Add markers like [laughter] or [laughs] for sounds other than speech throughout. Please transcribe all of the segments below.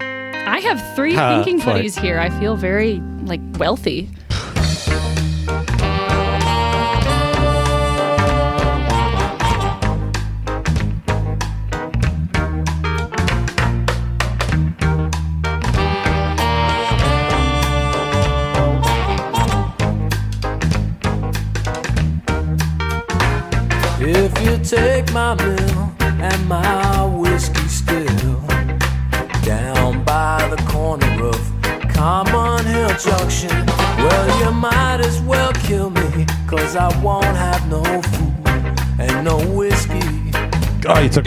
I have three Ah, thinking fuck. buddies here. I feel very like wealthy. If you take my bill and my whiskey still down by the corner of Common Hill Junction, well, you might as well kill me, cause I won't have no food and no whiskey. Oh, you took.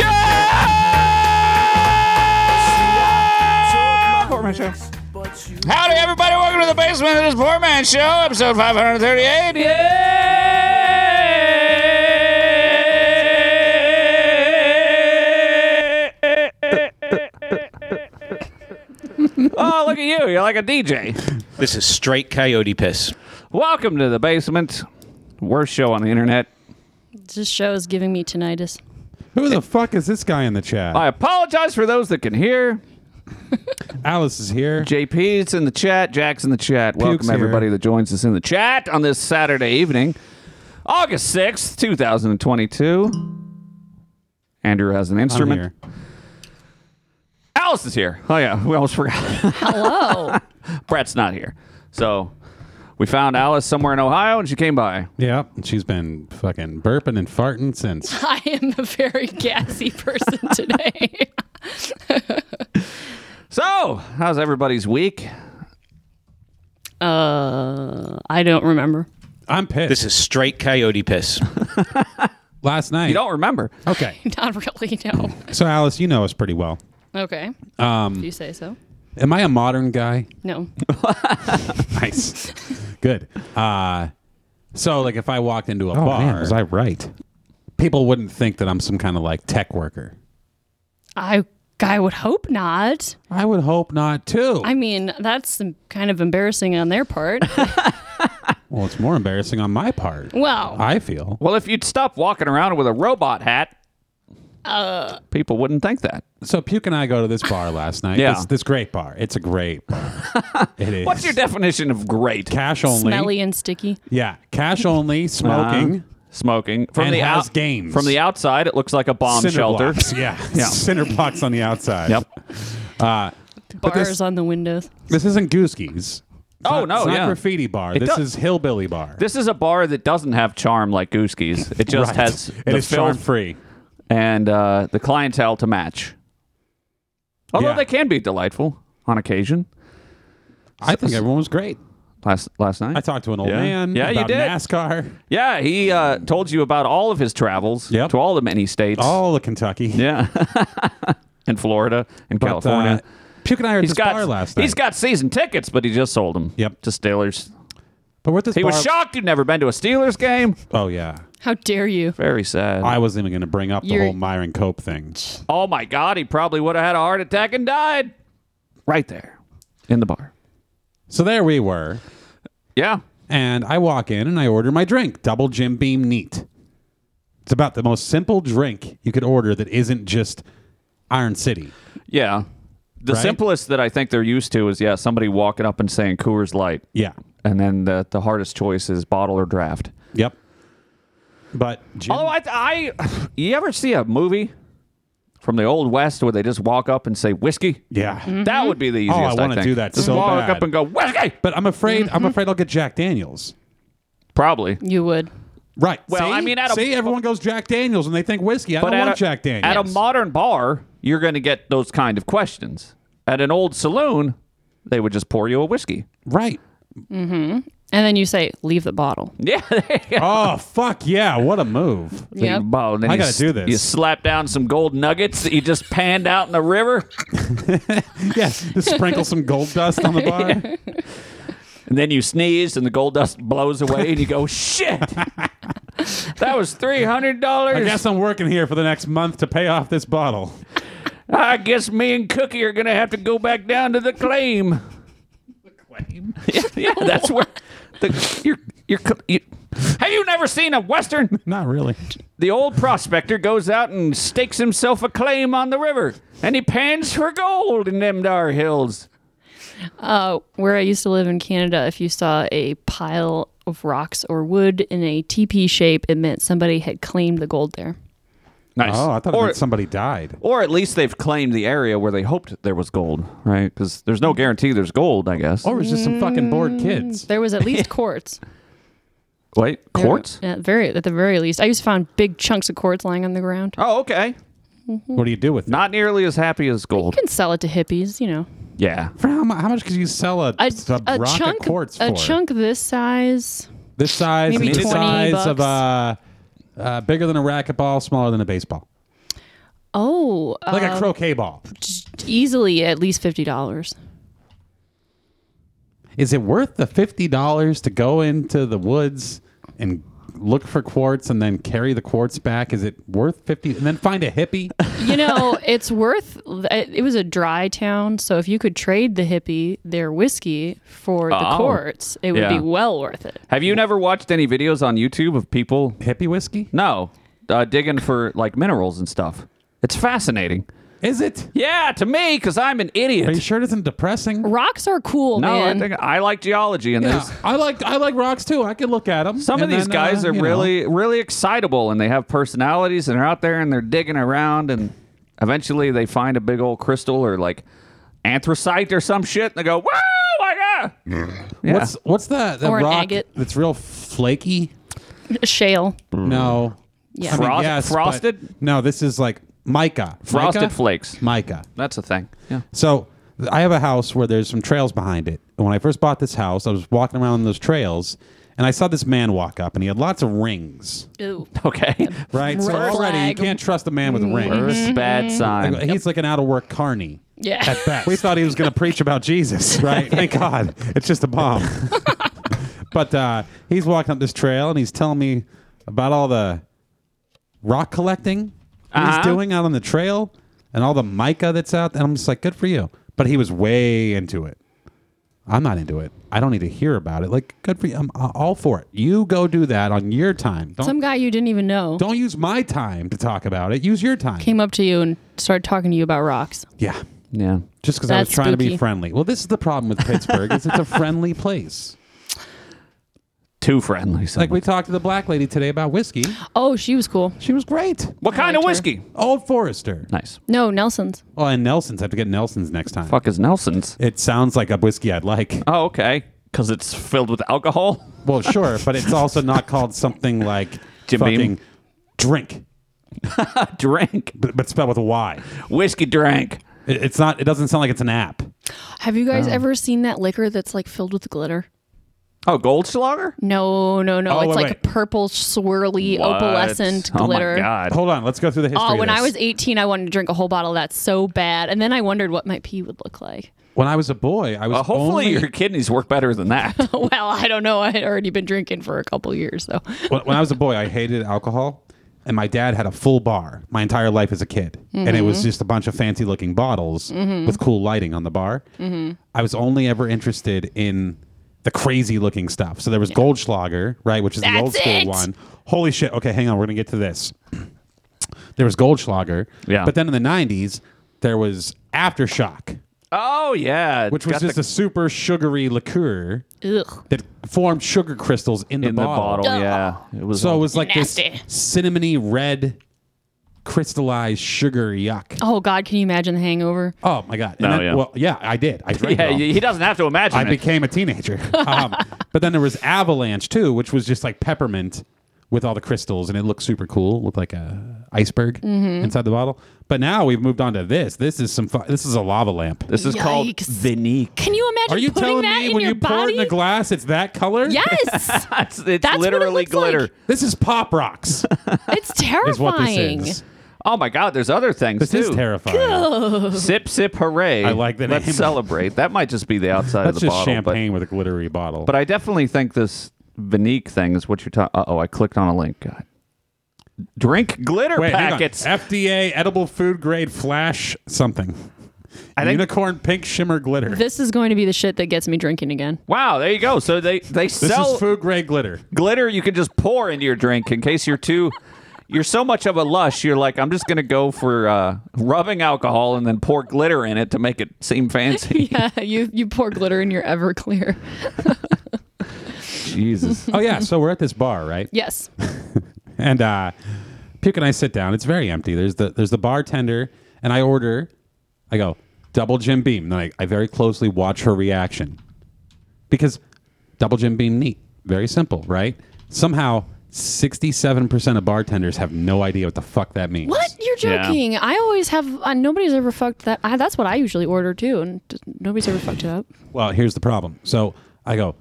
But you Howdy, everybody. Welcome to the basement of this poor man show, episode 538. [laughs] oh, look at you. You're like a DJ. This is straight coyote piss. Welcome to the basement. Worst show on the internet. This show is giving me tinnitus. [laughs] Who the fuck is this guy in the chat? I apologize for those that can hear. Alice is here. JP's in the chat. Jack's in the chat. Puke's Welcome, here. everybody that joins us in the chat on this Saturday evening, August 6th, 2022. Andrew has an I'm instrument. here. Alice is here. Oh, yeah. We almost forgot. Hello. [laughs] Brett's not here. So we found Alice somewhere in Ohio and she came by. Yeah, she's been fucking burping and farting since. [laughs] I am a very gassy person [laughs] today. So, how's everybody's week? uh, I don't remember. I'm pissed. This is straight [laughs] coyote piss. Last night. You don't remember. okay. [laughs] Not really. No. So Alice, you know us pretty well. Okay. Um, If you say so. Am I a modern guy? No. [laughs] Nice. Good. Uh so like if I walked into a bar, right? people wouldn't think that I'm some kind of like tech worker. I I would hope not. I would hope not too. I mean, that's kind of embarrassing on their [laughs] part. well, it's more embarrassing on my part. well, I feel. Well, if you'd stop walking around with a robot hat, people wouldn't think that. So Puke and I go to this bar last night. Yeah. This, this great bar. It's a great [laughs] bar. it [laughs] is. What's your definition of great? cash only? smelly and sticky. Yeah, cash only, Uh-huh. smoking, Smoking from And the has out- games. From the outside, it looks like a bomb cinder shelter. [laughs] blocks. Yeah, Yeah. cinder blocks on the outside. Yep. Bars this- on the windows. This isn't Gooskies. Oh, no, it's yeah. not graffiti bar. It this does- is hillbilly bar. This is a bar that doesn't have charm like Gooskies. It just Right. has it the is charm film free. and uh, the clientele to match. Although Yeah. they can be delightful on occasion. I think everyone was great. Last last night, I talked to an old Yeah. man. Yeah, you about did. NASCAR, yeah, he uh, told you about all of his travels Yep. Oh. to all the many states. all of Kentucky, uh, yeah, [laughs] in Florida and But, uh, California. Puke and I were at He's this got bar last night. he's got season tickets, but he just sold them. Yep. to Steelers. but we're at this He bar. was shocked he'd never been to a Steelers game. Oh yeah, How dare you? Very sad. I wasn't even going to bring up the You're- whole Myron Cope thing. oh my God, he probably would have had a heart attack and died right there in the bar. So there we were, Yeah, and I walk in and I order my drink, double Jim Beam neat. It's about the most simple drink you could order that isn't just Iron City. Yeah. The Right? simplest that I think they're used to is yeah, somebody walking up and saying Coors Light, Yeah. and then the the hardest choice is bottle or draft. Yep. But Jim, Although I, I, you ever see a movie from the old west where they just walk up and say whiskey? Mm-hmm. yeah. That would be the easiest. Oh, I wanna think. do that Just so walk bad. up and go whiskey. But I'm afraid Mm-hmm. I'm afraid I'll get Jack Daniels. Probably. You would. Right. Well, See? I mean, at a- see, everyone goes Jack Daniels and they think whiskey. I But don't at want a, Jack Daniels. at a modern bar, you're going to get those kind of questions. At an old saloon, they would just pour you a whiskey. right. And then you say, leave the bottle. [laughs] Yeah, Oh fuck yeah! What [laughs] a move. Yep. Big ball, and then I you gotta s- do this. You slap down some gold nuggets that you just panned out in the river, Yes. Just sprinkle some gold [laughs] dust on the bar. and then you sneeze, and the gold dust blows away, and you go, "Shit, [laughs] that was three hundred I dollars." guess I'm working here for the next month to pay off this bottle. I guess me and Cookie are gonna have to go back down to the claim. The claim. [laughs] Yeah, yeah, that's where the you're you're. co- You, have you never seen a western? Not really. The old prospector goes out and stakes himself a claim on the river, and he pans for gold in them dar hills. Uh, where I used to live in Canada, if you saw a pile of rocks or wood in a teepee shape, it meant somebody had claimed the gold there. Nice. Oh, I thought it or, meant somebody died. or at least they've claimed the area where they hoped there was gold, right? Because there's no guarantee there's gold, I guess. Or it was just some fucking bored Mm. kids. There was at [laughs] least quartz. Wait, There- quartz? At very at the very least, I used to find big chunks of quartz lying on the ground. Oh, okay. What do you do with it? Not nearly as happy as You [laughs] gold. can sell it to hippies, you know. Yeah. For how, mu- how much could you sell a, A, a, a rock chunk, of quartz for? a chunk this size. This size, Maybe and this 20 size of uh, bucks. uh, bigger than a racquetball, smaller than a baseball, Oh, like uh, a croquet ball. easily at least fifty dollars. Is it worth the fifty dollars to go into the woods and look for quartz and then carry the quartz back? Is it worth fifty? And then find a hippie. You [laughs] know, it's worth. It was a dry town, so if you could trade the hippie their whiskey for the Oh. quartz, it would Yeah. be well worth it. Have you never watched any videos on YouTube of people hippie whiskey? No, uh, digging for like minerals and stuff. It's fascinating. Is it? Yeah, to me, because I'm an idiot. Are you sure it isn't depressing? Rocks are cool, no, I, man. think, I like geology, and Yeah, there's I like I like rocks too. I can look at them. some of these uh, guys are really, really excitable, and they have personalities, and they're out there and they're digging around, and eventually they find a big old crystal or like anthracite or some shit, and they go, "Whoa, my god!" Yeah. What's what's that? that Or an rock agate. That's real flaky. Shale. No. Yeah. Mm. Frost- yes, but- frosted? No, this is like mica. Frosted Mica? flakes. Mica. That's a thing. Yeah. So th- I have a house where there's some trails behind it. And when I first bought this house, I was walking around those trails and I saw this man walk up and he had lots of rings. Ooh. [laughs] Okay. Right? so Red already flag. you can't trust a man with rings. Mm-hmm. First bad sign. Like, He's like an out of work carny. Yeah. At best. we thought he was going to preach about Jesus, [laughs] right? Thank God. It's just a [laughs] bomb. but uh, he's walking up this trail and he's telling me about all the rock collecting Uh-huh. he's doing out on the trail and all the mica that's out. And I'm just like, good for you. But he was way into it. I'm not into it. I don't need to hear about it. Like, good for you. I'm uh, all for it. You go do that on your time. Don't, Some guy you didn't even know don't use my time to talk about it. Use your time. came up to you and started talking to you about rocks. yeah. Yeah. Just because I was That's trying to be spooky. friendly. Well, this is the problem with Pittsburgh is [laughs] it's a friendly place. Too friendly. Like Like we talked to the black lady today about whiskey. Oh, she was cool. She was great. what kind of Lighter. whiskey? Old Forester. Nice. No, Nelson's. Oh, and Nelson's. I have to get Nelson's next time. Fuck is Nelson's? It sounds like a whiskey I'd like. Oh, okay. Because it's filled with alcohol. [laughs] Well, sure, but it's also not called something like Jim fucking Beam? drink, Drink. but, but spelled with a Y. Whiskey drank. It, it's not. It doesn't sound like it's an app. Have you guys ever seen that liquor that's like filled with glitter? Oh, Goldschlager? No, no, no. Oh, it's wait, like wait. a purple, swirly, opalescent What? glitter. Oh, my God. Hold on, let's go through the history. Oh, of when I this. was 18, I wanted to drink a whole bottle of that so bad. And then I wondered what my pee would look like. when I was a boy, I was Uh, hopefully only- your kidneys work better than that. [laughs] well, I don't know. I had already been drinking for a couple years, so. when, when I was a boy, I hated alcohol, and my dad had a full bar my entire life as a kid, and it Mm-hmm. was just a bunch of fancy looking bottles with cool lighting on the bar. Mm-hmm. I was only ever interested in the crazy looking stuff. So there was Goldschlager, right, which is the That's old school it! one. Holy shit! Okay, hang on, we're gonna get to this. There was Goldschlager, Yeah. but then in the '90s there was Aftershock, oh, yeah. which was Got just the- a super sugary liqueur Ugh. that formed sugar crystals in [laughs] the in the bottle. Ugh. Yeah. It was so it was like Nasty. this cinnamony red, crystallized sugar yuck. Oh, Oh, God, can you imagine the hangover? my god! No, yeah. Well, yeah, I did. I [laughs] [laughs] drank. Yeah, it all. he doesn't have to imagine I it. became a teenager. [laughs] um, but then there was Avalanche too, which was just like peppermint with all the crystals, and it looked super cool. Looked like a iceberg Mm-hmm. inside the bottle. But now we've moved on to this. This is some. Fu- this is a lava lamp. this is called Yikes. Vinique. Can you imagine Are you putting telling that me in when your you pour it body? in a glass, it's that color? [laughs] yes. [laughs] It's, it's That's what it literally looks like. glitter. This is pop rocks. It's is what this terrifying. is. Oh, my God. There's other things, This too. is terrifying. Sip, sip, hooray. I like the Let's name. celebrate. That might just be the outside That's of the just bottle. but- champagne with a glittery bottle. But I definitely think this Vinique thing is what you're talking. Uh oh, I clicked on a link. God. Drink glitter Wait, hang on. packets. FDA edible food grade flash something. I think- Unicorn pink shimmer glitter. This, This is going to be the shit that gets me drinking [laughs] again. [laughs] Wow, there you go. So they they sell is food grade glitter. glitter you can just pour into your drink in case you're too you're so much of a lush. You're like, I'm just gonna go for uh, rubbing alcohol and then pour glitter in it to make it seem fancy. yeah, you you pour glitter in your Everclear. Jesus. oh yeah, so we're at this bar, right? Yes. And uh, Puke and I sit down. It's very empty. There's the there's the bartender, and I order. I go double Jim Beam. Then I, I very closely watch her reaction because double Jim Beam neat, very simple, right? Somehow, sixty seven percent of bartenders have no idea what the fuck that means. What? You're Yeah. joking. I always have, uh, nobody's ever fucked that. I, that's what I usually order too, and d- nobody's ever fucked it [gasps] up. Well, here's the problem. So I go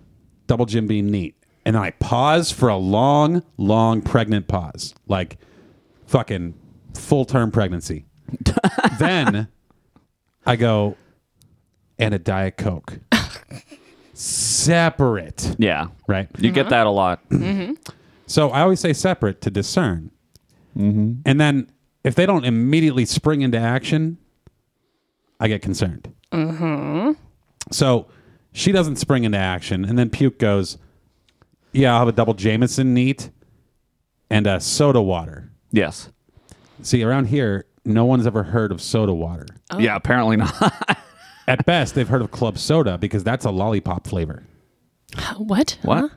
double Jim Beam neat, and I pause for a long, long pregnant pause, like fucking full term pregnancy. then I go and a diet coke, separate, [laughs] Yeah. right? You get that a lot. So I always say separate to discern, and then if they don't immediately spring into action, I get concerned. So she doesn't spring into action, and then Puke goes, "Yeah, I'll have a double Jameson neat and a soda water." Yes. See, around here, no one's ever heard of soda water. Yeah. Apparently not. At best, they've heard of club soda because that's a lollipop flavor. What? Huh? what?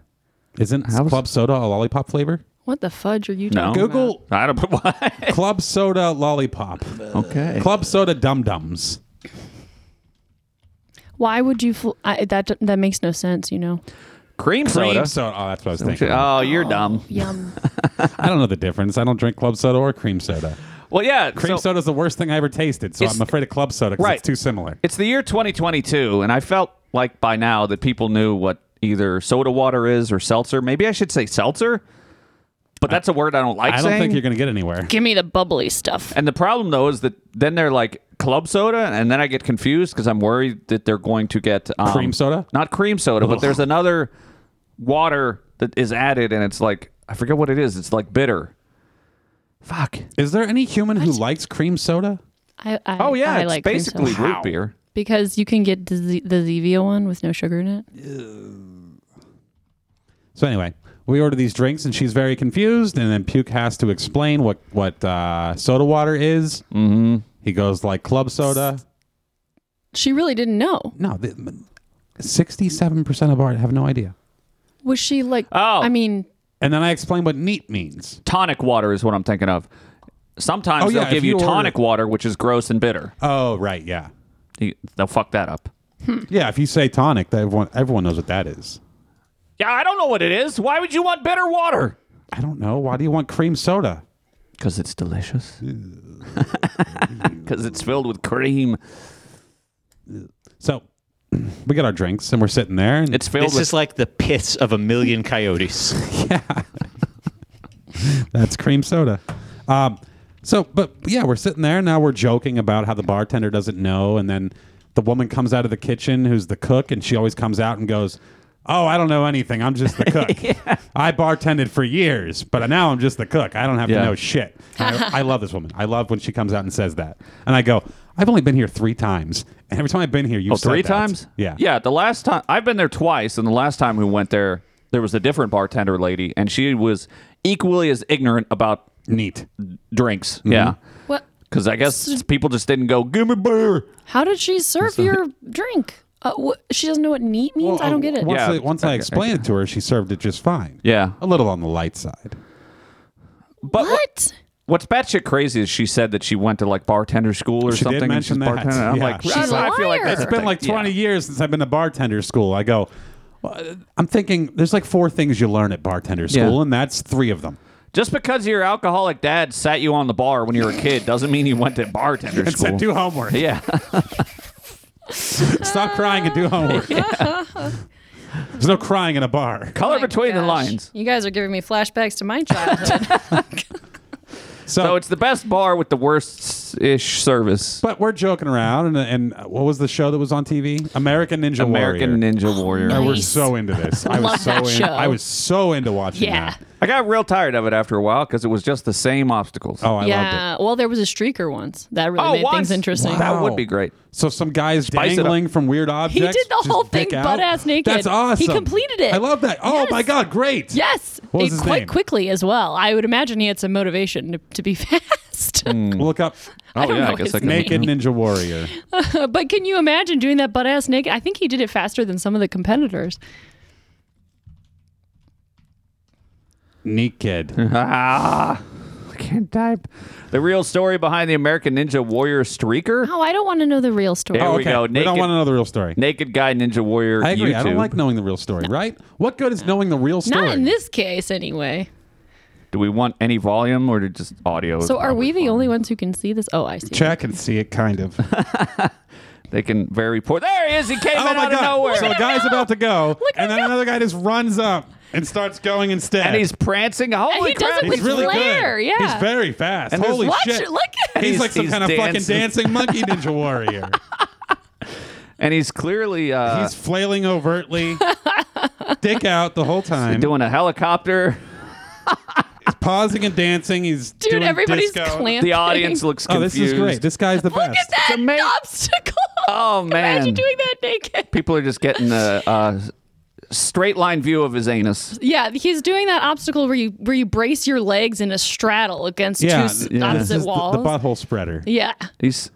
Isn't How's- club soda a lollipop flavor? What the fudge are you No. talking [laughs] about? Google [laughs] I don't. Why? club soda lollipop. Okay. Club soda dum dums. Why would you? Fl- I, that d- that makes no sense. You know. Cream soda. Cream soda. Oh, that's what I was thinking. Oh, you're dumb. [laughs] Yum. I don't know the difference. I don't drink club soda or cream soda. Well, yeah. Cream so- soda's the worst thing I ever tasted, so It's- I'm afraid of club soda because Right. it's too similar. It's the year 2022, and I felt like by now that people knew what either soda water is or seltzer. Maybe I should say seltzer, but that's a word I don't like I don't saying. think you're going to get anywhere. Give me the bubbly stuff. and the problem though is that then they're like club soda, and then I get confused because I'm worried that they're going to get um, Cream soda? not cream soda, but [laughs] there's another water that is added, and it's like I forget what it is. It's like bitter. Fuck. Is there any human who likes cream soda? I, I Oh yeah, I it's like cream soda. basically root How? beer. because you can get the, Z- the Zevia one with no sugar in it. So anyway, we order these drinks, and she's very confused, and then Puke has to explain what what uh, soda water is. Mm-hmm. He goes like club soda. She really didn't know. No, sixty-seven percent of art have no idea. Was she like? Oh. I mean, And then I explain what neat means. tonic water is what I'm thinking of. Sometimes Oh, yeah, they'll give if you, you order- tonic water, which is gross and bitter. Oh, right, yeah, You- They'll fuck that up. yeah. If you say tonic, that everyone everyone knows what that is. Yeah, I don't know what it is. Why would you want bitter water? I don't know. Why do you want cream soda? Because it's delicious. [laughs] Because it's filled with cream. So [clears throat] we get our drinks and we're sitting there. And It's filled This with. is like the piss of a million [laughs] coyotes. that's cream soda. Um, so, but yeah, we're sitting there. Now we're joking about how the bartender doesn't know. And then the woman comes out of the kitchen who's the cook and she always comes out and goes, Oh, I don't know anything. I'm just [laughs] the cook. I bartended for years, but now I'm just the cook. I don't have Yeah. to know shit. And I, I love this woman. I love when she comes out and says that. And I go, I've only been here three times. And every time I've been here, you've Oh, said three that." times? Yeah. Yeah, the last time. I've been there twice, and the last time we went there, there was a different bartender lady, and she was equally as ignorant about Neat. drinks. Mm-hmm. Yeah. what? Because I guess people just didn't go, give me beer. How did she serve your drink? Uh, wh- she doesn't know what neat means. um, I don't get it. Once, Yeah. I, once I explained it to her, she served it just fine. Yeah. A little on the light side. But What? What's batshit crazy is she said that she went to like bartender school or She did something. and she's mention that. bartending. I'm Yeah. like, She's I, a I feel like liar. that's It's been like 20 years since I've been to bartender school. I go, well, uh, I'm thinking there's like four things you learn at bartender Yeah. school, and that's three of them. Just because your alcoholic dad sat you on the bar when you were a kid doesn't mean you went to bartender [laughs] And said, school. do homework. yeah, [laughs] Stop crying and do [laughs] homework. There's no crying in a bar. color Oh my between the gosh. lines. You guys are giving me flashbacks to my childhood. So, So it's the best bar with the worst ish service. But we're joking around, and, and what was the show that was on TV? American Ninja Warrior. American Ninja Warrior. I was Nice. so into this. I Love was so that in, show. I was so into [laughs] watching Yeah. that. I got real tired of it after a while because it was just the same obstacles. Oh, Oh, I loved it. yeah. Well, there was a streaker once that really made once? things interesting. Wow. That would be great. [laughs] So some guys Spice it up. dangling from weird He objects. did the just whole thing dick out. butt ass naked. That's awesome. He completed it. I love that. Oh Yes. my god, great. Yes, What was And his quite name? quickly as well. I would imagine he had some motivation to, to be [laughs] fast. Look up [laughs] I don't Mm. Oh, yeah, I know guess his I could name. make Naked Ninja Warrior. But can you imagine doing that butt ass naked? I think he did it faster than some of the competitors. Naked. Ah, I can't type. The real story behind the American Ninja Warrior streaker. Oh, I don't want to know the real story. There Oh, we okay. go. We don't Naked- want to know the real story. Naked Guy Ninja Warrior I agree. YouTube. I don't like knowing the real story, right? What good is knowing the real story? Not in this case, anyway. Do we want any volume or just audio? is So, are we probably the fine? only ones who can see this? Oh, I see. Check and see it, [laughs] kind of. oh They can very poor. There he is. He came in my out of god! nowhere. So a guy's about to go, Look at and then him go. another guy just runs up and starts going instead. and he's prancing. Holy And he does crap! it He's with really flair, good. yeah. He's very fast. there's- Holy Watch shit! it. Look at He's, He's- like some he's kind of fucking dancing. dancing monkey [laughs] ninja warrior. and he's clearly uh, He's flailing [laughs] overtly, dick out the whole time, doing a helicopter. pausing and dancing. He's Dude, doing everybody's disco. clamping. [laughs] The audience looks Oh, confused. this is great. This guy's the Look best. at that ama- [laughs] obstacle. Oh man! Imagine doing that naked. People are just getting a uh, straight line view of his anus. Yeah, he's doing that obstacle where you where you brace your legs in a straddle against two Yeah, s- yeah. This opposite is the, walls. the butthole spreader. yeah. He's.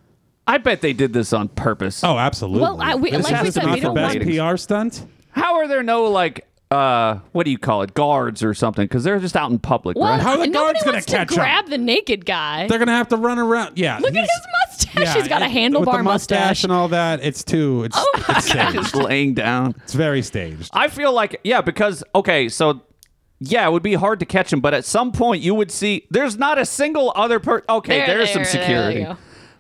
I bet they did this on purpose. Oh, absolutely. Well, I- we- this like is we this said, not we the don't best want- PR stunt. How are there no like uh what do you call it guards or something? Because they're just out in public, Well, right? How the nobody guard's gonna wants catch to him? grab the naked guy. They're gonna have to run around. Yeah. Look at his mustache. he's got a handlebar with the mustache. Oh and all that. It's too. It's, [laughs] it's just staged. laying down. It's very staged. I feel like yeah, because okay, so yeah, it would be hard to catch him, but at some point you would see there's not a single other person. Okay, There, there's there, some there security, you go.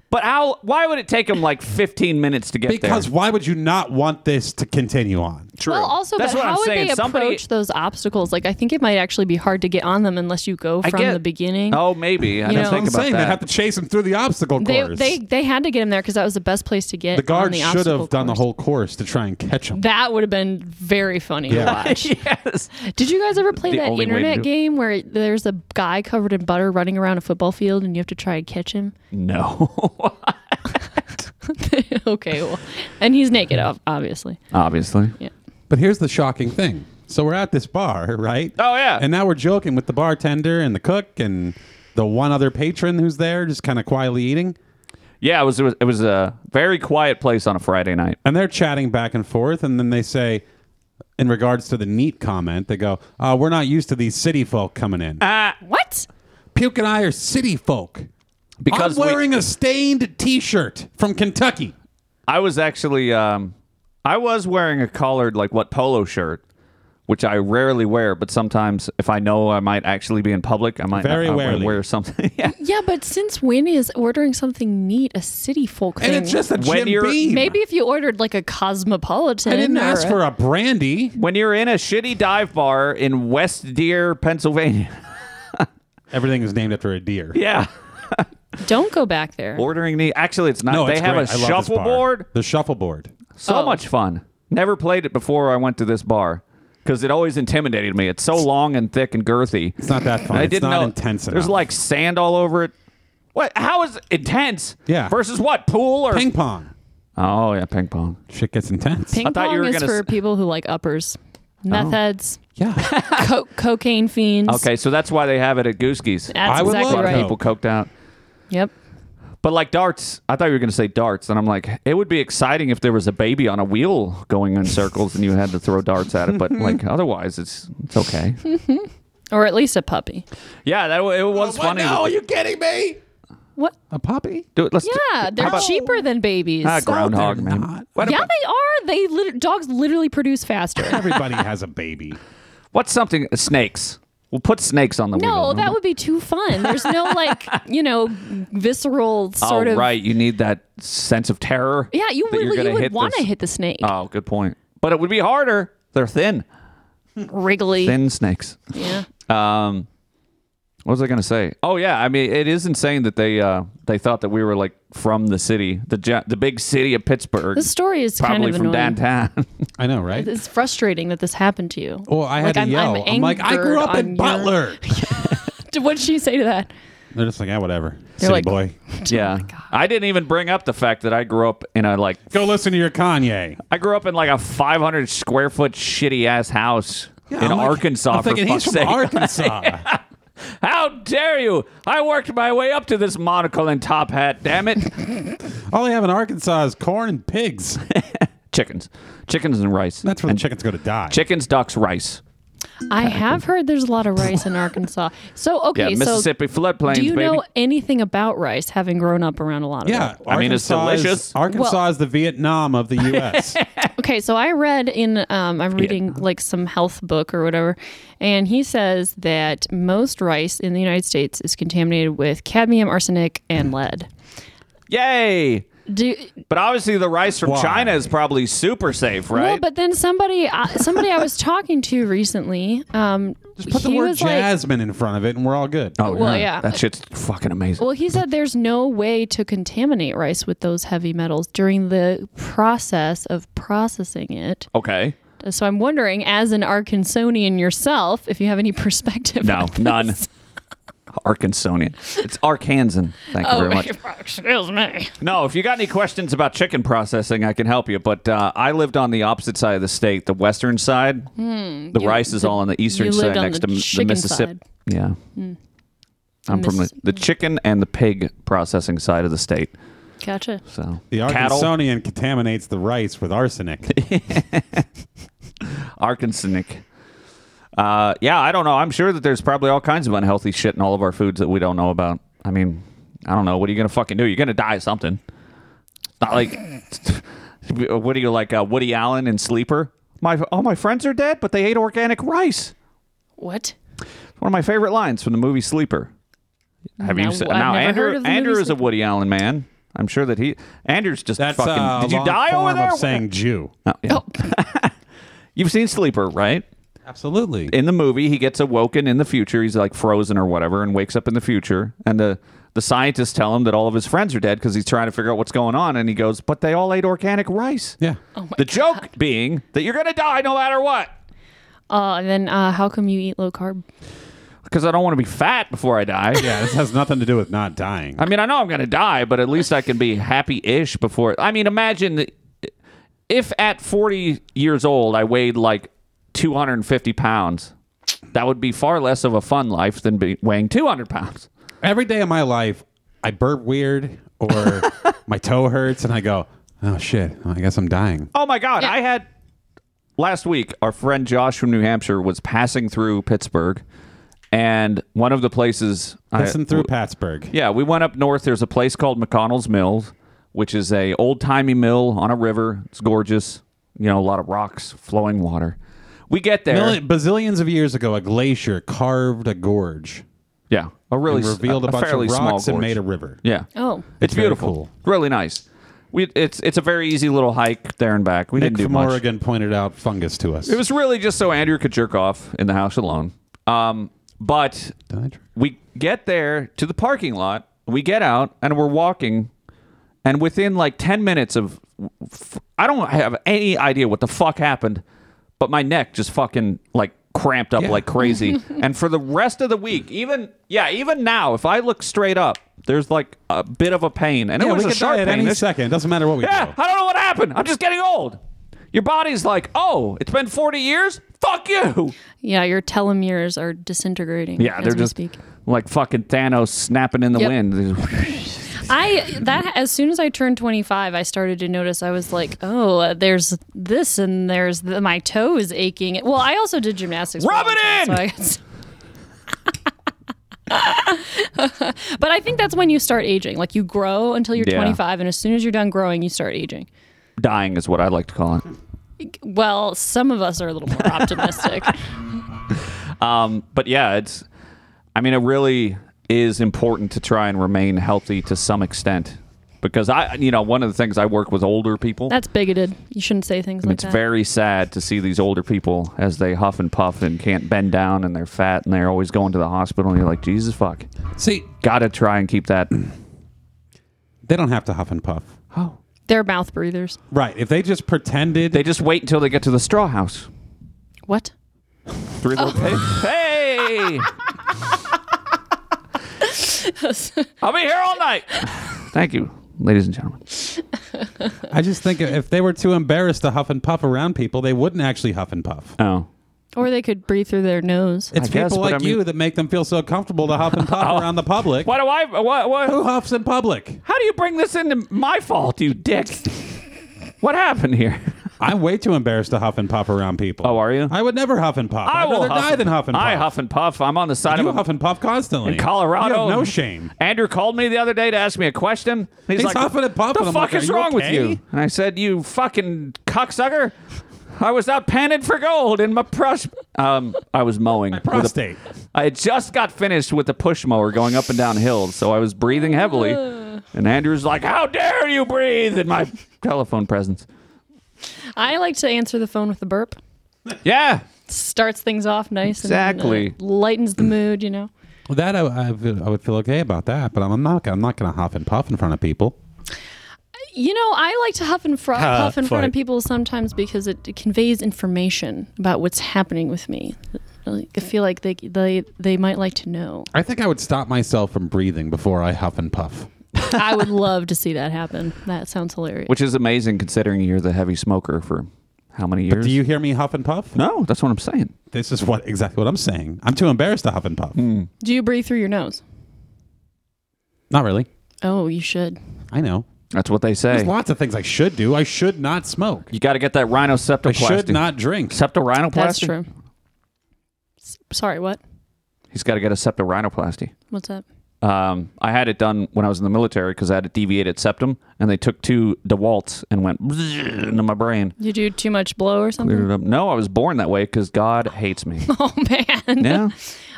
but how? Why would it take him like 15 minutes to get Because there? why would you not want this to continue on? True. Well, also, that's but what how I'm would saying. they Somebody, approach those obstacles? Like, I think it might actually be hard to get on them unless you go I from get- the beginning. Oh, maybe I You didn't know. That's what think I'm about saying. They that. have to chase him through the obstacle they, course. they they had to get him there because that was the best place to get. the on guard the should obstacle have done the course. whole course to try and catch him. That would have been very funny to Yeah. [laughs] watch. [laughs] yes. Did you guys ever play The that only way to do internet it. game where there's a guy covered in butter running around a football field and you have to try and catch him? [laughs] No. [laughs] okay, well, and he's naked, ob- obviously. Obviously. But here's the shocking thing. So we're at this bar, right? Oh, yeah. And now we're joking with the bartender and the cook and the one other patron who's there, just kind of quietly eating. Yeah, it was, it was it was a very quiet place on a Friday night. And they're chatting back and forth, and then they say, in regards to the neat comment, they go, uh, "We're not used to these city folk coming in. Uh, What? Puke and I are city folk. Because I'm we- wearing a stained T-shirt from Kentucky. I was actually um I was wearing a collared like what polo shirt, which I rarely wear, but sometimes if I know I might actually be in public, I might Very I might rarely. wear something. [laughs] yeah. Yeah, but since when is ordering something neat a city folk thing? And it's just a When Jim you're- Beam. Maybe if you ordered like a cosmopolitan. I didn't or ask a- for a brandy. When you're in a shitty dive bar in West Deer, Pennsylvania. Everything is named after a deer. yeah. Don't go back there. Ordering the actually it's not No, they it's have great. a I love this bar. shuffleboard. The shuffleboard. So Oh. much fun. Never played it before I went to this bar because it always intimidated me. It's so long and thick and girthy. It's not that fun. I it's didn't not know intense There's enough. like sand all over it. What? How is it intense? Yeah. Versus what? Pool or ping pong. Oh yeah, ping pong. Shit gets intense. Ping I thought pong you were is gonna for s- Oh. people who like uppers, meth [laughs] heads, [laughs] Yeah. co- cocaine fiends. Okay, so that's why they have it at Gooskey's. That's I would exactly love right. coke. People coked out. Yep. But like darts, I thought you were going to say darts, and I'm like, it would be exciting if there was a baby on a wheel going in circles and you had to throw darts at it. But [laughs] like otherwise, it's it's okay. Or at least a puppy. Yeah, that wa- it was What? funny. No, are you kidding me? What? A puppy? Do it. Let's do- Yeah, they're how about- cheaper than babies. Ah, groundhog they're man. not. What yeah, about- they are. They lit- dogs literally produce [laughs] faster. Everybody has a baby. what's something? Snakes. We'll put snakes on the no, wheel. that would be too fun. There's no [laughs] like you know visceral sort oh, of. right. You need that sense of terror. Yeah, you that would you're gonna you would hit want to this- hit the snake. Oh, good point. But it would be harder. They're thin, Wriggly. thin snakes. Yeah. Um, What was I gonna say? Oh yeah, I mean it is insane that they uh, they thought that we were like from the city, the ja- the big city of Pittsburgh. This story is kind probably of from annoying. downtown. [laughs] [laughs] I know, right? It's frustrating that this happened to you. Well, I had to I'm- yell. I'm I'm, like, I angered grew up on in your- [laughs] Butler. [laughs] What did she say to that? They're just like, yeah, whatever. They're City like- boy. yeah, I didn't even bring up the fact that I grew up in a like Go listen to your Kanye. I grew up in like a 500 square foot shitty ass house in I'm like- Arkansas. I'm for thinking he's fuck's from sake. Arkansas. [laughs] How dare you? I worked my way up to this monocle and top hat. Damn [laughs] it, All they have in Arkansas is corn and pigs. chickens, chickens and rice. That's where And the chickens go to die. chickens, ducks, rice. I have heard there's a lot of rice in Arkansas. So [laughs] Yeah, okay, so Mississippi floodplains, do you baby. know anything about rice? Having grown up around a lot of yeah, it. Arkansas I mean, it's is- delicious. Arkansas Well- is the Vietnam of the U.S. Okay, so I read in um, I'm reading like some health book or whatever, and he says that most rice in the United States is contaminated with cadmium, arsenic, and lead. Yay! Do But obviously, the rice from Why? China is probably super safe, right? well, but then somebody uh, somebody I was talking to recently, um, Just put the he word was like, jasmine in front of it, and we're all good. oh, well, yeah. That shit's fucking amazing. Well, he said there's no way to contaminate rice with those heavy metals during the process of processing it. okay. So I'm wondering, as an Arkansanian yourself, if you have any [laughs] perspective. No, on none. this. Arkansonian. It's Arkansan. Thank [laughs] you Oh, [laughs] very much. excuse me. No, if you got any questions about chicken processing, I can help you. But uh, I lived on the opposite side of the state, the western side. the rice is all on the eastern Hmm, you side, lived on next the to m- the chicken Mississippi. side. Hmm. Yeah, I'm from the, Missis- the chicken and the pig processing side of the state. Gotcha. So The cattle, Arkansonian contaminates the rice [laughs] with arsenic. Arkansanic. Uh, yeah, I don't know. I'm sure that there's probably all kinds of unhealthy shit in all of our foods that we don't know about. I mean, I don't know. What are you gonna fucking do? You're gonna die of something. It's Not like [laughs] what do you like? Uh, Woody Allen and Sleeper. My all my friends are dead, but they ate organic rice. What? One of my favorite lines from the movie Sleeper. Have No, you seen I've now? never Andrew heard of the Andrew movie is a Sleeper. Woody Allen man. I'm sure that he Andrew's just That's fucking. uh, did a you long die form over there? Oh. Of saying Jew. No, yeah. You've seen Sleeper, right? Absolutely. In the movie, he gets awoken in the future. He's like frozen or whatever, and wakes up in the future. And the the scientists tell him that all of his friends are dead because he's trying to figure out what's going on. And he goes, "But they all ate organic rice." yeah. Oh. the joke being that you're gonna die no matter what. Uh, and then uh, how come you eat low carb? Because I don't want to be fat before I die. [laughs] Yeah, this has nothing to do with not dying. I mean, I know I'm going to die, but at least I can be happy ish before. I mean, imagine that if at 40 years old I weighed like 250 pounds, that would be far less of a fun life than be weighing 200 pounds. Every day of my life, I burp weird [laughs] or my toe hurts, and I go, oh shit, I guess I'm dying. Oh my God. I had last week, our friend Josh from New Hampshire was passing through Pittsburgh, and one of the places I- Listen through Pittsburgh. Yeah, we went up north. There's a place called McConnell's Mills, which is a old timey mill on a river. It's gorgeous. You know, a lot of rocks, flowing water. We get there. Milli- bazillions of years ago, a glacier carved a gorge, yeah, a really and s- revealed a, bunch fairly of small rocks and gorge. made a river. yeah. Oh, it's very beautiful. cool. Really nice. We it's it's a very easy little hike there and back. We Nick didn't do from much. Oregon pointed out fungus to us. It was really just so Andrew could jerk off in the house alone. Um, but Did I drink? we get there to the parking lot. We get out and we're walking, and within like ten minutes of, f- I don't have any idea what the fuck happened, but my neck just fucking like cramped up Yeah. like [laughs] crazy. and for the rest of the week, even yeah, even now, if I look straight up, there's like a bit of a pain, and Yeah, it we was can a die sharp at pain. any There's- second. Doesn't matter what we yeah, do. I don't know what happened. I'm just getting old. Your body's like, oh, it's been forty years. Fuck you. yeah, your telomeres are disintegrating. Yeah, as they're we just Speak. like fucking Thanos snapping in the Yep. wind. I that as soon as I turned 25, I started to notice I was like, oh, uh, there's this and there's the, my toes aching. Well, I also did gymnastics. for a Rub long it time, in! so I guess- [laughs] but I think that's when you start aging. Like you grow until you're Yeah. 25, and as soon as you're done growing, you start aging. Dying is what I like to call it. Well, some of us are a little more [laughs] optimistic. But yeah, it's. I mean, it really is important to try and remain healthy to some extent. because I, you know, one of the things I work with older people. That's bigoted. You shouldn't say things and like it's that. very sad to see these older people as they huff and puff and can't bend down and they're fat and they're always going to the hospital and you're like, Jesus fuck. See, Gotta try and keep that. they don't have to huff and puff. Oh. They're mouth breathers. Right. If they just pretended They just wait until they get to the straw house. What? Three little pigs. Hey! I'll be here all night. Thank you, ladies and gentlemen. I just think if they were too embarrassed to huff and puff around people, they wouldn't actually huff and puff. Oh. Or they could breathe through their nose. It's I guess, people but like I mean- you that make them feel so comfortable to huff [laughs] and puff around the public. Why do I? What, Who what, huffs in public? how do you bring this into my fault, you dick? What happened here? I'm way too embarrassed to huff and puff around people. Oh, are you? I would never huff and puff. I would will rather die than huff and puff. I huff and puff. I'm on the side You of a huff and puff constantly. in Colorado. You have no shame. Andrew called me the other day to ask me a question. He's, He's like, huffing and puffing. The I'm fuck like, is "Are you wrong with okay?" you? And I said, you fucking cocksucker. I was out panning for gold in my pros. Um, I was mowing. [laughs] with a- prostate. I had just got finished with the push mower going up and down hills, so I was breathing heavily. And Andrew's like, "How dare you breathe in my telephone presence?" I like to answer the phone with a burp. Yeah, Starts things off nice. and, uh, Exactly. lightens the mood, you know. That I, I, would- I would feel okay about that, but I'm not. I'm not going to huff and puff in front of people. You know, I like to huff and fro- Ah, Ha, puff in front of fight. people sometimes because it, it conveys information about what's happening with me. Like, I feel like they, they they might like to know. I think I would stop myself from breathing before I huff and puff. I [laughs] would love to see that happen. That sounds hilarious. which is amazing considering you're the heavy smoker for how many years? Do you hear me huff and puff? No, that's what I'm saying. This is what exactly what I'm saying. I'm too embarrassed to huff and puff. Hmm. Do you breathe through your nose? Not really. Oh, you should. I know. That's what they say. There's lots of things I should do. I should not smoke. You got to get that I rhinoceptoplasty. should not drink. septorhinoplasty. That's true. S- sorry, what? He's got to get a septorhinoplasty. What's that? Um, I had it done when I was in the military because I had a deviated septum, and they took two DeWalt's and went [laughs] into my brain. You do too much blow or Cleared something? it up. No, I was born that way because God hates me. [laughs] Oh man. yeah,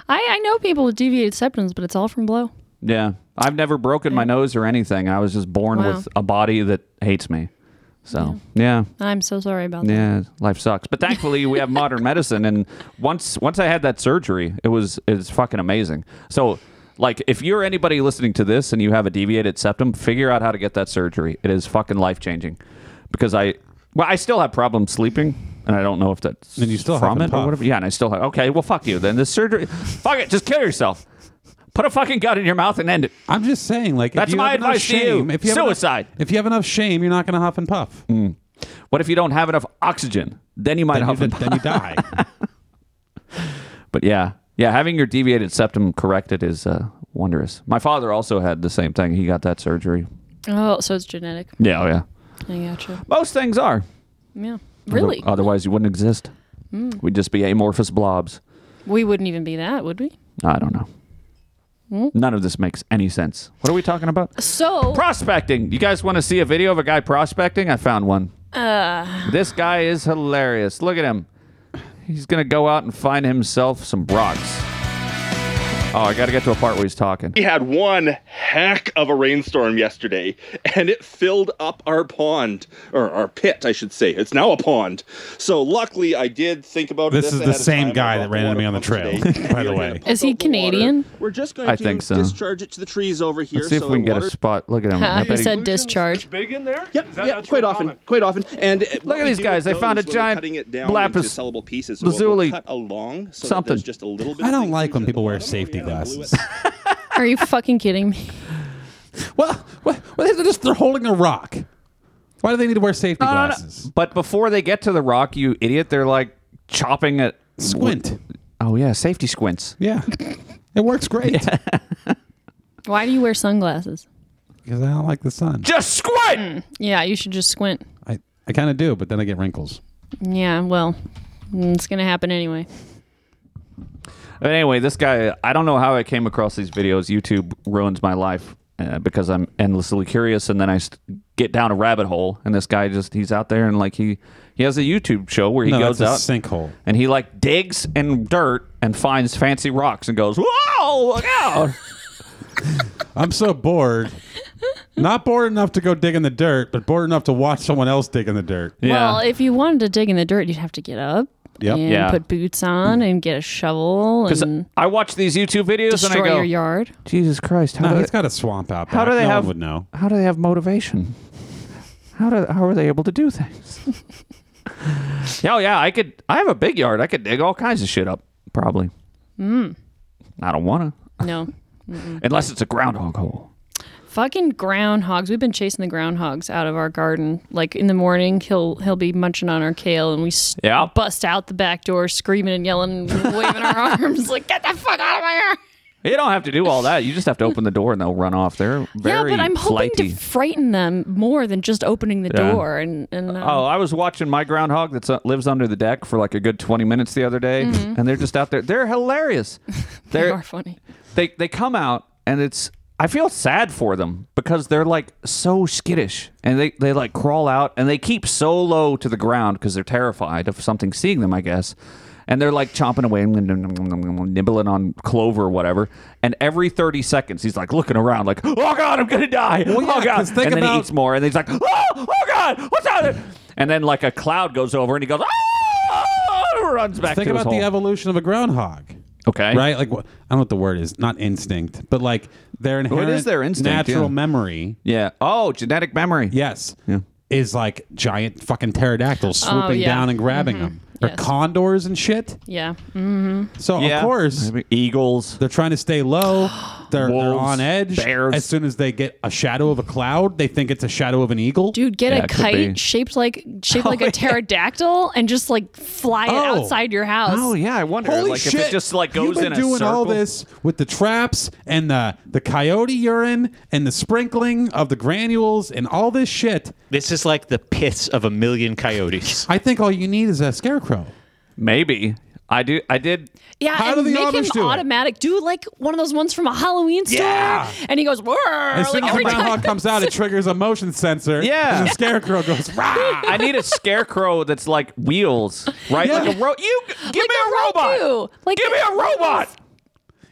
I, I know people with deviated septums, but it's all from blow. yeah. I've never broken my nose or anything. I was just born Wow. with a body that hates me. So yeah. I'm so sorry about that. Yeah, life sucks. But thankfully, we have modern medicine, and once once I had that surgery, it was it's fucking amazing. So, like, if you're anybody listening to this and you have a deviated septum, figure out how to get that surgery. It is fucking life changing, because I well, I still have problems sleeping, and I don't know if that's And you still from huff it and or puff. whatever. Yeah, and I still have okay. Well, fuck you. Then the surgery, fuck it, just kill yourself. Put a fucking gun in your mouth and end it. I'm just saying, like, That's if you my have enough advice to you. shame, If you have enough- Suicide. Hmm. if you have enough shame, you're not going to huff and puff. What if you don't have enough oxygen? Then you might Then, you, huff and [laughs] then you die. But yeah, yeah, having your deviated septum corrected is uh, wondrous. My father also had the same thing. He got that surgery. Oh, so it's genetic. Yeah, oh, yeah. I gotcha. Most things are. Yeah. Really? Other- Otherwise, you wouldn't exist. We'd just be amorphous blobs. We wouldn't even be that, would we? I don't know. None of this makes any sense. What are we talking about? So Prospecting. You guys want to see a video of a guy prospecting? I found one. This guy is hilarious. Look at him. He's going to go out and find himself some rocks. Oh, I got to get to a part where he's talking. We had one heck of a rainstorm yesterday, and it filled up our pond, or our pit, I should say. It's now a pond. So luckily, I did think about This This is the ahead of same time. guy I that brought ran the into me water on the pump trail, [laughs] today. by We the are way. gonna pump Is he out the water. Canadian? We're just going I to think so. discharge it to the trees over here. Let's see if so we can the get a water- spot. Look at him. I he bet he- said discharge. big in there? Yep, Is that yep not quite your often, comment? quite often. And uh, what at we these do guys, with they found a those is when we're giant cutting it down lapis into sellable pieces. we'll- we'll lazuli cut along so that something. there's just a little bit I of don't things like when at the people wear bottom. Oh, safety yeah, I blew it. glasses. Are you fucking kidding me? [laughs] well, what, what, they're just they're holding a rock. Why do they need to wear safety No, no, no. glasses? But before they get to the rock, you idiot, they're like chopping it. Squint. Oh yeah, safety squints. [laughs] Yeah, it works great because Why do you wear sunglasses? I don't like the sun. Just squint. Yeah, you should just squint. I, I kind of do, but then I get wrinkles. Yeah, well, mm, it's gonna happen anyway. Hmm. But anyway, this guy, I don't know how I came across these videos. YouTube ruins my life uh, because I'm endlessly curious, and then I st- get down a rabbit hole. And this guy just he's out there and like he he has a YouTube show where he No, goes that's a out sinkhole. and he like digs in dirt and finds fancy rocks and goes, "Whoa, look out!" [laughs] I'm so bored. Not bored enough to go dig in the dirt, but bored enough to watch someone else dig in the dirt. [laughs] Well, if you wanted to dig in the dirt, you'd have to get up Yep. and Yeah. put boots on and get a shovel Because and I watch these YouTube videos and I destroy go, your yard. Jesus Christ, how, No, do he's they, got a swamp out back. how do they no have One would know. How do they have motivation? How do how are they able to do things? [laughs] oh yeah, I could. I have a big yard. I could dig all kinds of shit up. Probably. Hmm. I don't wanna, No. unless it's a groundhog hole. Fucking groundhogs. We've been chasing the groundhogs out of our garden. Like in the morning, he'll he'll be munching on our kale, and we s- Yeah. bust out the back door, screaming and yelling, and [laughs] waving our arms, like "Get the fuck out of my yard!" You don't have to do all that. You just have to open the door and they'll run off. They're very yeah, but I'm hoping flighty. to frighten them more than just opening the Yeah. door. And and uh, Oh, I was watching my groundhog that uh, lives under the deck for like a good 20 minutes the other day, and they're just out there. They're hilarious. Mm-hmm. [laughs] they They're are funny. they they come out and it's I feel sad for them because they're like so skittish and they, they like crawl out and they keep so low to the ground because they're terrified of something seeing them, I guess. And they're like chomping away, nibbling on clover or whatever. And every 30 seconds, he's like looking around, like, oh God, I'm going to die. oh God. 'cause think and then he about- eats more and he's like, oh, oh God, what's out there? And then like a cloud goes over and he goes, oh, and runs back Think to his about the hole. evolution of a groundhog. Okay. Right? Like, wh- I don't know what the word is. Not instinct, but like their inherent is their instinct, natural yeah. memory. Yeah. Oh, genetic memory. Yes. Is like giant fucking pterodactyls Oh, swooping yeah. down and grabbing Mm-hmm. them. Or Yes. condors and shit. Yeah. Mm-hmm. So, Yeah. of course, Eagles. They're trying to [gasps] stay low. They're, they're Wolves, on edge. bears. As soon as they get a shadow of a cloud, they think it's a shadow of an eagle. Dude, get Yeah, a it could be. Oh, kite shaped like shaped [laughs] like a pterodactyl and just like fly it Oh. outside your house. Oh yeah, I wonder. Holy like shit! if it just like goes You've been in a doing circle. all this with the traps and the the coyote urine and the sprinkling of the granules and all this shit. This is like the pits of a million coyotes. I think all you need is a scarecrow. Maybe I do. I did. Yeah, How do and the make him Amish do it? automatic. Do like one of those ones from a Halloween store, Yeah. and he goes, "Whirr," As like soon as the every time. groundhog comes out, it triggers a motion sensor. Oh Yeah. and the scarecrow goes. Rah! [laughs] I need a scarecrow that's like wheels, right? Like a ro- You give me Like a a robot. Roku. Like give me the- a robot.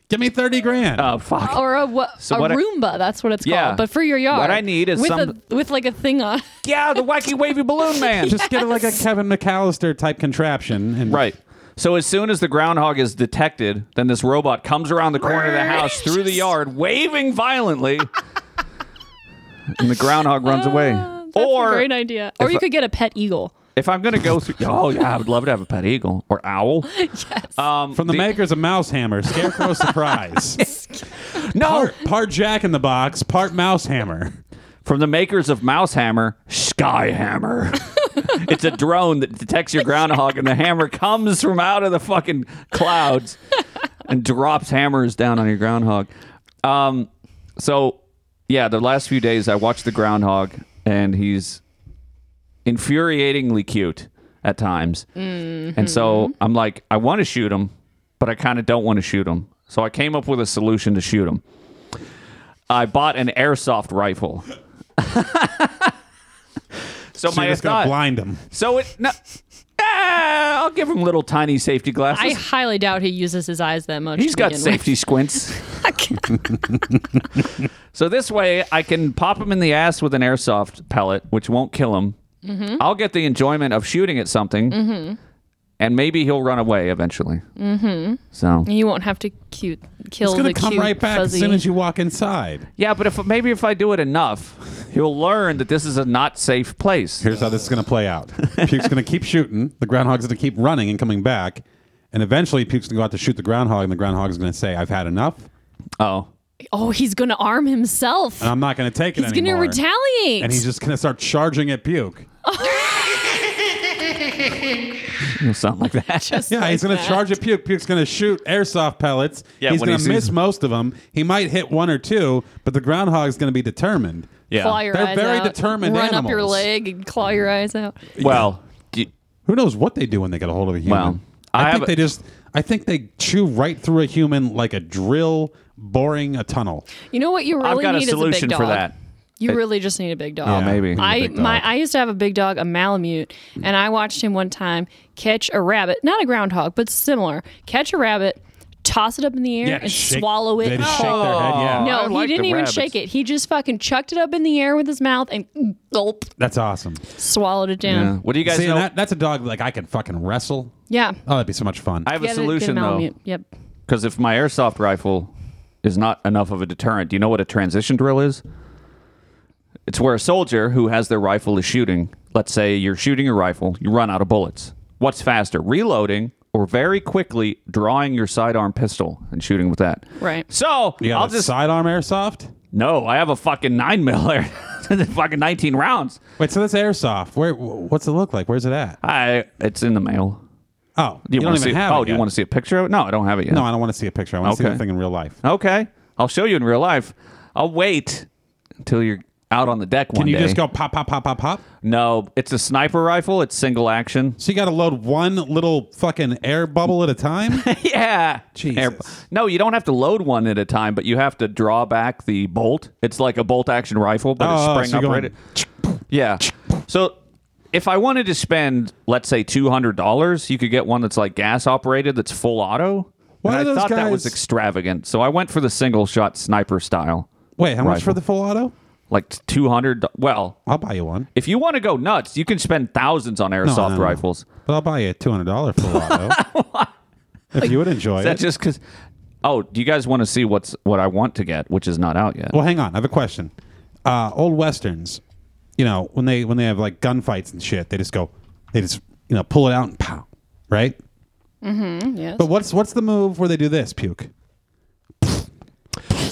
Give me thirty grand. Oh fuck. or a, what, a what I- Roomba. that's what it's called. Yeah. But for your yard, What I need is with some- a, with like a thing on. [laughs] [laughs] Yeah, the wacky wavy balloon [laughs] man. Just get like a Kevin McAllister type contraption. And right. So as soon as the groundhog is detected, then this robot comes around the corner of [laughs] the house through the yard, waving violently, and the groundhog runs away. Oh, That's or a great idea. Or you could get a pet eagle. if I'm gonna go through, oh yeah, I would love to have a pet eagle or owl. Um, From the, makers of Mouse [laughs] Hammer, Scarecrow Surprise. no, part, part Jack in the Box, part Mouse Hammer. from the makers of Mouse Hammer, Sky Hammer. it's a drone that detects your groundhog, and the hammer comes from out of the fucking clouds and drops hammers down on your groundhog. Um, so, yeah, the last few days I watched the groundhog, and he's infuriatingly cute at times. And so I'm like, I want to shoot him, but I kind of don't want to shoot him. So I came up with a solution to shoot him. I bought an airsoft rifle. [laughs] so So my you're just going thought- to blind him. so it no, Ah, I'll give him little tiny safety I glasses. highly doubt he uses his eyes that much. He's to got begin safety squints. [laughs] so this way, I can pop him in the ass with an airsoft pellet, which won't kill him. Mm-hmm. I'll get the enjoyment of shooting at something, and maybe he'll run away eventually. Mm-hmm. So With. You won't have to cute kill It's going the to come cute right back fuzzy. as soon as you walk inside. yeah, but if maybe if I do it enough, he'll learn that this is a not safe place. Here's how this is going to play [laughs] out. Puke's going to keep shooting. The groundhog's going to keep running and coming back. And eventually, Puke's going to go out to shoot the groundhog, and the groundhog's going to say, I've had enough, Oh, [laughs] oh, he's gonna arm himself. and I'm not going to take it he's gonna anymore. retaliate. And he's just going to start charging at Puke. something like that. Yeah, he's going to charge at Puke. Puke's going to shoot airsoft pellets. Yeah, he's when he going to sees miss them. most of them. He might hit one or two, but the groundhog's going to be determined. Yeah. claw your They're eyes very out, determined Run up your animals. leg and claw your eyes out. Well, d- Who knows what they do when they get a hold of a human? Well, I I, have think a- they just. I think they chew right through a human like a drill boring a tunnel. You know what you really I've got a need is a solution big dog. for that. You really just need a big dog. Oh, maybe. Yeah. I Big dog. my I used to have a big dog, a Malamute, and I watched him one time catch a rabbit, not a groundhog, but similar. Catch a rabbit, toss it up in the air Yeah, and shake- swallow it. They'd shake their head. Yeah. I No, like he the didn't even rabbits. shake it. He just fucking chucked it up in the air with his mouth and gulp, That's awesome. swallowed it Yeah. down. What do you guys See, know? that, that's a dog like I could fucking wrestle. Yeah. Oh, that'd be so much fun. I have Get a it- Uh, solution get him on though, mute. Yep. because if my airsoft rifle is not enough of a deterrent, do you know what a transition drill is? It's where a soldier who has their rifle is shooting. Let's say you're shooting your rifle, you run out of bullets. What's faster, reloading or very quickly drawing your sidearm pistol and shooting with that? Right. So you got I'll a just sidearm airsoft. no. I have a fucking nine miller, [laughs] fucking nineteen rounds. Wait, so that's airsoft. Where? wh- What's it look like? Where's it at? I it's in the mail. Oh, Do you, don't want even to see? have oh, it. do you want to see a picture of it? No, I don't have it yet. No, I don't want to see a picture. I want to see Okay. the thing in real life. Okay. I'll show you in real life. I'll wait until you're out on the deck one Can you day. just go pop, pop, pop, pop, pop? No, it's a sniper rifle. It's single [laughs] action. So you got to load one little fucking air bubble at [laughs] a time. yeah. Jesus. no, you don't have to load one at a time, but you have to draw back the bolt. It's like a bolt action rifle, but Oh, it's so spring you're going- operated. Yeah. So if I wanted to spend, let's say, two hundred dollars, you could get one that's like gas operated, that's full auto. and Why are I those thought that was guys- extravagant, so I went for the single shot sniper style, Wait, how much Rifle. for the full auto? like two hundred. Well, I'll buy you one. If you want to go nuts, you can spend thousands on No, airsoft no, no. rifles. But I'll buy you a two hundred dollar full [laughs] auto. if you would enjoy Is that it. just because? Oh, do you guys want to see what's what I want to get, which is not out yet? well, hang on. I have a question. Uh, old westerns, you know, when they when they have like gunfights and shit, they just go, they just you know pull it out and pow, right? Yes. But what's what's the move where they do this puke? oh,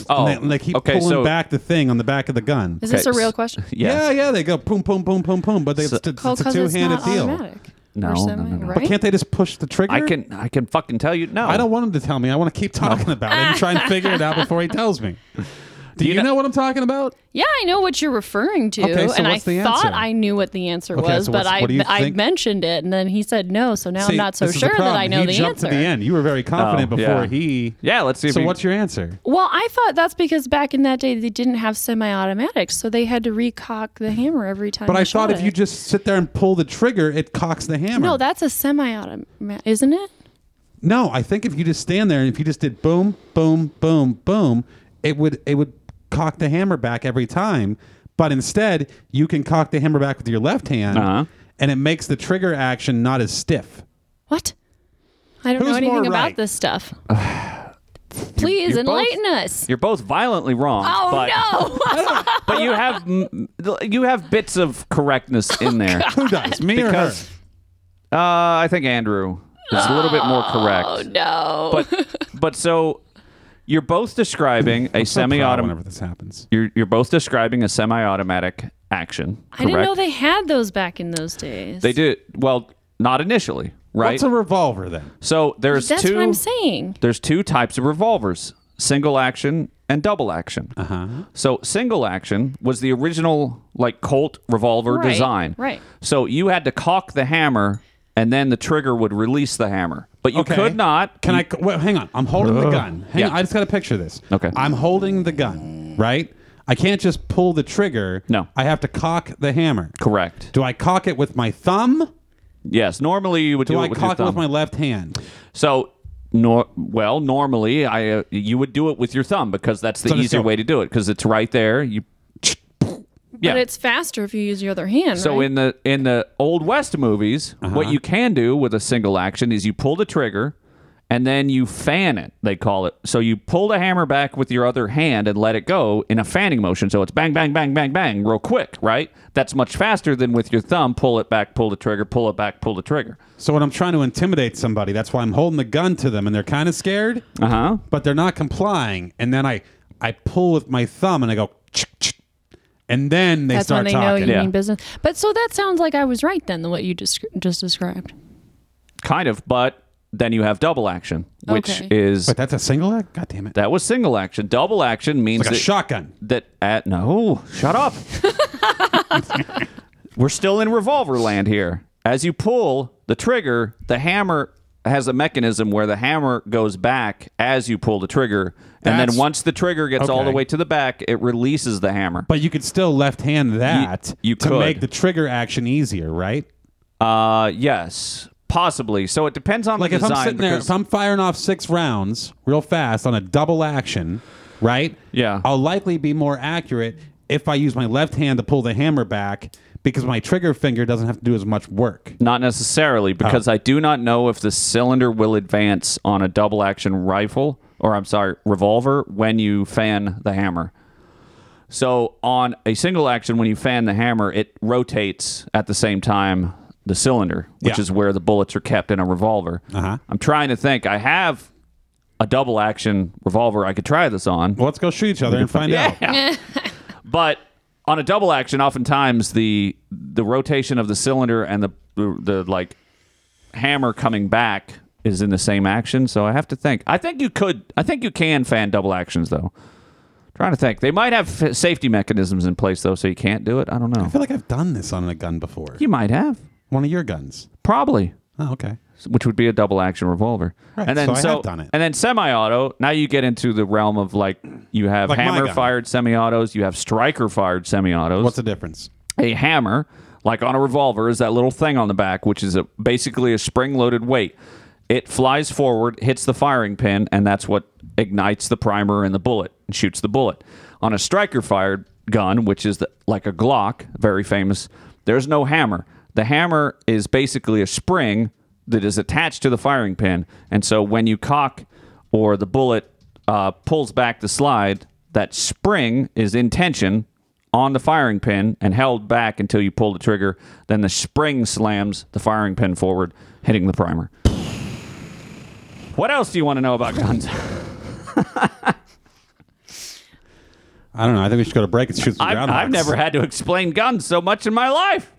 And they, and they keep okay. pulling so back the the thing on the back of the gun. Is this a okay, real s- question? [laughs] yeah, Yeah, yeah, they go boom, boom, boom, boom, boom. But they, it's, it's, Well, a 'cause two it's handed not deal. automatic. No, Or no, no, semi, no. Right? But can't they just push the trigger? I can I can fucking tell you. No, I don't want him to tell me. I want to keep talking about it and try and figure it out before he [laughs] tells me. Do you, kn- know, what I'm talking about? Yeah, I know what you're referring to, Okay, so and what's I the thought answer? I knew what the answer Okay, was, so but what's- I what do you I think? mentioned it, and then he said no, so now I'm See, not so this is the sure that I problem. know he the jumped answer. To the end. You were very confident Oh, before yeah. he. Yeah, let's see if So he- what's your answer? Well, I thought that's because back in that day they didn't have semi-automatics, so they had to recock the hammer every time. But they I thought shot if you it. just sit there and pull the trigger, it cocks the hammer. no, that's a semi-automatic, isn't it? no. I think if you just stand there and if you just did boom, boom, boom, boom, it would it would cock the hammer back every time. But instead, you can cock the hammer back with your left hand, Uh-huh. and it makes the trigger action not as stiff. What? I don't know Who's more anything right? about this [sighs] stuff. Please you're both- enlighten us. You're both violently wrong. Oh but, no! [laughs] But you have mm, you have bits of [laughs] correctness in Oh, there. [laughs] Who does me or her? Because- Uh, I think Andrew is a little bit more correct. oh no! But but so you're both [laughs] describing a So proud semi-automatic. Whenever this happens, You're, you're both describing a semi-automatic action. I didn't correct? know they had those back in those days. They did well, not initially, right? what's a revolver then? so there's That's two. what I'm saying. There's two types of revolvers: single action and double action. Uh-huh. So single action was the original like Colt revolver Right, design. right. So you had to cock the hammer, and then the trigger would release the hammer, but you Okay. could not. Can you- I? Well, hang on. I'm holding the gun. Hang Yeah. on. I just got to picture this. Okay. I'm holding the gun, right? I can't just pull the trigger. No. I have to cock the hammer. Correct. Do I cock it with my thumb? Yes. Normally you would do, Do it I with your cock it with thumb. my left hand? So, nor well, normally I uh, you would do it with your thumb because that's the So just easier go- way to do it because it's right there. You yeah. But it's faster if you use your other hand. so right? in the in the old west movies, Uh-huh. what you can do with a single action is you pull the trigger and then you fan it. They call it. So you pull the hammer back with your other hand and let it go in a fanning motion. So it's bang bang bang bang bang real quick, right? That's much faster than with your thumb. Pull it back, pull the trigger, pull it back, pull the trigger. So when I'm trying to intimidate somebody, that's why I'm holding the gun to them, and they're kind of scared, Uh huh. but they're not complying. And then I, I pull with my thumb, and I go, "Chick, chick," and then they that's when start they know talking. you Yeah. mean business. But so that sounds like I was right then, the what you just just described. Kind of, but then you have double action, which Okay. is But that's a single. act? God damn it! that was single action. Double action means Like a that, shotgun. that at no, shut [laughs] up. We're still in revolver land here. As you pull the trigger, the hammer has a mechanism where the hammer goes back as you pull the trigger, and That's- then once the trigger gets all Okay. the way to the back, it releases the hammer. But you could still left hand that you to could. make the trigger action easier, right? Uh, yes, possibly. So it depends on Like the if design. I'm sitting there, because- if I'm firing off six rounds real fast on a double action, right? Yeah. I'll likely be more accurate if I use my left hand to pull the hammer back because my trigger finger doesn't have to do as much work. Not necessarily, Oh. because I do not know if the cylinder will advance on a double action rifle, or I'm sorry, revolver, when you fan the hammer. So on a single action, when you fan the hammer, it rotates at the same time the cylinder, which Yeah. is where the bullets are kept in a revolver. Uh-huh. I'm trying to think. I have a double action revolver I could try this on. Well, let's go shoot each other and find out. [laughs] Yeah. but on a double action, oftentimes the the rotation of the cylinder and the the like hammer coming back is in the same action. So I have to think. I think you could. I think you can fan double actions though. Trying to think. They might have f- safety mechanisms in place though, so you can't do it. I don't know. I feel like I've done this on a gun before. you might have One of your guns. probably. Oh, okay. Which would be a double action revolver, Right, and then so I have done it. and then semi-auto. Now you get into the realm of like you have Like my gun. hammer-fired semi-autos, you have striker-fired semi-autos. What's the difference? a hammer, like on a revolver, is that little thing on the back, which is a, basically a spring loaded weight. It flies forward, hits the firing pin, and that's what ignites the primer and the bullet and shoots the bullet. On a striker fired gun, which is the, like a Glock, very famous, there's no hammer. The hammer is basically a spring that is attached to the firing pin. And so when you cock or the bullet uh, pulls back the slide, that spring is in tension on the firing pin and held back until you pull the trigger. Then the spring slams the firing pin forward, hitting the primer. What else do you want to know about guns? I don't know. I think we should go to break and shoot some I've, groundhogs. I've never had to explain guns so much in my life.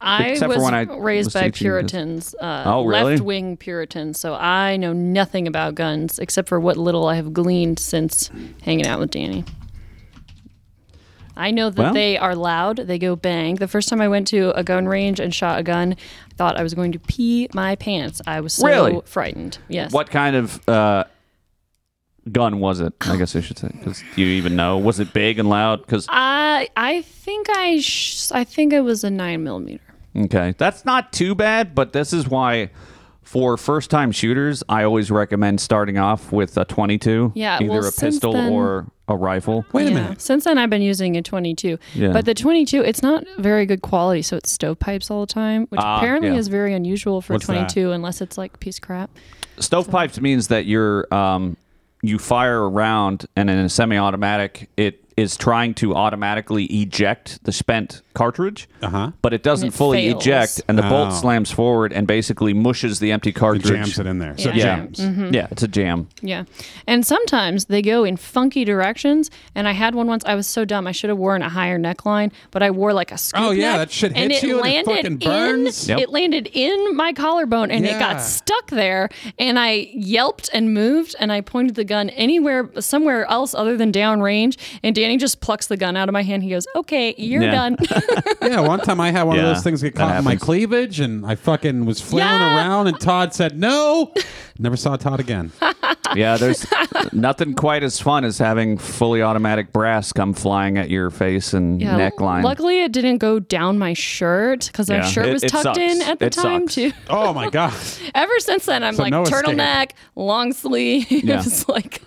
I Except for was when I raised was by teaching this. Puritans, uh, Oh, really? left-wing Puritans, so I know nothing about guns except for what little I have gleaned since hanging out with Danny. I know that Well- they are loud. They go bang. The first time I went to a gun range and shot a gun, I thought I was going to pee my pants. I was so Really? frightened. Yes. What kind of uh, gun was it? I guess I should say. Because do you even know? Was it big and loud? Because I I think I sh- I think it was a nine millimeter. Okay. That's not too bad, but this is why for first time shooters, I always recommend starting off with a 22, Yeah, either well, a since pistol then- or a rifle. Wait a Yeah. minute. Since then, I've been using a 22. Yeah. But the 22, it's not very good quality, so it's stovepipes all the time, which Ah, apparently yeah. is very unusual for What's a 22, unless it's like piece of crap. Stovepipes means that you're um, you fire a round and in a semi-automatic it is trying to automatically eject the spent cartridge. Uh-huh. But it doesn't And it fully fails. eject and the bolt Oh. slams forward and basically mushes the empty It cartridge. jams it in there. So it Yeah. jams. Mm-hmm. Yeah, it's a jam. Yeah. And sometimes they go in funky directions. And I had one once. I was so dumb. I should have worn a higher neckline, but I wore like a scoop Oh, yeah, neck, that shit and hits it you and it landed fucking burns. In, Yep. It landed in my collarbone and it Yeah. got stuck there. And I yelped and moved and I pointed the gun anywhere, somewhere else other than downrange. And Danny just plucks the gun out of my hand. He goes, "Okay, you're Yeah. [laughs] done." Yeah, one time I had one Yeah, of those things get that caught in my happens. cleavage, and I fucking was flailing Yeah. around, and Todd said no. Never saw Todd again. [laughs] Yeah, there's nothing quite as fun as having fully automatic brass come flying at your face and Yeah, neckline. Luckily, it didn't go down my shirt because Yeah. my shirt It- was it tucked sucks. in at the It time sucks. too. oh my god! Ever since then, I'm So like no escape. turtleneck, long sleeves, [laughs] like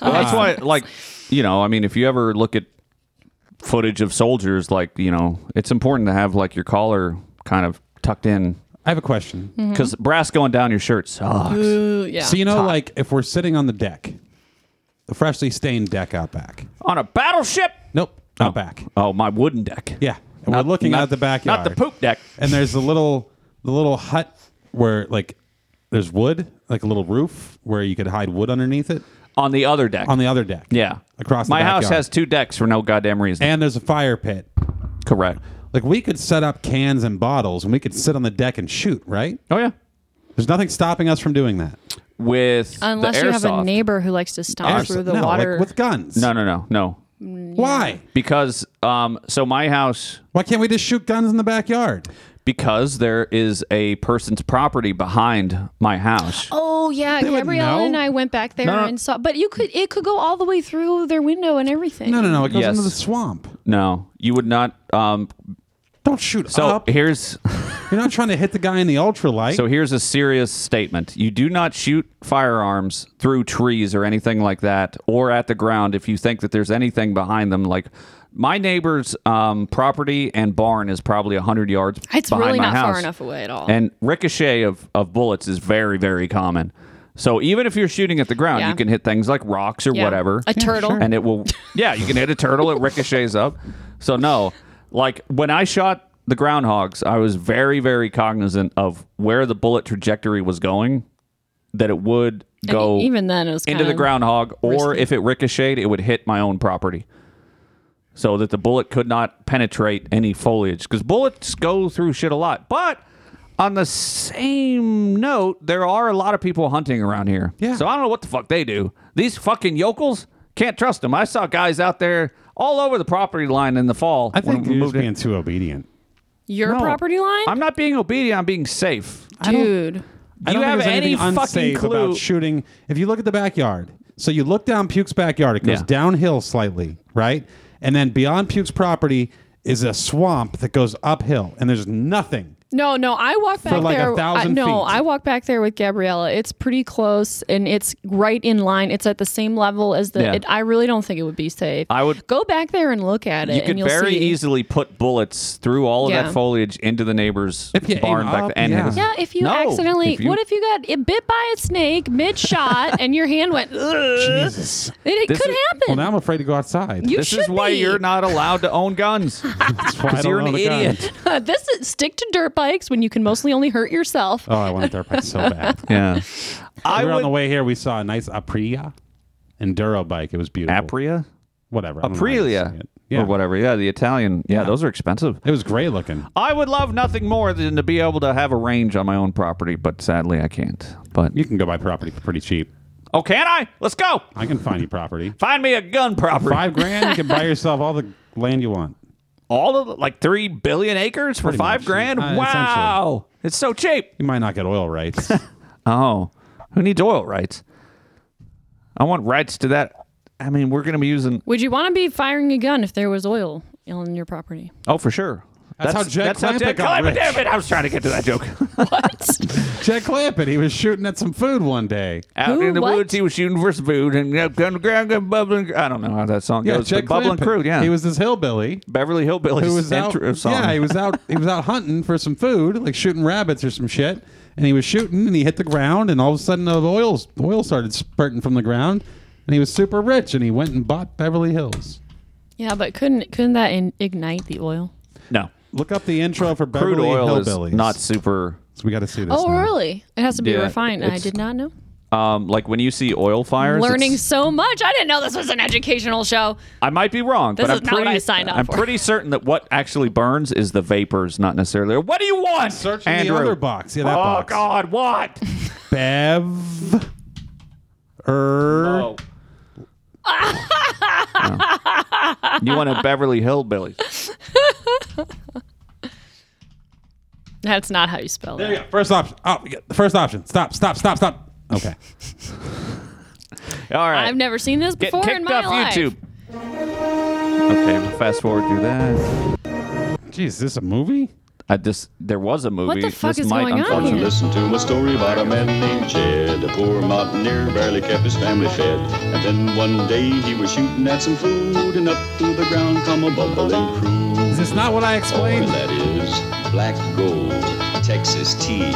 Well, Uh-huh. that's why, like, you know, I mean, if you ever look at footage of soldiers, like, you know, it's important to have like your collar kind of tucked in I have a question. because brass going down your shirt sucks. ooh, yeah. So you know, like if we're sitting on the deck, the freshly stained deck out back. On a battleship. Nope, out back. Oh, my wooden deck. Yeah, and we're looking not- out the backyard. Not the poop deck. And there's the little, the little hut where like there's wood, like a little roof where you could hide wood underneath it On the other deck. on the other deck. yeah. across the My house backyard. has two decks for no goddamn reason. and there's a fire pit. Correct. Like we could set up cans and bottles, and we could sit on the deck and shoot. Right? Oh, yeah. There's nothing stopping us from doing that. With the [laughs] unless you have a airsoft. neighbor who likes to stomp through the no, like, water. with guns. No, no, no, no. Why? Because um, so my house Why can't we just shoot guns in the backyard? because there is a person's property behind my house. oh yeah, would Gabrielle know. and I went back there No, no. and saw. But you could, it could go all the way through their window and everything. No, no, no. It goes Yes. into the swamp. No, you would not um, Don't shoot So up. here's You're not trying to hit the guy in the ultralight. so here's a serious statement. You do not shoot firearms through trees or anything like that, or at the ground if you think that there's anything behind them. Like my neighbor's um, property and barn is probably hundred yards. It's behind really my not house. far enough away at all. And ricochet of, of bullets is very, very common. So even if you're shooting at the ground, Yeah. you can hit things like rocks or Yeah. whatever. A turtle. sure. And it will Yeah, you can hit a turtle, it ricochets up. So no. Like when I shot the groundhogs, I was very, very cognizant of where the bullet trajectory was going, that it would And go e- even then, it was into the kinda groundhog, or risky. if it ricocheted, it would hit my own property. So that the bullet could not penetrate any foliage. Because bullets go through shit a lot. But on the same note, there are a lot of people hunting around here. Yeah. So I don't know what the fuck they do. These fucking yokels can't trust them. I saw guys out there all over the property line in the fall. I think we you're just moved in. being too obedient. Your No. property line, I'm not being obedient. I'm being safe. dude. I Do don't you have think there's any anything fucking unsafe clue? about shooting. If you look at the backyard, so you look down Puke's backyard, it goes Yeah. downhill slightly, right? And then beyond Puke's property is a swamp that goes uphill, and there's nothing. No, no, I walk back like, a there. I, thousand no, feet. I walk back there with Gabriella. It's pretty close, and it's right in line. It's at the same level as the. Yeah. It, I really don't think it would be safe. I would- go back there and look at it, You and could you'll very see. easily put bullets through all of Yeah. that foliage into the neighbor's If you barn aim back up, there. And yeah. hit it. yeah, if you No, accidentally, if you- what if you got it bit by a snake mid shot and your hand went? "Ugh," Jesus. It, it This could is- happen. Well, now I'm afraid to go outside. You This should is why be. you're not allowed to [laughs] own guns. That's why I don't you're an own a gun. idiot. this is, stick to dirt bikes when you can mostly only hurt yourself. Oh, I want a dirt [laughs] bike so bad. yeah. I we were on would. the way here. We saw a nice Aprilia enduro bike. It was beautiful. Apria? whatever. I don't know how you say Aprilia. it. Oh, Yeah. Or whatever. Yeah, the Italian. Yeah, Yeah. those are expensive. It was great looking. I would love nothing more than to be able to have a range on my own property, but sadly I can't. But You can go buy property for pretty cheap. oh, can I? Let's go. I can find you [laughs] property. Find me a gun property. Five grand, you can buy yourself all the land you want. All of the- like three billion acres for Pretty five much. grand. Uh, wow, it's so cheap. You might not get [laughs] oil rights. Oh, who needs oil rights? I want rights to that. I mean, we're going to be using. Would you want to be firing a gun if there was oil on your property? [laughs] Oh, for sure. That's how Jack that's how Clampett Jack got Clampett- rich. Damn it! I was trying to get to that [laughs] joke. Jack Clampett, he was shooting at some food one day. Out Who? in the What? woods, he was shooting for some food and up on the ground, got bubbling. I don't know how that song Yeah, goes. Jack but bubbling Clampett. crude. Yeah, He was this hillbilly Beverly Hillbillies. who was out. intro song. Yeah, he was out. He was out hunting for some food, like shooting rabbits or some shit. And he was shooting, and he hit the ground, and all of a sudden, the oil oil started spurting from the ground, and he was super rich, and he went and bought Beverly Hills. Yeah, but couldn't couldn't that in, ignite the oil? no. Look up the intro for Crude Beverly oil is Hillbillies. not super. So we got to see this. Oh, now. really? It has to be Yeah, refined. I it's- did not know. Um, like when you see oil fires, Learning it's- so much. I didn't know this was an educational show. I might be wrong, This but is I'm not what pretty. I signed up I'm for. pretty certain that what actually burns is the vapors, not necessarily. What do you want? Searching Andrew? the other box. Yeah, that oh box. God, what? Bev. Er. Oh. [laughs] You want a Beverly Hillbillies? That's not how you spell There you it. go. First option. Oh, we got the first option. Stop. Stop. Stop. Stop. Okay. All right. I've never seen this Get before kicked in my off life. YouTube. Okay, we'll fast forward through that. Jeez, is this a movie? I just there was a movie. the fuck this is might going on unfortunately- here? Listen to my story about a man named Jed, a poor mountaineer, barely kept his family fed. And then one day he was shooting at some food, and up through the ground come a bubbling Is crude. this not what I Or explained? that is black gold, Texas tea.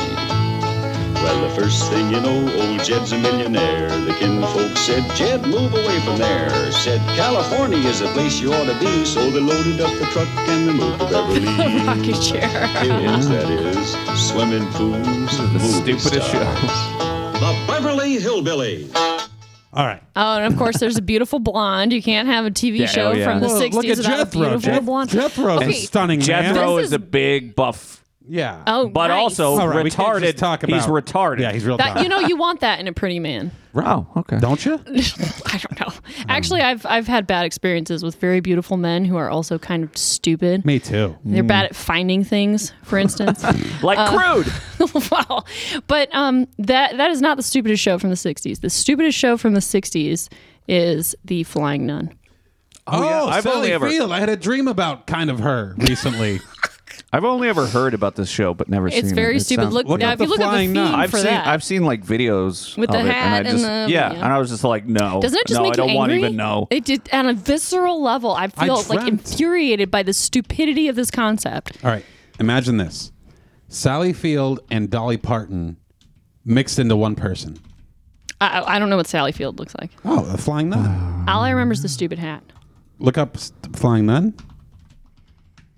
Well, the first thing you know, old Jed's a millionaire. The kinfolks said, Jed, move away from there. Said, California is a place you ought to be. So they loaded up the truck and they moved to Beverly. [laughs] Rocky chair. [laughs] Hills, that is. Swimming pools. Hmm. The stupidest show. The Beverly Hillbillies. All right. Oh, and of course, there's a beautiful blonde. You can't have a TV Yeah, show oh, yeah. from the Well, 60s look at without a Jethro. beautiful Jeth- blonde. Jethro's Okay. stunning man. Jethro This is, is- a big buff, Yeah. Oh, but nice. also All right, we can't retarded. just talk about. he's retarded. Yeah, he's real. that dumb. you know you want that in a pretty man. [laughs] Oh, okay. don't [laughs] you? I don't know. Actually, I've I've had bad experiences with very beautiful men who are also kind of stupid. Me too. They're bad at finding things, for [laughs] instance. like Uh, [laughs] crude. wow. But um, that that is not the stupidest show from the '60s. The stupidest show from the '60s is the Flying Nun. Oh, I've Sally only ever- [laughs] Field. I had a dream about kind of her recently. I've only ever heard about this show, but never seen it. It's very It stupid. sounds- Look Look now, at if the you look at the flying theme nun. I've for seen that, I've seen like videos With of the it, hat and I and just the- yeah. yeah, and I was just like, no, doesn't it just no, make I don't you want angry? to even know. It did on a visceral level. I I feel like dreamt- infuriated by the stupidity of this concept. All right, imagine this: Sally Field and Dolly Parton mixed into one person. I, I don't know what Sally Field looks like. Oh, a flying nun. All I remember is the stupid hat. Look up s- flying nun.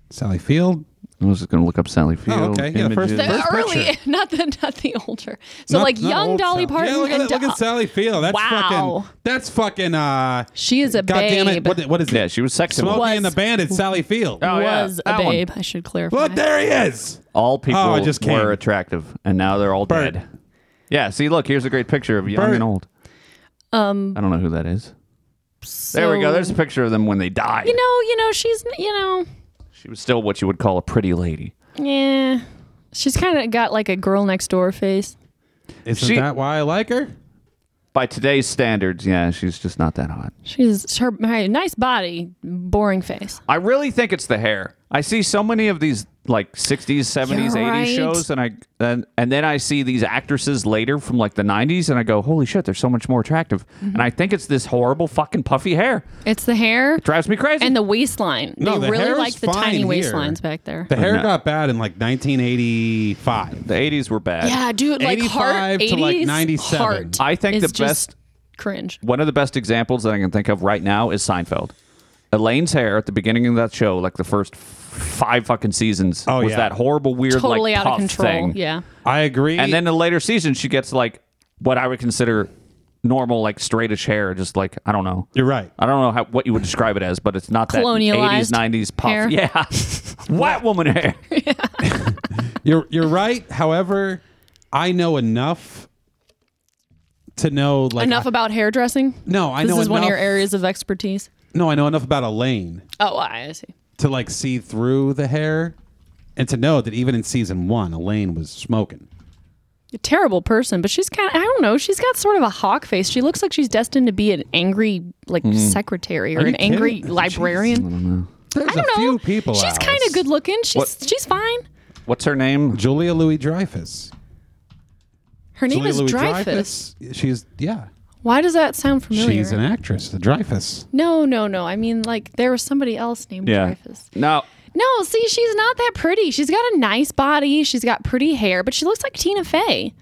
Sally Field. I was just gonna look up Sally Field. okay. Yeah, first- The images. first early, [laughs] picture. not the not the older. So Not- like not young old Dolly Sally. Parton Yeah, look, and at, that- look at Do- Sally Field. That's Wow. fucking. That's fucking. Uh, She is a God damn babe. it! What, what is yeah, it? she was sex symbol. Smokey Was- and the Bandit. Sally Field. Oh, yeah, was that a one. babe. I should clarify. Look, there he is. All people Oh, I just came. were attractive, and now they're all Bert. dead. Yeah, see, look, here's a great picture of young Bert. and old. Um, I don't know who that is. There we go. So- There's a picture of them when they died. You know, you know, she's you know, she was still what you would call a pretty lady. yeah. She's kind of got like a girl next door face. Isn't She- that why I like her? By today's standards, yeah, she's just not that hot. She's her, her nice body, boring face. I really think it's the hair. I see so many of these like 60s, 70s, You're 80s right. shows and I and, and then I see these actresses later from like the 90s and I go, "Holy shit, they're so much more attractive." Mm-hmm. And I think it's this horrible fucking puffy hair. It's the hair Drives me crazy. and the waistline. No, they the really hair is like the fine tiny here. waistlines back there. The hair No. got bad in like 1985. The 80s were bad. yeah, dude, like heart 85 to, like, 80s 97. heart I think is the just best- cringe. One of the best examples that I can think of right now is Seinfeld. Elaine's hair at the beginning of that show, like the first f- five fucking seasons, Oh, was yeah. that horrible, weird, Totally like, out of puff control. thing. Yeah. I agree. And then in later seasons, she gets like what I would consider normal, like straightish hair, just like I don't know. you're right. I don't know how, what you would describe it as, but it's not that Colonialized 80s, 90s puff. hair. [laughs] Yeah. White woman hair. You're you're right. However, I know enough to know like enough I- about hairdressing? No, I this know is one of your enough- areas of expertise. no, I know enough about Elaine Oh, I see. to like see through the hair and to know that even in season 1 Elaine was smoking. A terrible person, but she's kind of, I don't know, she's got sort of a hawk face. She looks like she's destined to be an angry, like, secretary or Hmm. Are you an angry kidding? librarian. There's I don't a know. few people. She's Alice. kind of good looking. She's What- she's fine. What's her name? Julia Louis Dreyfus. Her name Julia is Dreyfus. She's yeah. Why does that sound familiar? She's an actress, the Dreyfus. no, no, no. I mean, like, there was somebody else named Yeah. Dreyfus. No. No, see, she's not that pretty. She's got a nice body. She's got pretty hair, but she looks like Tina Fey.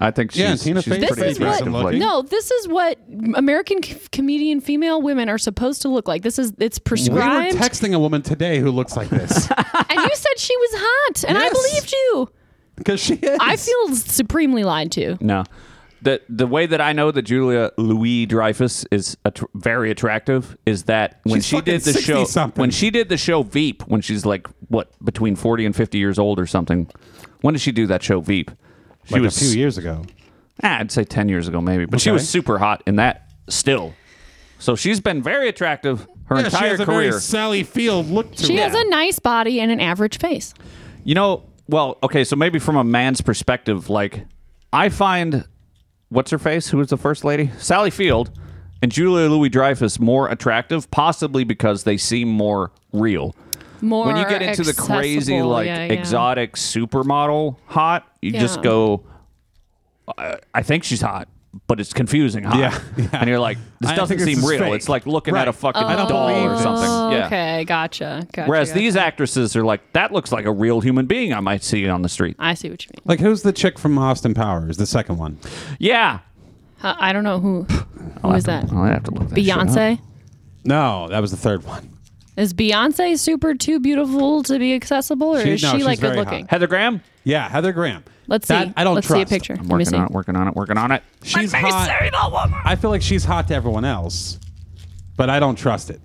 I think she's, Yeah, Tina she's Fey's pretty pretty attractive. decent like- Hmm, looking. No, this is what American c- comedian female women are supposed to look like. This is it's prescribed. We were texting a woman today who looks [laughs] like this and you said she was hot, and I Yes. believed you. because she is. I feel supremely lied to. No. The, the way that I know that Julia Louis Dreyfus is att- very attractive is that when She's she fucking did the show 60-something. when she did the show Veep when she's like what between 40 and 50 years old or something. When did she do that show Veep? She like was a few years ago. Ah, I'd say 10 years ago, maybe. But she Okay. was super hot in that still. So she's been very attractive her Yeah, entire she has a career. very Sally Field look to She her. has a nice body and an average face. you know, well, okay, so maybe from a man's perspective, like, I find what's her face? Who was the first lady? Sally Field and Julia Louis Dreyfus more attractive, possibly because they seem more real. More when you get into the crazy, accessible. like, Yeah, yeah. exotic supermodel hot, you Yeah. just go, I, I think she's hot. But it's confusing, hot. Yeah, [laughs] yeah. And you're like, this I doesn't think this seem is real. fake. It's like looking Right. at a fucking I don't doll believe or this. something. Oh, yeah. Okay, gotcha. gotcha Whereas gotcha. these actresses are like, that looks like a real human being I might see on the street. I see what you mean. Like who's the chick from Austin Powers? The second one. Yeah. I I don't know who. Who is that? [sighs] I'll have to look that shit up. Beyonce. No, that was the third one. Is Beyonce super too beautiful to be accessible, or She- is no, she she's like good very hot. looking? Heather Graham? Yeah, Heather Graham. Let's see. That I don't Let's trust. see a picture. I'm Let me working see. on it, working on it, working on it. She's hot. I feel like she's hot to everyone else, but I don't trust it.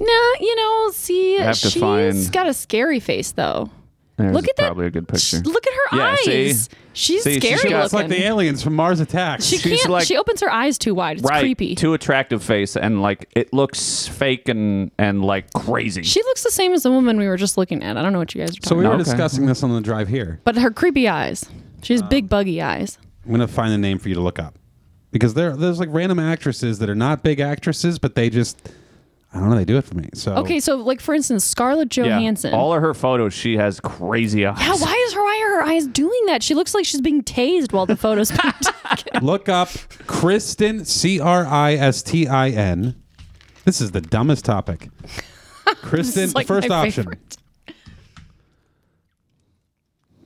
No, you know, see, I have to she's find- got a scary face though. There's Look at that. probably a good sh- picture. Look at her Yeah, eyes. see? She's scary See, she's got- looking. It's like the aliens from Mars Attacks. she she's can't. like- she opens her eyes too wide. It's right. creepy. Too attractive face and like it looks fake and and like crazy. she looks the same as the woman we were just looking at. I don't know what you guys are talking so we about. were Okay. discussing this on the drive here. But her creepy eyes. She Oh. has big buggy eyes. I'm gonna find a name for you to look up because there there's like random actresses that are not big actresses, but they just I don't know. They do it for me. So Okay, [laughs] so like for instance, Scarlett Johansson. Oh. All of her photos, she has crazy eyes. yeah, why is her why are her eyes doing that? She looks like she's being tased while the [laughs] photo's being taken. Look up Kristen C R I S T I N. This is the [laughs] dumbest topic. Kristen, It's like first my option. favorite.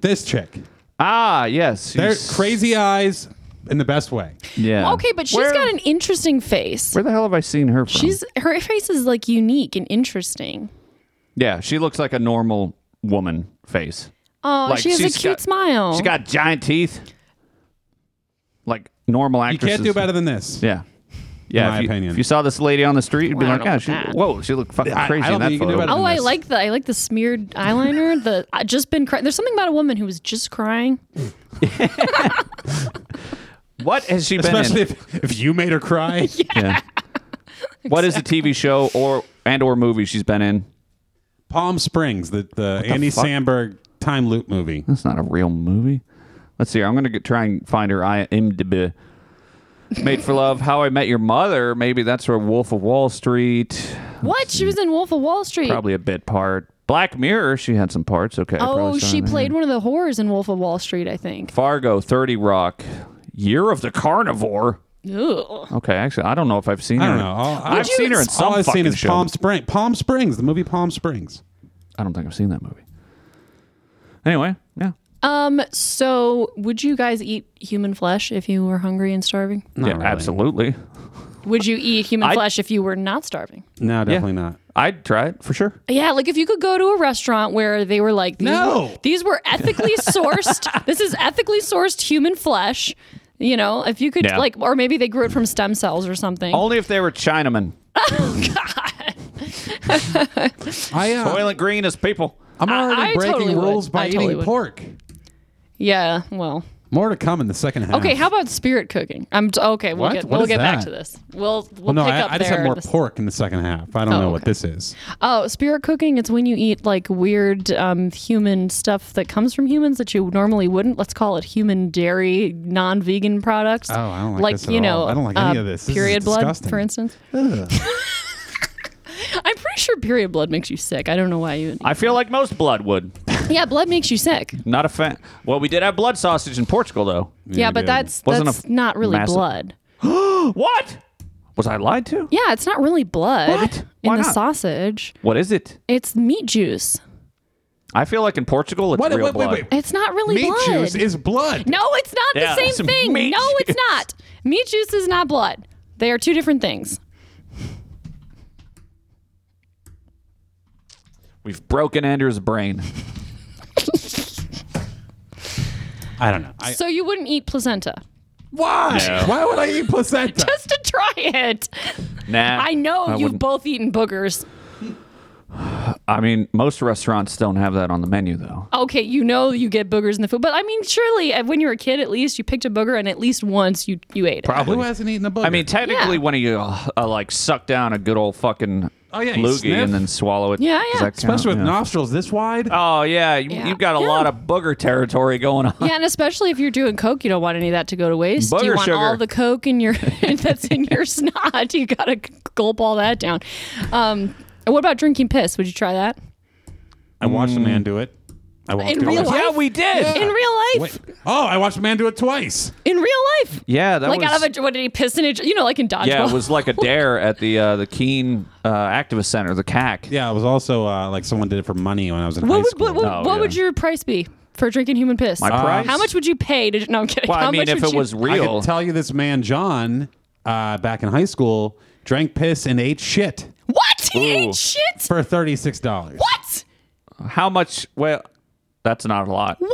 This chick. Ah, yes. They're she's- crazy eyes in the best way. Yeah. Okay, but she's Where- got an interesting face. Where the hell have I seen her from? She's her face is like unique and interesting. yeah, she looks like a normal woman face. Oh, Like, she has a she's cute got- smile. She's got giant teeth, like normal You actresses. can't do better than this. Yeah. Yeah, In if my you, opinion. If you saw this lady on the street, you'd be Well, I like, don't "Yeah, know she, about that." whoa, she looked fucking I- I crazy don't in that think you can do photo." better than Oh, I this. like the I like the smeared eyeliner. [laughs] The I just been crying. There's something about a woman who was just crying. Oh, What has she been Especially in? if, if you made [laughs] her cry. Yeah. What is the TV show or and or movie she's been in? Palm Springs, the, the Andy fuck? Samberg time loop movie. That's not a real movie. Let's see. here. I'm gonna get, try and find her IMDb. Made for Love, How I Met Your Mother. Maybe that's her Wolf of Wall Street. What? She was in Wolf of Wall Street. Probably a bit part. Black Mirror. She had some parts. Okay. I Oh, probably saw she that. played one of the horrors in Wolf of Wall Street, I think. Fargo, Thirty Rock, Year of the Carnivore. Ugh. Okay, actually, I don't know if I've seen I her. don't know. All, all I've I've- seen her in some all I've fucking seen is show. Palm Springs. Palm Springs, the movie Palm Springs. I don't think I've seen that movie. Anyway, yeah, Um. So, would you guys eat human flesh if you were hungry and starving? Not yeah, really. absolutely. Would you eat human I'd- flesh if you were not starving? No, definitely not. I'd try it for sure. Yeah, like if you could go to a restaurant where they were like, these, No. were, these were [laughs] ethically sourced. this is ethically sourced human flesh. You know, if you could Yeah. like, or maybe they grew it from stem cells or something. Only if they were Chinamen. I, uh, Soylent Green is people. I'm already I- I breaking totally would. rules I by totally eating would. pork. Yeah. Well. More to come in the second half. Okay. How about spirit cooking? I'm t- okay. We'll What? get What we'll is get back that? to this. We'll we'll, Well, no, pick I, up I there. just have more This- pork in the second half. I don't Oh, know what okay. this is. Oh, spirit cooking. It's when you eat like weird um, human stuff that comes from humans that you normally wouldn't. Let's call it human dairy, non-vegan products. Oh, I don't like this at you know, all. I don't like any uh, of this. This is Period blood, disgusting. for instance. [laughs] I'm pretty sure period blood makes you sick. I don't know why you. I feel like most blood would. Yeah, blood makes you sick. Yeah, Not a fan. Well, we did have blood sausage in Portugal, though. we but did. that's Wasn't a that's not really massive- blood. What? Was I lied to? Yeah, it's not really blood What? in Why the not? sausage. What is it? It's meat juice. I feel like in Portugal, it's What- real wait, wait, blood. wait. It's not really Meat blood. juice is blood. No, it's not Yeah, the it's same thing. meat No, it's juice. not. Meat juice is not blood. They are two different things. We've broken Andrew's brain. I don't know. I, so you wouldn't eat placenta [laughs] why? No. Why would I eat placenta? just to try it. Nah. [laughs] I know you've wouldn't. both eaten boogers. I mean, most restaurants don't have that on the menu, though. Okay, you know you get boogers in the food, but I mean, surely uh, when you were a kid, at least you picked a booger and at least once you you ate it. Who hasn't eaten a booger? I mean, technically, Yeah. when you uh, uh, like suck down a good old fucking Oh, yeah, you loogie sniff. and then swallow it, Yeah, does yeah. that count? especially with Yeah. nostrils this wide. Oh yeah, you, Yeah. you've got a Yeah. lot of booger territory [laughs] going on. Yeah, and especially if you're doing coke, you don't want any of that to go to waste. you Booger want all sugar. the coke [laughs] in your [laughs] that's in your snot. You gotta gulp all that down. Um, and what about drinking piss? Would you try that I watched a man do it. I watched In real life? Yeah, we did. in real life? Oh, I watched a man do it twice. In real life? Yeah, that like was. out of a what did he piss in a you know like in dodgeball? yeah, it was [laughs] like a dare at the uh, the Keene uh, Activist Center, the CAC. Yeah, it was also uh, like someone did it for money when I was in high What would school. what, what, Oh, what yeah. would your price be for drinking human piss? Uh, My prize. How much would you pay? To, no, I'm kidding. Well, How I mean, much if would it you- was I real, can tell you this man John uh, back in high school drank piss and ate shit what he Ooh. ate shit. for thirty six dollars. What? how much? Well, that's not a lot. What?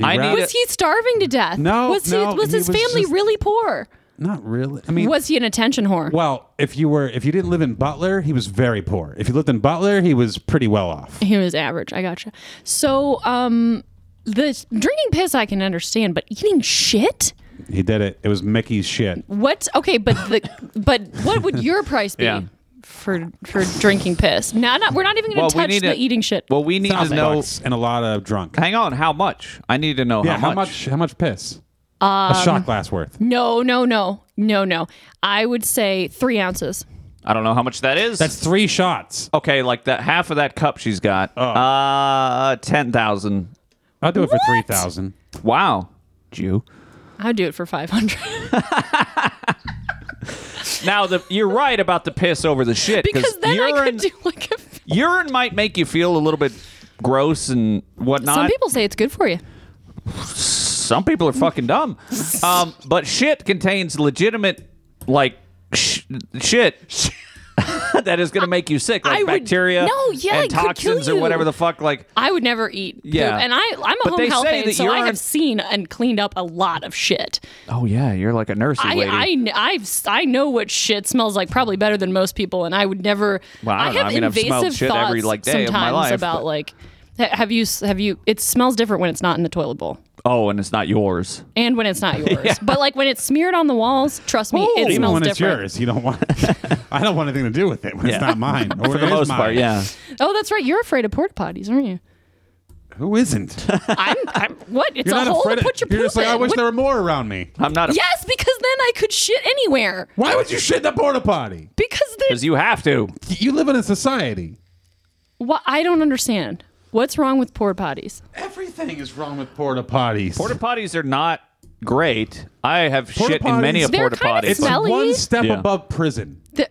I Right. need. Was he starving to death? No, Was he? no, was he his was family just- really poor? Not really. I mean, Was he an attention whore? well, if you were if you didn't live in Butler, he was very poor. If you lived in Butler, he was pretty well off. Eh. He was average. I gotcha. So, um, the drinking piss I can understand, but eating shit. He did it. It was Mickey's shit. What? Okay, but [laughs] the but what would your price be Yeah. for for drinking piss? No, no, we're not even going Well, to we touch need the to- eating shit. Well, we need to Thousand know. bucks and a lot of drunk. Hang on, how much? I need to know yeah, how much. Um, How much piss? a shot glass worth. no, no, no, no, no. I would say three ounces. I don't know how much that is. That's three shots. okay. Like that half of that cup she's got. Uh, ten thousand. I'll do it for three thousand. Wow, Jew. I'd do it for [laughs] 500. Now the, you're right about the piss over the shit because then I urine could do like a. urine might make you feel a little bit gross and whatnot. Some people say it's good for you. some people are [laughs] fucking dumb. Um, but shit contains legitimate, like, sh- [laughs] shit [laughs] that is going to make you sick, I like would- bacteria No, yeah, and it could kill toxins or you. whatever the fuck. Like, I would never eat poop. Yeah. And I, I'm a But they home health say aide, that so I urine- have seen and cleaned up a lot of shit. oh yeah, you're like a nursing I, lady. I, kn- I've, s- I know what shit smells like probably better than most people, and I would never. Well, I don't know. have I mean, I've invasive smelled shit thoughts every, like, day of my sometimes life, about but- like, ha- have you s- have you? It smells different when it's not in the toilet bowl oh, and it's not yours. and when it's not yours. But like when it's smeared on the walls, trust me, it Even smells when it's different. yours, you don't want. [laughs] I don't want anything to do with it when Yeah. it's not mine. Or [laughs] For the most part, yeah. Oh, that's right. You're afraid of porta potties, aren't you? Who isn't? [laughs] You're [laughs] I'm, I'm what? It's a not hole afraid to of- put your You're poop just like, in. I wish What- there were more around me. I'm not a yes, because then I could shit anywhere. Why would you shit in the porta potty? Because there's because you have to. You live in a society. What I don't understand. What's wrong with porta potties? Everything is wrong with porta potties. Porta potties are not great. I have shit in many a potties- They're porta kind potty. of it's smell- Smelly? one step Yeah. above prison. The,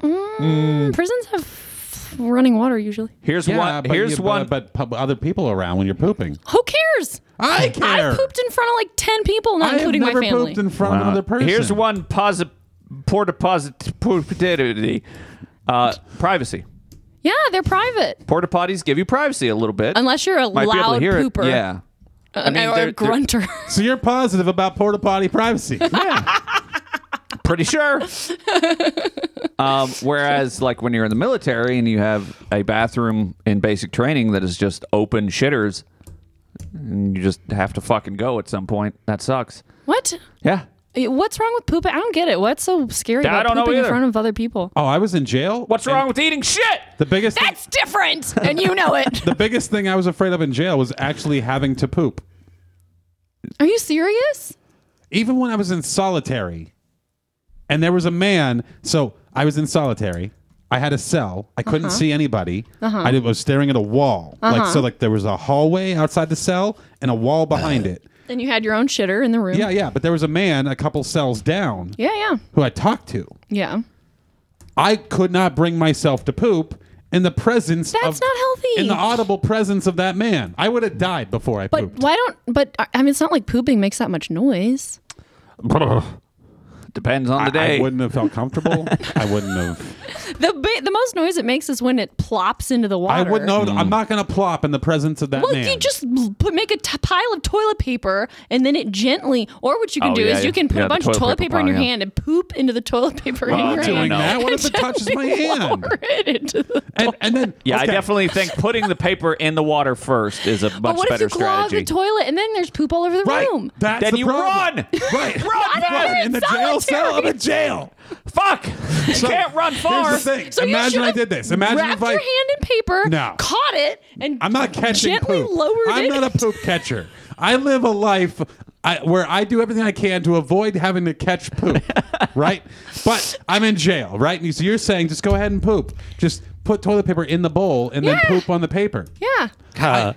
Hmm. mm, Prisons have running water usually. Here's one. but Here's you- but- one. But, pub- other people around when you're pooping. Who cares? I I care. pooped in front of like ten people, not I have including never my family. pooped in front of another person. Here's one posi- porta positivity. Uh, privacy. yeah, they're private. Porta potties give you privacy a little bit. Unless you're a Might be able to loud hear pooper. It. Yeah. I mean, or they're- a they're- grunter. So you're positive about porta potty privacy. Pretty sure. [laughs] um, whereas, like when you're in the military and you have a bathroom in basic training that is just open shitters, and you just have to fucking go at some point. That sucks. [laughs] what? Yeah. Eh, What's wrong with poop? I don't get it. What's so scary Yeah, I about don't know pooping in either. front of other people? oh, I was in jail. What's wrong with eating shit? The biggest thing, That's different, and you know it. the biggest thing I was afraid of in jail was actually having to poop. [laughs] Are you serious? Even when I was in solitary, and there was a man. So I was in solitary. I had a cell. I couldn't Uh-huh. see anybody. I did- was staring at a wall. Like so, like there was a hallway outside the cell and a wall behind it. And you had your own shitter in the room. Yeah, yeah. But there was a man a couple cells down yeah, yeah, who I talked to. yeah. I could not bring myself to poop in the presence That's of not healthy. in the audible presence of that man. I would have died before I But pooped. why don't? But I I mean, it's not like pooping makes that much noise. [laughs] Depends on the I, day. I wouldn't have [laughs] felt comfortable. I wouldn't have. The ba- the most noise it makes is when it plops into the I water. wouldn't have. Mm. I'm not going to plop in the presence of that Well, man. you just l- put, make a t- pile of toilet paper, and then it gently. Or what you can Oh, do yeah, is you yeah. can put Yeah, a the bunch of toilet toilet paper paper in pile, your yeah. hand and poop into the toilet paper in Well, your I'm hand. doing [laughs] that. What if it And touches my gently hand? lower it into the- and, and then Yeah, I okay. definitely [laughs] think putting the paper in the water first is a But much what if better you clog strategy. the toilet and then there's poop all over the Right. room? That's Then the you problem. run. [laughs] [laughs] I Right. don't Run care, in the it's jail cell. I'm solitary. in jail. [laughs] Fuck! Can't run far. Here's the thing. So you Imagine I should've did this. Imagine wrapped if I. your hand in paper, No. caught it, and I'm not catching gently poop. lowered I'm it. [laughs] not a poop catcher. I live a life I, where I do everything I can to avoid having to catch [laughs] poop, right? But I'm in jail, right? And so you're saying just go ahead and poop. Just put toilet paper in the bowl and then Yeah. poop on the paper. yeah.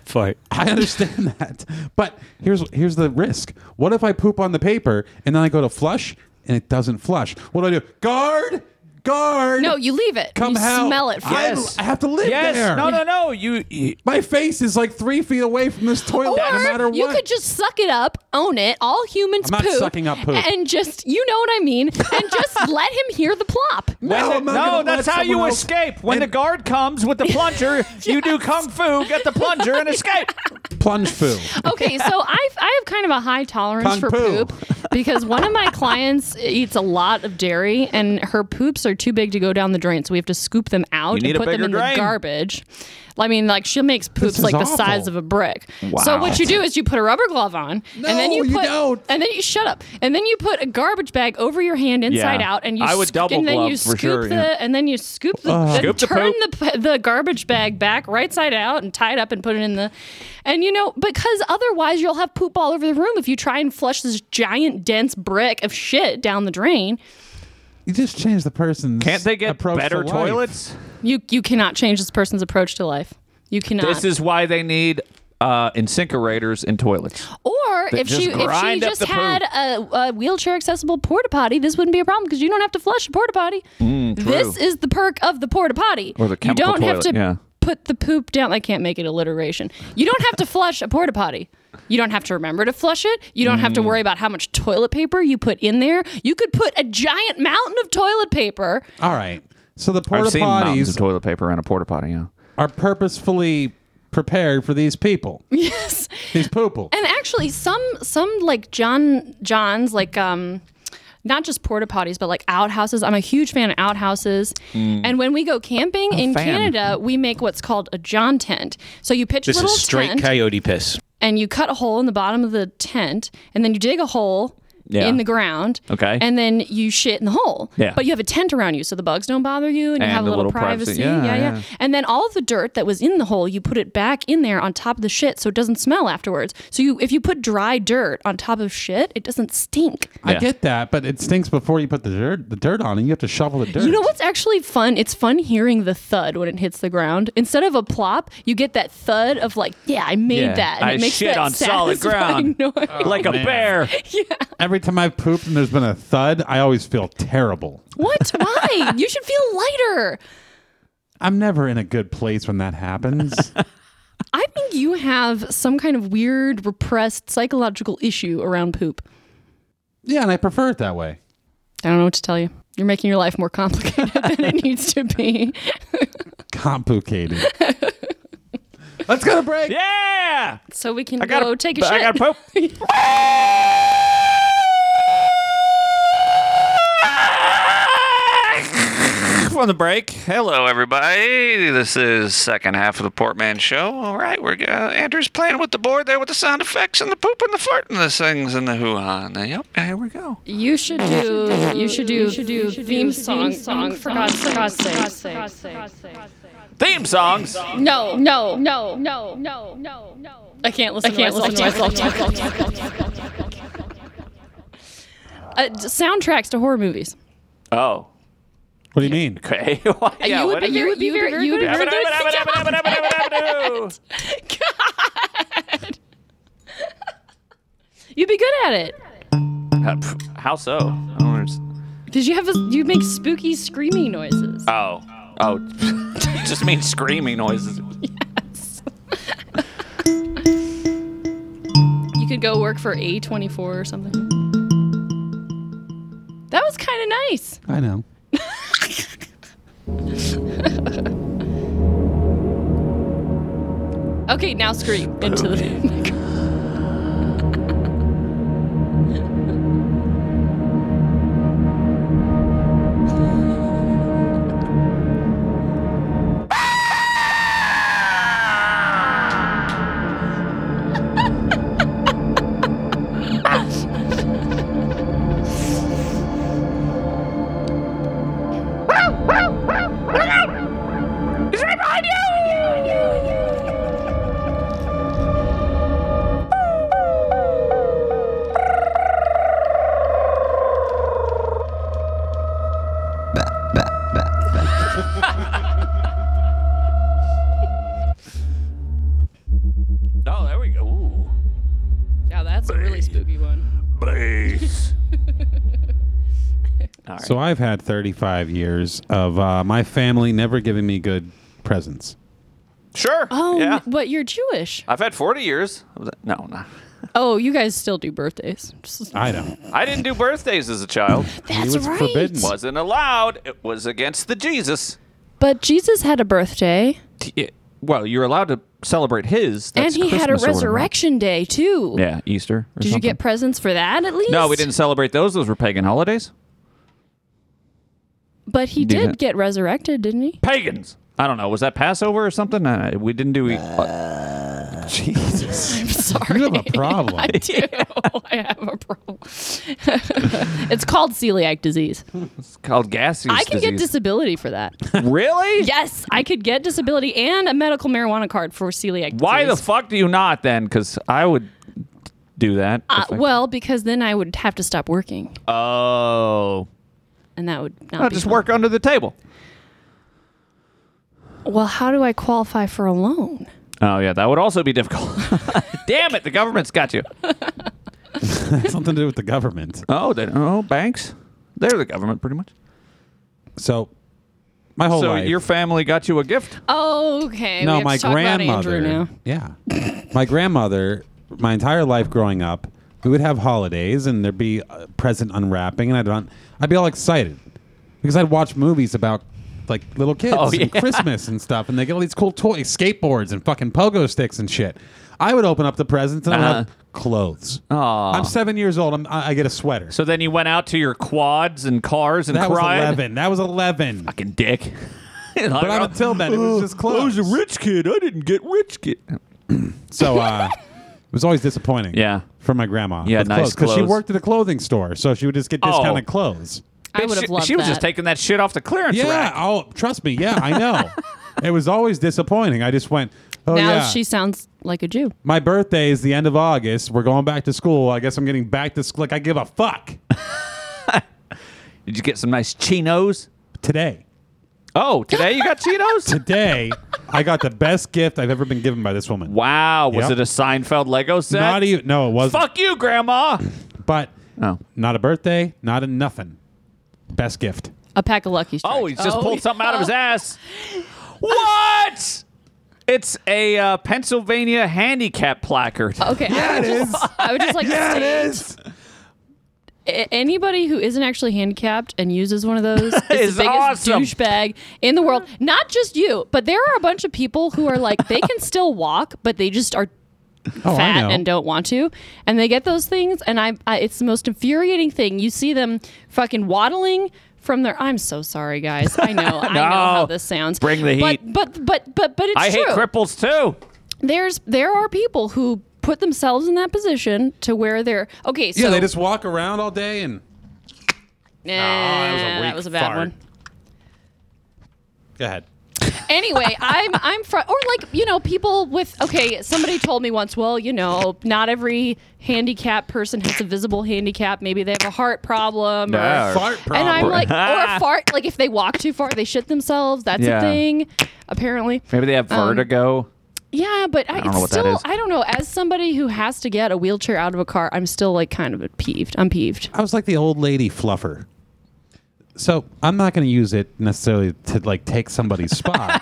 fight. I understand [laughs] that. But here's here's the risk. What if I poop on the paper and then I go to flush and it doesn't flush? What do I do? Guard! Guard! No, you leave it. Come you help. smell it. I- first. I have to live yes. there. No, no, no. You, you My face is like three feet away from this toilet, no matter you what. could just suck it up, own it. All humans I'm not poop, sucking up poop. and just you know what I mean, and [laughs] just let him hear the plop. when No, the- I'm not gonna that's Oh, let how you someone else- escape. When the And- guard comes with the plunger, [laughs] you do kung fu, get the plunger, and escape. plunge foo. Okay, [laughs] so I I have kind of a high tolerance Kung for poo. poop because one [laughs] of my clients eats a lot of dairy, and her poops are too big to go down the drain, so we have to scoop them out need and a put them bigger in drain. the garbage. I mean, like she makes poops is like awful. the size of a brick. So what you do is you put a rubber glove on, and then No, you you put, don't. and then you shut up, and then you put a garbage bag over your hand inside Yeah. out, and you I would sc- double and then glove you for scoop sure, the, yeah. and then you scoop the, then Scoop the turn poop. the the garbage bag back right side out and tie it up and put it in the, and you know because otherwise you'll have poop all over the room if you try and flush this giant dense brick of shit down the drain. You just change the [laughs] person's Can't they get approach to better life. toilets? You you cannot change this person's approach to life. You cannot. This is why they need uh, incinerators and toilets. or They if just she if she grind up just the poop. had a, a wheelchair accessible porta potty, this wouldn't be a problem because you don't have to flush a porta potty. this is the perk of the porta potty. Mm, Or the you chemical don't have toilet, to yeah. put the poop down. I can't make it alliteration. You don't have to flush a porta potty. You don't have to remember to flush it. You don't Mm. have to worry about how much toilet paper you put in there. You could put a giant mountain of toilet paper. All right. So the I've porta seen mountains of potties toilet paper and a porta potty. Yeah. are purposefully prepared for these people. Yes. These people. And actually, some some like John Johns like um. Not just porta potties, but like outhouses. I'm a huge fan of outhouses. Hmm. And when we go camping in fan. Canada, we make what's called a John tent. So you pitch a This little is straight tent coyote piss. and you cut a hole in the bottom of the tent, and then you dig a hole Yeah. in the ground. Okay. And then you shit in the hole. Yeah. But you have a tent around you, so the bugs don't bother you, and, And you have a a little, little privacy. privacy. Yeah, yeah, yeah. And then all of the dirt that was in the hole, you put it back in there on top of the shit, so it doesn't smell afterwards. So you, if you put dry dirt on top of shit, it doesn't stink. I Yeah. get that, but it stinks before you put the dirt the dirt on and you have to shovel the dirt. You know what's actually fun? It's fun hearing the thud when it hits the ground. Instead of a plop, you get that thud of like, yeah, I made Yeah. that. And I it makes shit that on solid satisfying [laughs] noise. like Oh, a [laughs] bear. Every time I've pooped and there's been a thud, I always feel terrible. What? [laughs] Why? you should feel lighter. I'm never in a good place when that [laughs] happens. I think you have some kind of weird repressed psychological issue around poop. yeah, and I prefer it that way. I don't know what to tell you. You're making your life more complicated [laughs] than it needs to be. [laughs] Complicated. Let's go to break. Yeah. So we can I gotta go take a I shit. gotta poop. From the break. Hello, everybody. This is second half of the Portman Show. All right, we're uh, Andrew's playing with the board there with the sound effects and the poop and the fart and the things and the hoo ha. Yep, here we go. you should do. You should do. You should do. Theme song. Song. For God's for God's sake. Theme songs. No. No. No. No. No. No. I can't listen. I can't listen to myself talk. Uh, d- soundtracks to horror movies. Oh, What do you mean? okay. Why- yeah, you would what be, do you would be very, you would be very good. you- You'd be good at it. Uh, pff, How so? I don't understand. Because you have a, you make spooky screaming noises. Oh. Oh. [laughs] It just means screaming noises. You could go work for A24 or something. That was kind of nice. I know. Okay, now scream into the microphone. Oh, there we go. Ooh. [laughs] Yeah, that's a really spooky one. [laughs] So I've had 35 years of uh, my family never giving me good presents. Sure. Oh, yeah. but you're Jewish. I've had 40 years. I was- No, no. Oh, you guys still do birthdays. Just- I don't. I didn't do birthdays as [laughs] a child. That's was forbidden. Wasn't allowed. It was against the Jesus. But Jesus had a birthday, T- it- Well, you're allowed to celebrate his. That's and he had a Christmas or whatever. resurrection day too. Yeah, Easter. or Did you something. get presents for that at least? No, we didn't celebrate those. Those were pagan holidays. But he Did did it? get resurrected, didn't he? Pagans. I don't know. Was that Passover or something? Uh, we didn't do. e- uh, [laughs] I'm sorry. [laughs] You have a problem. I do. [laughs] I have a problem. [laughs] it's called celiac disease. it's called gaseous I could get Hmm. disease. disability for [laughs] that. really? [laughs] yes, I could get disability and a medical marijuana card for celiac disease. Why the fuck do you not then? Because I would do that. Uh, if I- well, because then I would have to stop working. oh, and that would not I'll be just fun. work under the table. Well, how do I qualify for a loan? Oh yeah, that would also [laughs] be difficult. Damn it, the government's got you. Something to do with the government. Oh, they, oh, banks. They're the government, pretty much. So my whole so life. your family got you a gift. Oh, okay. no, we have my to talk about grandmother. Andrew now. Yeah, my grandmother. My entire life growing up, we would have holidays and there'd be a present unwrapping, and I'd un- I'd be all excited because I'd watch movies about like little kids Oh, and yeah. Christmas and stuff, and they get all these cool toys, skateboards and fucking pogo sticks and shit. I would open up the presents and I'd have clothes. Aw. I'm seven years old. I'm, I I get a sweater. So then you went out to your quads and cars and that cried. was eleven. That was [laughs] eleven. Fucking dick. [laughs] uh, But up until then, it was just clothes. rich kid. I didn't get rich kid. So uh, it was always disappointing. Yeah. For my grandma. Yeah, with nice Because she clothes. worked at a clothing store, so she would just get discounted Oh. clothes. I would have she, loved she was that. just taking that shit off the clearance yeah. rack. Oh, trust me. Yeah, I know. [laughs] it was always disappointing. I just went, oh, now yeah. she sounds like a Jew. my birthday is the end of August. We're going back to school. I guess I'm getting back to school. Like, I give a fuck Did you get some nice chinos? today. Oh, today you got chinos? [laughs] Today, I got the best gift I've ever been given by this woman. [laughs] Wow, was Yep. it a Seinfeld Lego set? Not even, no, it wasn't. Fuck you, grandma. But Oh. not a birthday, not a nothing. Best gift. A pack of Lucky Strikes. Oh, he's just pulled yeah. something out of his ass. What? It's a uh, Pennsylvania handicap placard. Okay. Yeah, [laughs] I would just, I would just like to state is. a- anybody who isn't actually handicapped and uses one of [laughs] those is the Is biggest awesome. douchebag in the world. Not just you, but there are a bunch of people who are like they [laughs] can still walk, but they just are Oh, I know. fat and don't want to, and they get those things, and I, I it's the most infuriating thing. You see them fucking waddling. From their, I'm so sorry, guys. I [laughs] know, I know how No. this sounds. Bring the but, heat. But, but, but, but it's I true hate cripples too. there's there are people who put themselves in that position to where they're okay. So Yeah, they just walk around all day and. Nah, was a that, was weak a bad fart. one. Go ahead. [laughs] Anyway, I'm I'm fr- or like you know people with okay. Somebody told me once. Well, you know, not every handicapped person has a visible handicap. Maybe they have a heart problem. Or, Yeah. Fart problem. and I'm like, [laughs] or a fart. Like if they walk too far, they shit themselves. That's Yeah. a thing, apparently. Maybe they have Um, vertigo. Yeah, but I, don't it's know what that still, is. I don't know. As somebody who has to get a wheelchair out of a car, I'm still like kind of peeved. I'm peeved. I was like the old lady fluffer. So I'm not going to use it necessarily to like [laughs] take somebody's spot.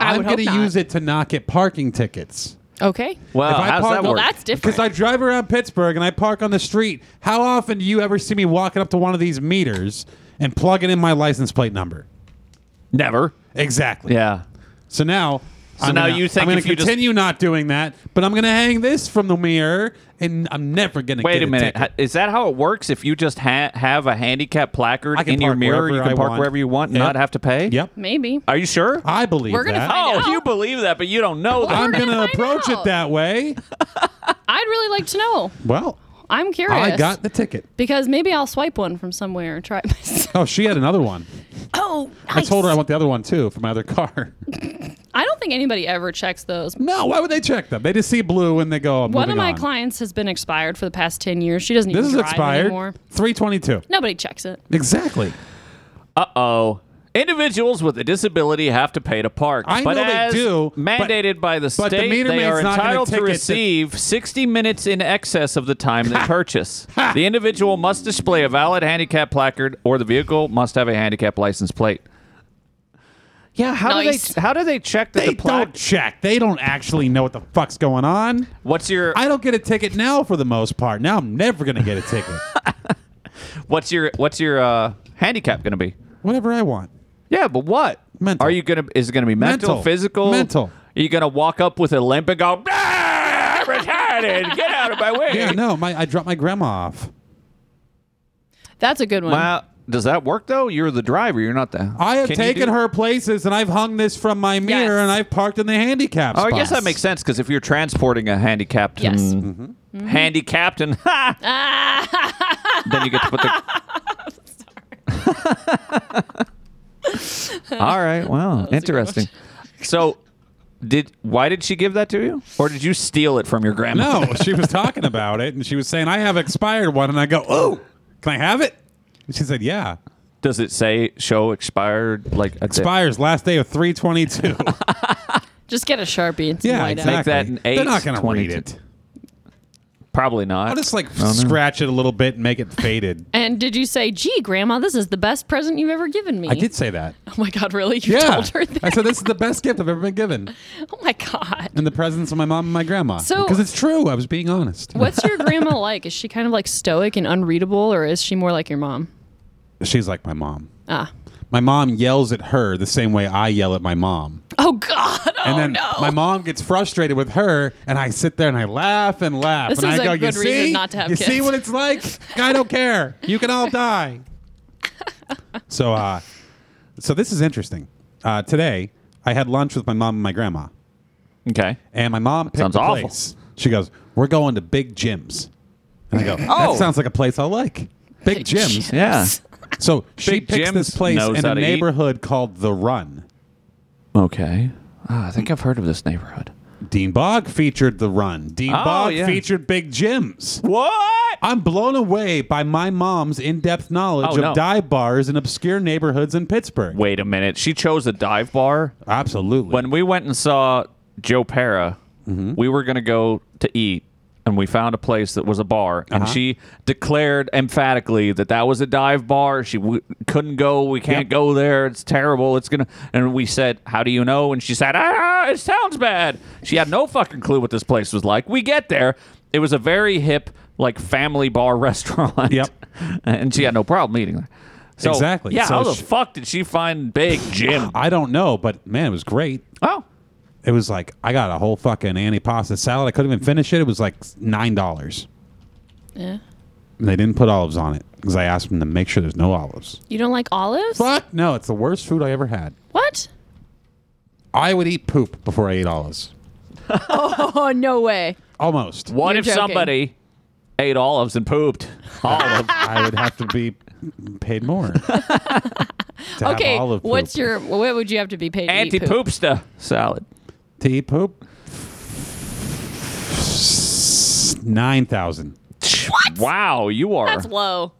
I'm would hope going to not. use it to not get parking tickets. Okay. well, if I Oh, how's park- that Well, work? that's different. Because I drive around Pittsburgh and I park on the street. How often do you ever see me walking up to one of these meters and plugging in my license plate number? Never. Exactly. Yeah. So now. So now you think I'm going if to you just- continue not doing that, but I'm going to hang this from the mirror, and I'm never going to Wait get a minute. ticket. Ha- Is that how it works? If you just ha- have a handicap placard I can in your park mirror, wherever you I can park want. wherever you want and Yep. not have to pay? Yep, Maybe. Are you sure? I believe We're gonna that. find oh, out. you believe that, but you don't know that. I'm We're going gonna to find approach out. it that way. I'd really like to know. Well, I'm curious. I got the ticket. because maybe I'll swipe one from somewhere and try [laughs] it myself. Oh, she had another one. Oh, I told her I want the other one too for my [laughs] other car. I don't think anybody ever checks those. no, why would they check them? They just see blue and they go. One of my clients has been expired for the past ten years. She doesn't even This is drive expired. anymore. Three twenty-two. Nobody checks it. Exactly. Uh oh. Individuals with a disability have to pay to park, I but know they as do, but- mandated by the but state, the meter they maid's are not gonna entitled to ticket the- receive 60 minutes in excess of the time [laughs] they purchase. The individual must display a valid handicap placard, or the vehicle must have a handicap license plate. Yeah, how do Nice. they how do they check that the They plaque? don't check. They don't actually know what the fuck's going on. What's your I don't get a ticket now for the most part. Now I'm never gonna get [laughs] a ticket. what's your what's your uh, handicap going to be? Whatever I want. Yeah, but what? Mental. Are you gonna? Is it gonna be mental, Mental. physical, Mental. Are you gonna walk up with a limp and go? "Ah, I'm retarded. Get out of my way. Yeah, no, my I dropped my grandma off. That's a good one. Wow. Does that work though? You're the driver. You're not the. I have Can you taken do- her places and I've hung this from my mirror and I've parked in the handicap Oh, I spot. guess that makes sense because if you're transporting a handicapped, Yes. and- handicapped, and [laughs] then you get to put the. All right. Wow. Interesting. So, did why did she give that to you, or did you steal it from your grandma? No, she was talking about it, and she was saying, "I have expired one," and I go, "Oh, can I have it?" And she said, "Yeah." Does it say show expired like a day? Expires last day [laughs] of 322. Just get a sharpie and some yeah, white out. exactly. that an They're not going to 822. read it. Probably not. I'll just like Oh, scratch it a little bit and make it faded. And did you say, "Gee, Grandma, this is the best present you've ever given me"? I did say that. Oh my God, really? [laughs] You told her I [laughs] that? said this is the best gift I've ever been given Oh my God. in the presence of my mom and my grandma. So- because it's true, I was being honest. What's your grandma like? Is she kind of like stoic and unreadable, or is she more like your mom? She's like my mom. Ah. My mom yells at her the same way I yell at my mom. Oh God. Oh and then no. my mom gets frustrated with her, and I sit there and I laugh and laugh. This and is I a go, good you reason see? not to have You see kids." what it's like? I don't care. You can all die. so, uh, so this is interesting. Uh, today, I had lunch with my mom and my grandma, okay. and my mom picked sounds a awful. place. She goes, "We're going to Big Jim's," and I go, Oh. "That sounds like a place I like." Big, Big Jim's. Jim's. Yeah. So she Big picks Jim's this place knows in how a to eat. neighborhood called The Run. Okay. Ah, I think I've heard of this neighborhood. Dean Bog featured The Run. Dean Oh, Bog yeah. featured Big Jim's. What? I'm blown away by my mom's in-depth knowledge Oh, of no. dive bars in obscure neighborhoods in Pittsburgh. Wait a minute. She chose a dive bar. Absolutely. When we went and saw Joe Para, Mm-hmm. we were going to go to eat and we found a place that was a bar and Uh-huh. she declared emphatically that that was a dive bar she w- couldn't go we can't Yep. go there it's terrible it's gonna and we said how do you know and she said ah it sounds bad she had no fucking clue what this place was like we get there it was a very hip like family bar [laughs] restaurant Yep. and she had no problem eating there so, Exactly. yeah So how the she- fuck did she find big jim I don't know, but man, it was great. oh It was like I got a whole fucking antipasta salad. I couldn't even finish it. It was like nine dollars. Yeah. And they didn't put olives on it because I asked them to make sure there's no olives. You don't like olives? Fuck no, it's the worst food I ever had. What? I would eat poop before I ate olives. Oh no way. Almost. What You're if joking. somebody ate olives and [laughs] pooped? Olive. I would have to be paid [laughs] more. to have Okay. olive poop. What's your? What would you have to be paid? to eat Anti poopsta salad. to eat poop? Nine thousand. Wow, you are That's low.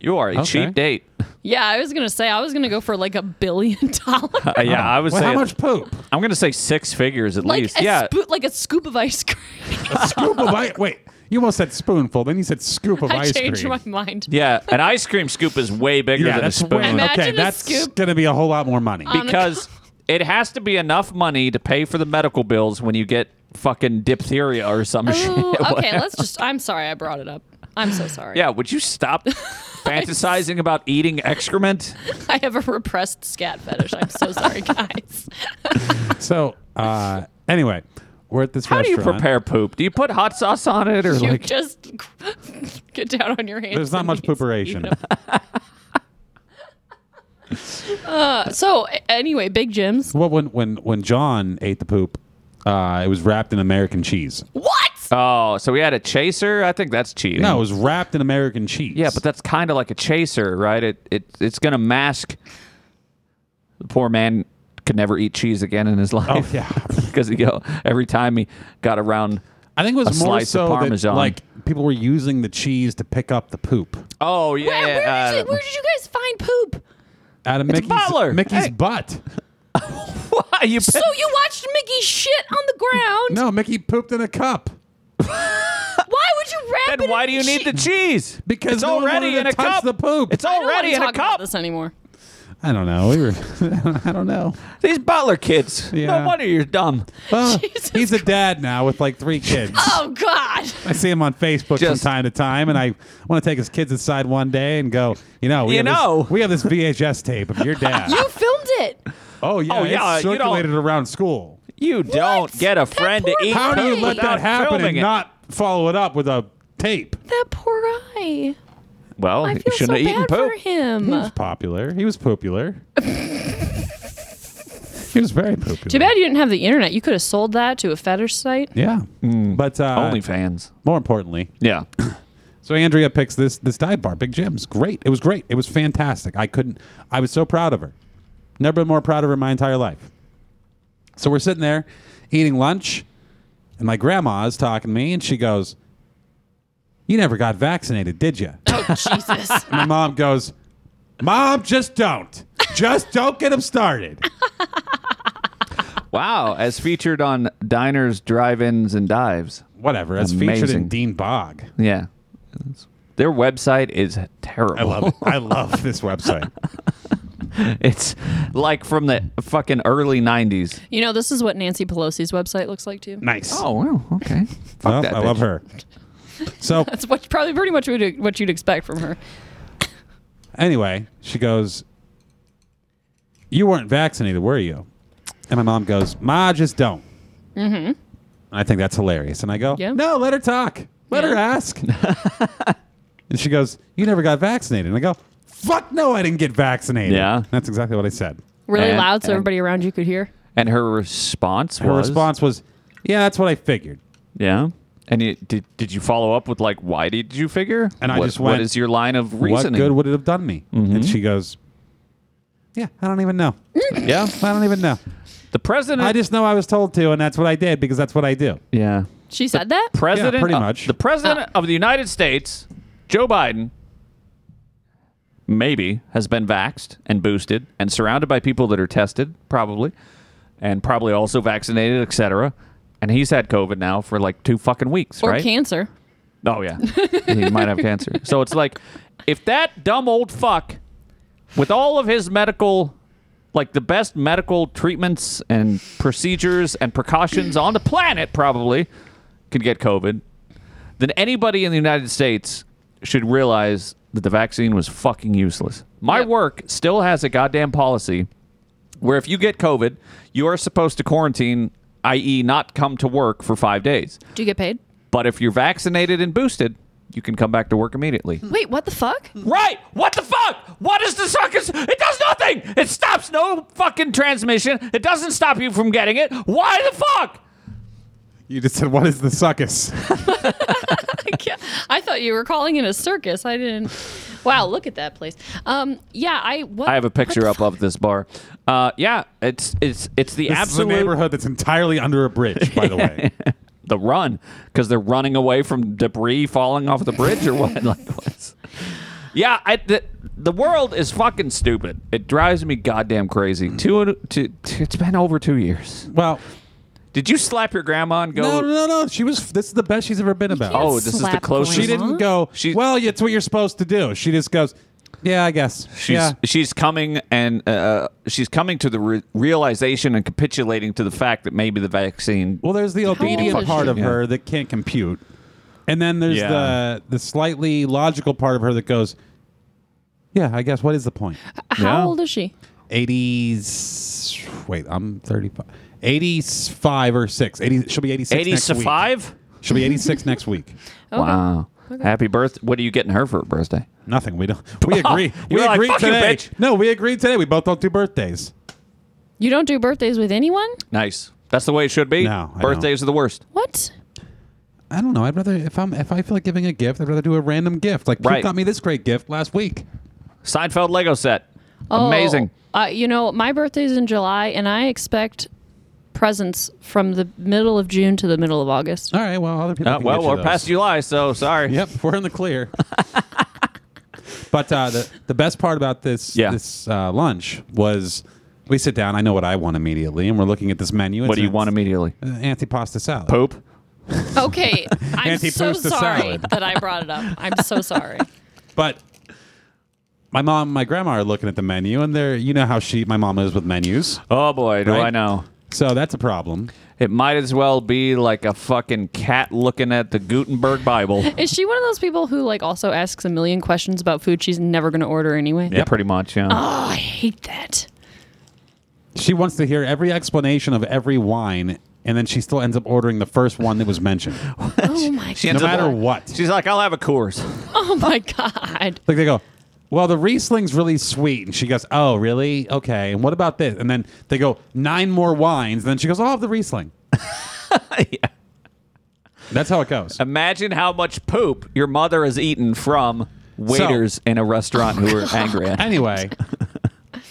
you are a cheap date. Yeah, I was gonna say I was gonna go for like a billion [laughs] dollars. Uh, [laughs] yeah, I was Well, saying how much poop? I'm gonna say six figures at Like least. a Yeah. spo- like a scoop of ice cream. scoop of ice. Wait, you almost said spoonful, then you said scoop [laughs] of I ice changed cream. my mind. [laughs] yeah, an ice cream scoop is way bigger yeah, than a that's spoon. way- Imagine okay. a that's scoop. gonna be a whole lot more money. Um, because it has to be enough money to pay for the medical bills when you get fucking diphtheria or some Ooh, shit. Oh, [laughs] okay, let's just. I'm sorry I brought it up. I'm so sorry. yeah, would [laughs] you stop fantasizing about eating excrement? I have a repressed scat fetish. I'm so [laughs] sorry, guys. so, uh, anyway, we're at this How do you restaurant. prepare poop? Do you put hot sauce on it or You like just [laughs] get down on your hands. There's not and much knees. pooperation. [laughs] Uh, So a- anyway, Big Jim's. well, when when when John ate the poop, uh, it was wrapped in American cheese. What? Oh, so we had a chaser? I think that's cheating. No, it was wrapped in American cheese. yeah, but that's kind of like a chaser, right? It it it's gonna mask. The poor man could never eat cheese again in his [laughs] life. Oh, yeah. because you know, every time he got around. I think it was a more slice of so that Parmesan. like people were using the cheese to pick up the poop Oh yeah, Where, where, uh, did you, where did you guys find poop? out of Mickey's Butler. Mickey's Hey. butt. [laughs] why you So you watched Mickey shit on the ground. No, Mickey pooped in a cup. Why would you wrap it? then why in do you need cheese? the cheese? Because it's no one already wanted to in a touch cup. the poop. It's I don't wanna already in a talk about cup. this anymore. I don't know. We were. [laughs] I don't know. These Butler kids. Yeah. No wonder you're dumb. Uh, Jesus he's a dad now with like three kids. [laughs] Oh God! I see him on Facebook Just- from time to time, and I want to take his kids aside one day and go, you know, we, You have, know. This, we have this VHS [laughs] tape of your dad. You filmed it. oh yeah, Oh, it's yeah, you don't- circulated around school. You don't get a That friend to poor eat. How do you poop let without that happen filming and it? not follow it up with a tape? That poor guy. Well, I you feel shouldn't so have eaten bad poop. Mm. for him. He was popular. He was popular. he was very popular. Too bad you didn't have the internet. You could have sold that to a fetish [laughs] site. Yeah, but uh, Only fans. more importantly, [coughs] Yeah. So Andrea picks this this dive bar, Big Jim's. Great. It was great. It was fantastic. I couldn't. I was so proud of her. Never been more proud of her in my entire life. So we're sitting there eating lunch, and my grandma is talking to me, and she goes, [coughs] "You never got vaccinated, did you?" Oh Jesus! And my mom goes, Mom, just don't. Just don't get him started. Wow, as featured on Diners, Drive-Ins, and Dives. Whatever. That's featured in Amazing. Dean Bog. Yeah. Their website is terrible. I love it. I love [laughs] this website. [laughs] It's like from the fucking early 90s. You know, this is what Nancy Pelosi's website looks like too. Nice. Oh, wow. Okay. Fuck Well, that I love bitch. her. So That's what probably pretty much what you'd- what you'd expect from her. anyway, she goes, "You weren't vaccinated, were you?" And my mom goes, "Ma, just don't." Mm-hmm. I think that's hilarious, and I go, Yeah. "No, let her talk. Let her ask." and she goes, "You never got vaccinated," and I go, "Fuck no, I didn't get vaccinated." Yeah. that's exactly what I said. Really And- loud, so and- everybody around you could hear. And her response Her was response was, "Yeah, that's what I figured." Yeah. And you, did did you follow up with like why did you figure? And I What- just went, what is your line of What reasoning? Mm-hmm. good would it have done me? And she goes, "Yeah, I don't even know. yeah. I don't even know. The president I just know I was told to, and that's what I did because that's what I do." Yeah. She said that. President pretty of- much. the president Oh. of the United States, Joe Biden maybe has been vaxxed and boosted and surrounded by people that are tested probably and probably also vaccinated, etc. And he's had COVID now for like two fucking weeks, or right? cancer. Oh yeah, he might have cancer. So it's like, if that dumb old fuck, with all of his medical, like the best medical treatments and procedures and precautions on the planet, probably could get COVID, then anybody in the United States should realize that the vaccine was fucking useless. My Yep. work still has a goddamn policy where if you get COVID, you are supposed to quarantine, i.e., not come to work for five days. Do you get paid? But if you're vaccinated and boosted, you can come back to work immediately. Wait, what the fuck? Right? What the fuck? What is the circus? It does nothing. It stops no fucking transmission. It doesn't stop you from getting it. Why the fuck? You just said, "What is the [laughs] suckus?" [laughs] I, can't- I thought you were calling it a circus. I didn't. Wow, look at that place. Um, yeah, I. What, I have a what the picture up fuck? of this bar. Uh, yeah, it's it's it's the This absolute is a neighborhood that's entirely under a bridge, by the way. the run because they're running away from debris falling off the bridge or what? [laughs] like what's? Yeah, I, the, the world is fucking stupid. It drives me goddamn crazy. Two, two, two, it's been over two years. [laughs] well, Did you slap your grandma and go? no, no, no, no. She was. This is the best she's ever been about. can't Oh, this is the slap closest- she grandma. didn't go. She- well, it's what you're supposed to do. She just goes. Yeah, I guess. She's yeah. she's coming and uh, she's coming to the re- realization and capitulating to the fact that maybe the vaccine. Well, there's the old obedient is part she? of Yeah. her that can't compute, and then there's Yeah. the the slightly logical part of her that goes. Yeah, I guess. What is the point? How Yeah. old is she? 80s. Wait, I'm 35. 85 or 6. 80, she'll be 86 Eighty next to week. Oh. five. She'll [laughs] be 86 next week. Okay. Wow! Happy birth! What are you getting her for her birthday? Nothing. We don't. We agree. You're we like, agreed "Fuck you, today. bitch." No, we agreed today. We both don't do birthdays. You don't do birthdays with anyone? Nice. That's the way it should be. No, I birthdays are the worst. What? I don't know. I'd rather if I'm if I feel like giving a gift, I'd rather do a random gift. Like Right. Coop got me this great gift last week. Seinfeld Lego set. Amazing. Oh, uh, you know, my birthday's in July, and I expect presents from the middle of June to the middle of [laughs] August. All right. Well, other people. Uh, can well, get you we're those. past July, so sorry. Yep, we're in the [laughs] clear. but uh, the the best part about this Yeah. this uh, lunch was we sit down. I know what I want immediately, and we're looking at this menu. What do you want immediately? Uh, antipasta salad. Poop. Okay, I'm Auntie so Pooh's the sorry salad. that I brought it up. I'm so sorry. But my mom and my grandma are looking at the menu, and they're you know how she my mom is with menus, Oh boy, do Right. I know. so that's a problem. It might as well be like a fucking cat looking at the Gutenberg Bible. Is she one of those people who like also asks a million questions about food she's never going to order anyway? Yeah, pretty much. Yeah. Oh, I hate that. She wants to hear every explanation of every wine, and then she still ends up ordering the first one that was mentioned, Oh my She no ends up- matter what. She's like, I'll have a Coors. Oh my god. Like they go, well, the Riesling's really sweet, and she goes, oh, really? Okay. And what about this? And then they go nine more wines, and then she goes, I'll have the Riesling. That's how it goes. Imagine how much poop your mother has eaten from waiters in a restaurant who were angry at. Anyway,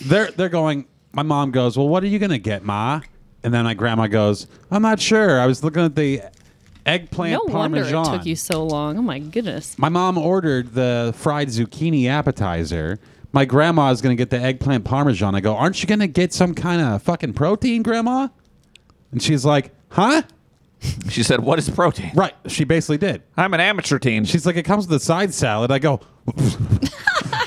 they're they're going. My mom goes, well, what are you gonna get, ma? And then my grandma goes, I'm not sure. I was looking at the eggplant No wonder parmesan. it took you so long. Oh my goodness. My mom ordered the fried zucchini appetizer, my grandma's going to get the eggplant parmesan. I go, aren't you going to get some kind of fucking protein, grandma? And she's like, huh? [laughs] She said, "What is protein?" Right. She basically did. I'm an amateur teen. She's like, it comes with a side salad. I go, [laughs]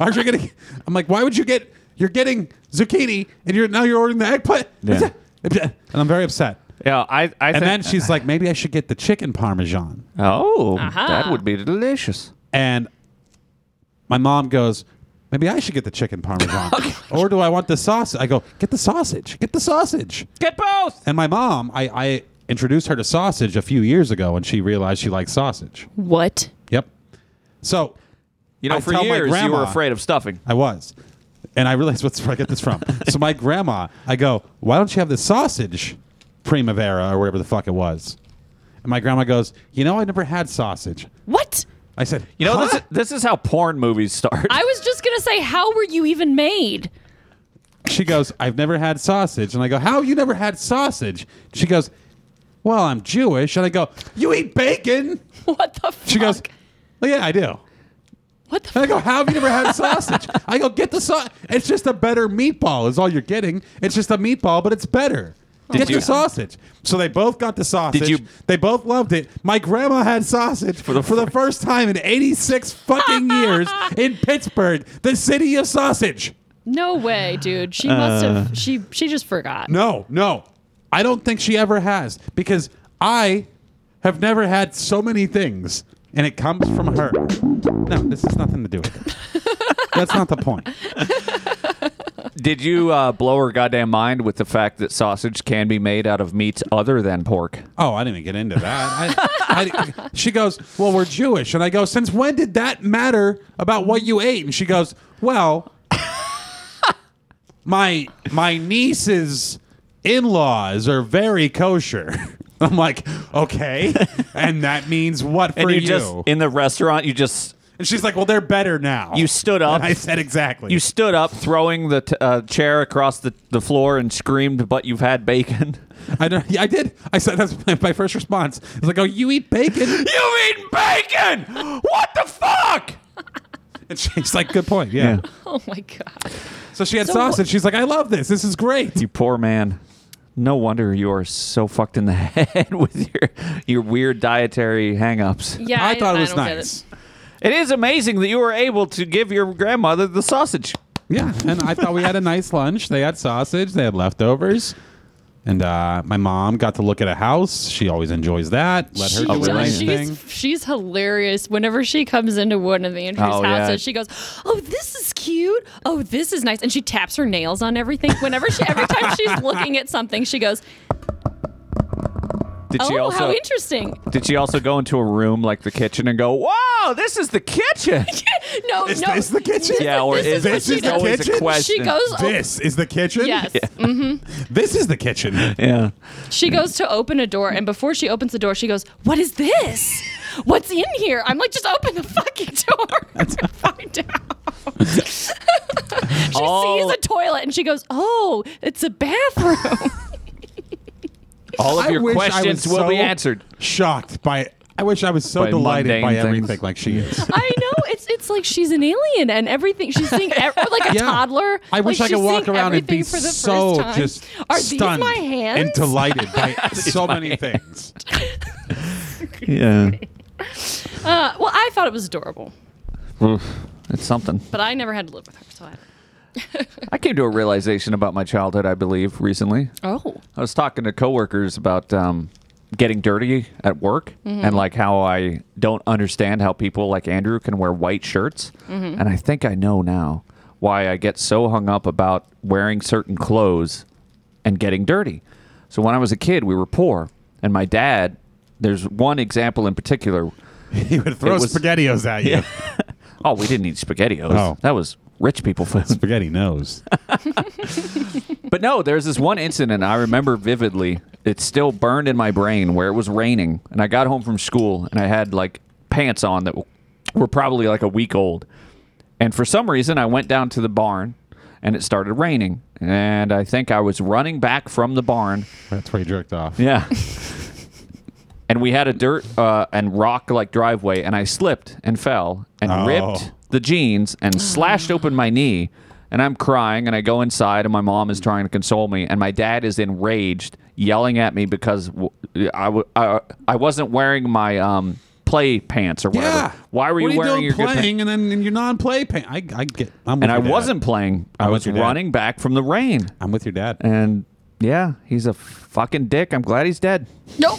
aren't you getting? I'm like, why would you get? You're getting zucchini, and you're now you're ordering the eggplant. Yeah. [laughs] And I'm very upset. yeah, I, I And think- then she's like, maybe I should get the chicken parmesan. oh, Aha. that would be delicious. And my mom goes, maybe I should get the chicken [laughs] parmesan, or do I want the sausage? I go, get the sausage. Get the sausage. Get both. And my mom, I, I introduced her to sausage a few years ago, and she realized she likes sausage. What? Yep. So You know, I for tell my years you were grandma- afraid of stuffing. I was. And I realized what's where I get [laughs] this from. so my grandma, I go, why don't you have the sausage primavera or whatever the fuck it was? And my grandma goes, you know, I never had sausage. What? I said, You know, "Huh?" this, this is how porn movies start. I was just gonna say, how were you even made? [laughs] she goes, I've never had sausage. And I go, how you never had sausage? She goes, well, I'm Jewish. And I go, you eat bacon? What the? Fuck? She goes, well, yeah, I do. What the? And I Fuck? go, how have you never had sausage? I go, get the sausage. It's just a better meatball is all you're getting. It's just a meatball, but it's better. get you- the sausage. So they both got the sausage. Did you- They both loved it. My grandma had sausage for the, for the first time in 86 fucking years in Pittsburgh, the city of sausage. No way, dude. She must have. She she just forgot. Uh. No, no. I don't think she ever has because I have never had so many things and it comes from her. No, this has nothing to do with it. [laughs] That's not the point. Did you uh, blow her goddamn mind with the fact that sausage can be made out of meats other than pork? Oh, I didn't even get into that. I, I, she goes, Well, we're Jewish. And I go, Since when did that matter about what you ate? And she goes, Well, my my niece's in laws are very kosher. [laughs] I'm like, Okay. And that means what for And you, you? just in the restaurant, you just and she's like, Well, they're better now. you stood up. And I said, Exactly. you stood up, throwing the t- uh, chair across the, the floor, and screamed, "But you've had [laughs] bacon." I, don't- yeah, I did. I said, That's my, my first response. It's like, Oh, you eat [laughs] bacon? you eating bacon? What the fuck? And she's like, Good point. Yeah. Oh my god. So she had sausage. She's like, I love this. This is great. You poor man. No wonder you are so fucked in the [laughs] head with your your weird dietary hang-ups. Yeah, I, thought it was don't get nice. It is amazing that you were able to give your grandmother the sausage. Yeah, and I thought we had a nice lunch. They had sausage. They had leftovers. And uh, my mom got to look at a house. She always enjoys that. Let her She do does. her nice she's, thing. she's hilarious. Whenever she comes into one of the interviews Oh, houses, yeah. she goes, "Oh, this is cute. Oh, this is nice." And she taps her nails on everything. Whenever she, every time [laughs] she's looking at something, she goes, Did she "Oh, also how interesting." Did she also go into a room like the kitchen and go, "Wow, this is [laughs] the kitchen"? No, Is no. this the kitchen? yeah, or This is is what this she is does. always Kitchen? a question? She goes. o- This is the kitchen. Yes. This is the kitchen. Yeah. She goes to open a door, and before she opens the door, she goes, "What is this? What's in here?" I'm like, "Just open the fucking door [laughs] and find out." [laughs] she All- sees a toilet, and she goes, "Oh, it's a bathroom." [laughs] All of I your wish I was questions will be so answered. Shocked by. I wish I was so By delighted mundane by things. everything like she is. [laughs] I know it's it's like she's an alien and everything. She's seeing ev- like a Yeah. toddler. I wish Like, I she's could walk seeing around and everything be for the first so time. just Are stunned these my hands? [laughs] and delighted [laughs] by so many things. Yeah. uh, well, I thought it was adorable, It's something. but I never had to live with her, so I. I came to a realization about my childhood, I believe, recently. Oh, I was talking to coworkers about um, getting dirty at work Mm-hmm. and like how I don't understand how people like Andrew can wear white shirts. Mm-hmm. And I think I know now why I get so hung up about wearing certain clothes and getting dirty. So when I was a kid, we were poor, and my dad. There's one example in particular. He would [laughs] throw was- spaghettios at you. Oh, we didn't eat spaghettios. Oh. That was rich people food. [laughs] Spaghetti knows. But no, there's this one incident I remember vividly. It's still burned in my brain where it was raining, and I got home from school and I had like pants on that were probably like a week old. And for some reason, I went down to the barn and it started raining. And I think I was running back from the barn. That's where he jerked off. Yeah. [laughs] and we had a dirt uh, and rock like driveway, and I slipped and fell and Oh. ripped the jeans and slashed open my knee. And I'm crying, and I go inside, and my mom is trying to console me, and my dad is enraged, yelling at me because w- I, w- I, I wasn't wearing my um, play pants or whatever. Yeah. Why were What you are wearing doing your good pants? playing and then and you're non-play paying? I, I get. I'm with And I your dad. wasn't playing. I I'm with was your dad. running back from the rain. I'm with your dad. And yeah, he's a fucking dick. I'm glad he's dead. Nope.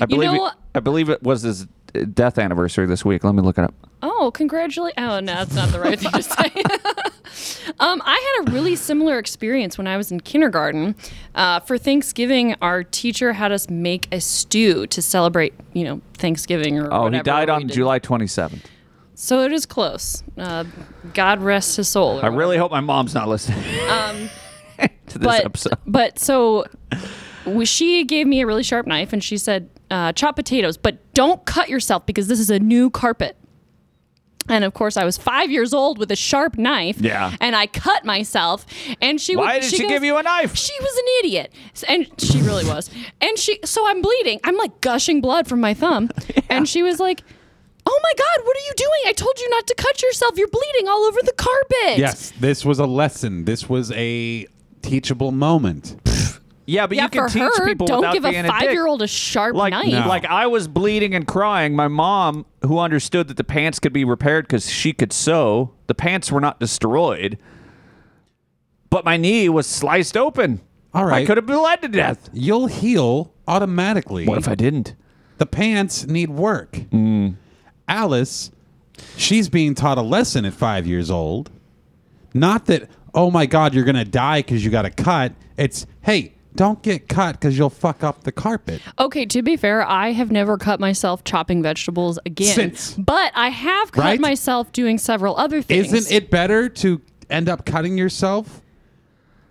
I believe know- it, I believe it was his uh, death anniversary this week. Let me look it up. Oh, congratulate! Oh, no, that's not the right thing to say. [laughs] um, I had a really similar experience when I was in kindergarten. Uh, for Thanksgiving, our teacher had us make a stew to celebrate, you know, Thanksgiving or Oh, whatever he died we on did. July 27th. So it is close. Uh, God rest his soul. I really hope my mom's not listening. [laughs] to this Um, but episode. but so we- she gave me a really sharp knife and she said uh, chop potatoes but don't cut yourself because this is a new carpet and of course i was five years old with a sharp knife Yeah. and i cut myself and she Why would- did she, goes- give you a knife? she was an idiot S- and she really was and she so i'm bleeding i'm like gushing blood from my [laughs] thumb and she was like oh my god what are you doing i told you not to cut yourself you're bleeding all over the carpet yes, this was a lesson. This was a teachable moment. yeah, but yeah you can for teach her people don't without give being a a dick. five-year-old a sharp like, knife No. like I was bleeding and crying. My mom, who understood that the pants could be repaired because she could sew, the pants were not destroyed. But my knee was sliced open. All I right. could have been bled to death. You'll heal automatically. What if I didn't? the pants need work. Mm. Alice, she's being taught a lesson at five years old. Not that, oh my God, you're going to die because you got a cut. It's, hey, don't get cut because you'll fuck up the carpet. Okay, to be fair, I have never cut myself chopping vegetables again. Since. But I have cut Right? myself doing several other things. Isn't it better to end up cutting yourself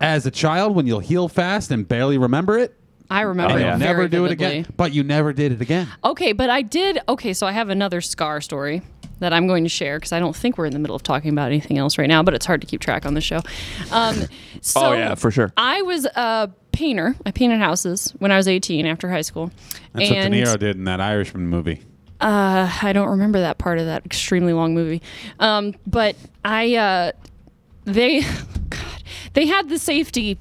as a child when you'll heal fast and barely remember it? I remember Oh, it yeah. very Never do it vividly. again. But you never did it again. Okay, but I did. Okay, so I have another scar story that I'm going to share because I don't think we're in the middle of talking about anything else right now, but it's hard to keep track on the show. Um, so [laughs] Oh, yeah, for sure. I was a painter. I painted houses when I was 18 after high school. and did in that Irishman movie. I don't remember that part of that extremely long movie. Um, but I, uh, they, [laughs] God, they had the safety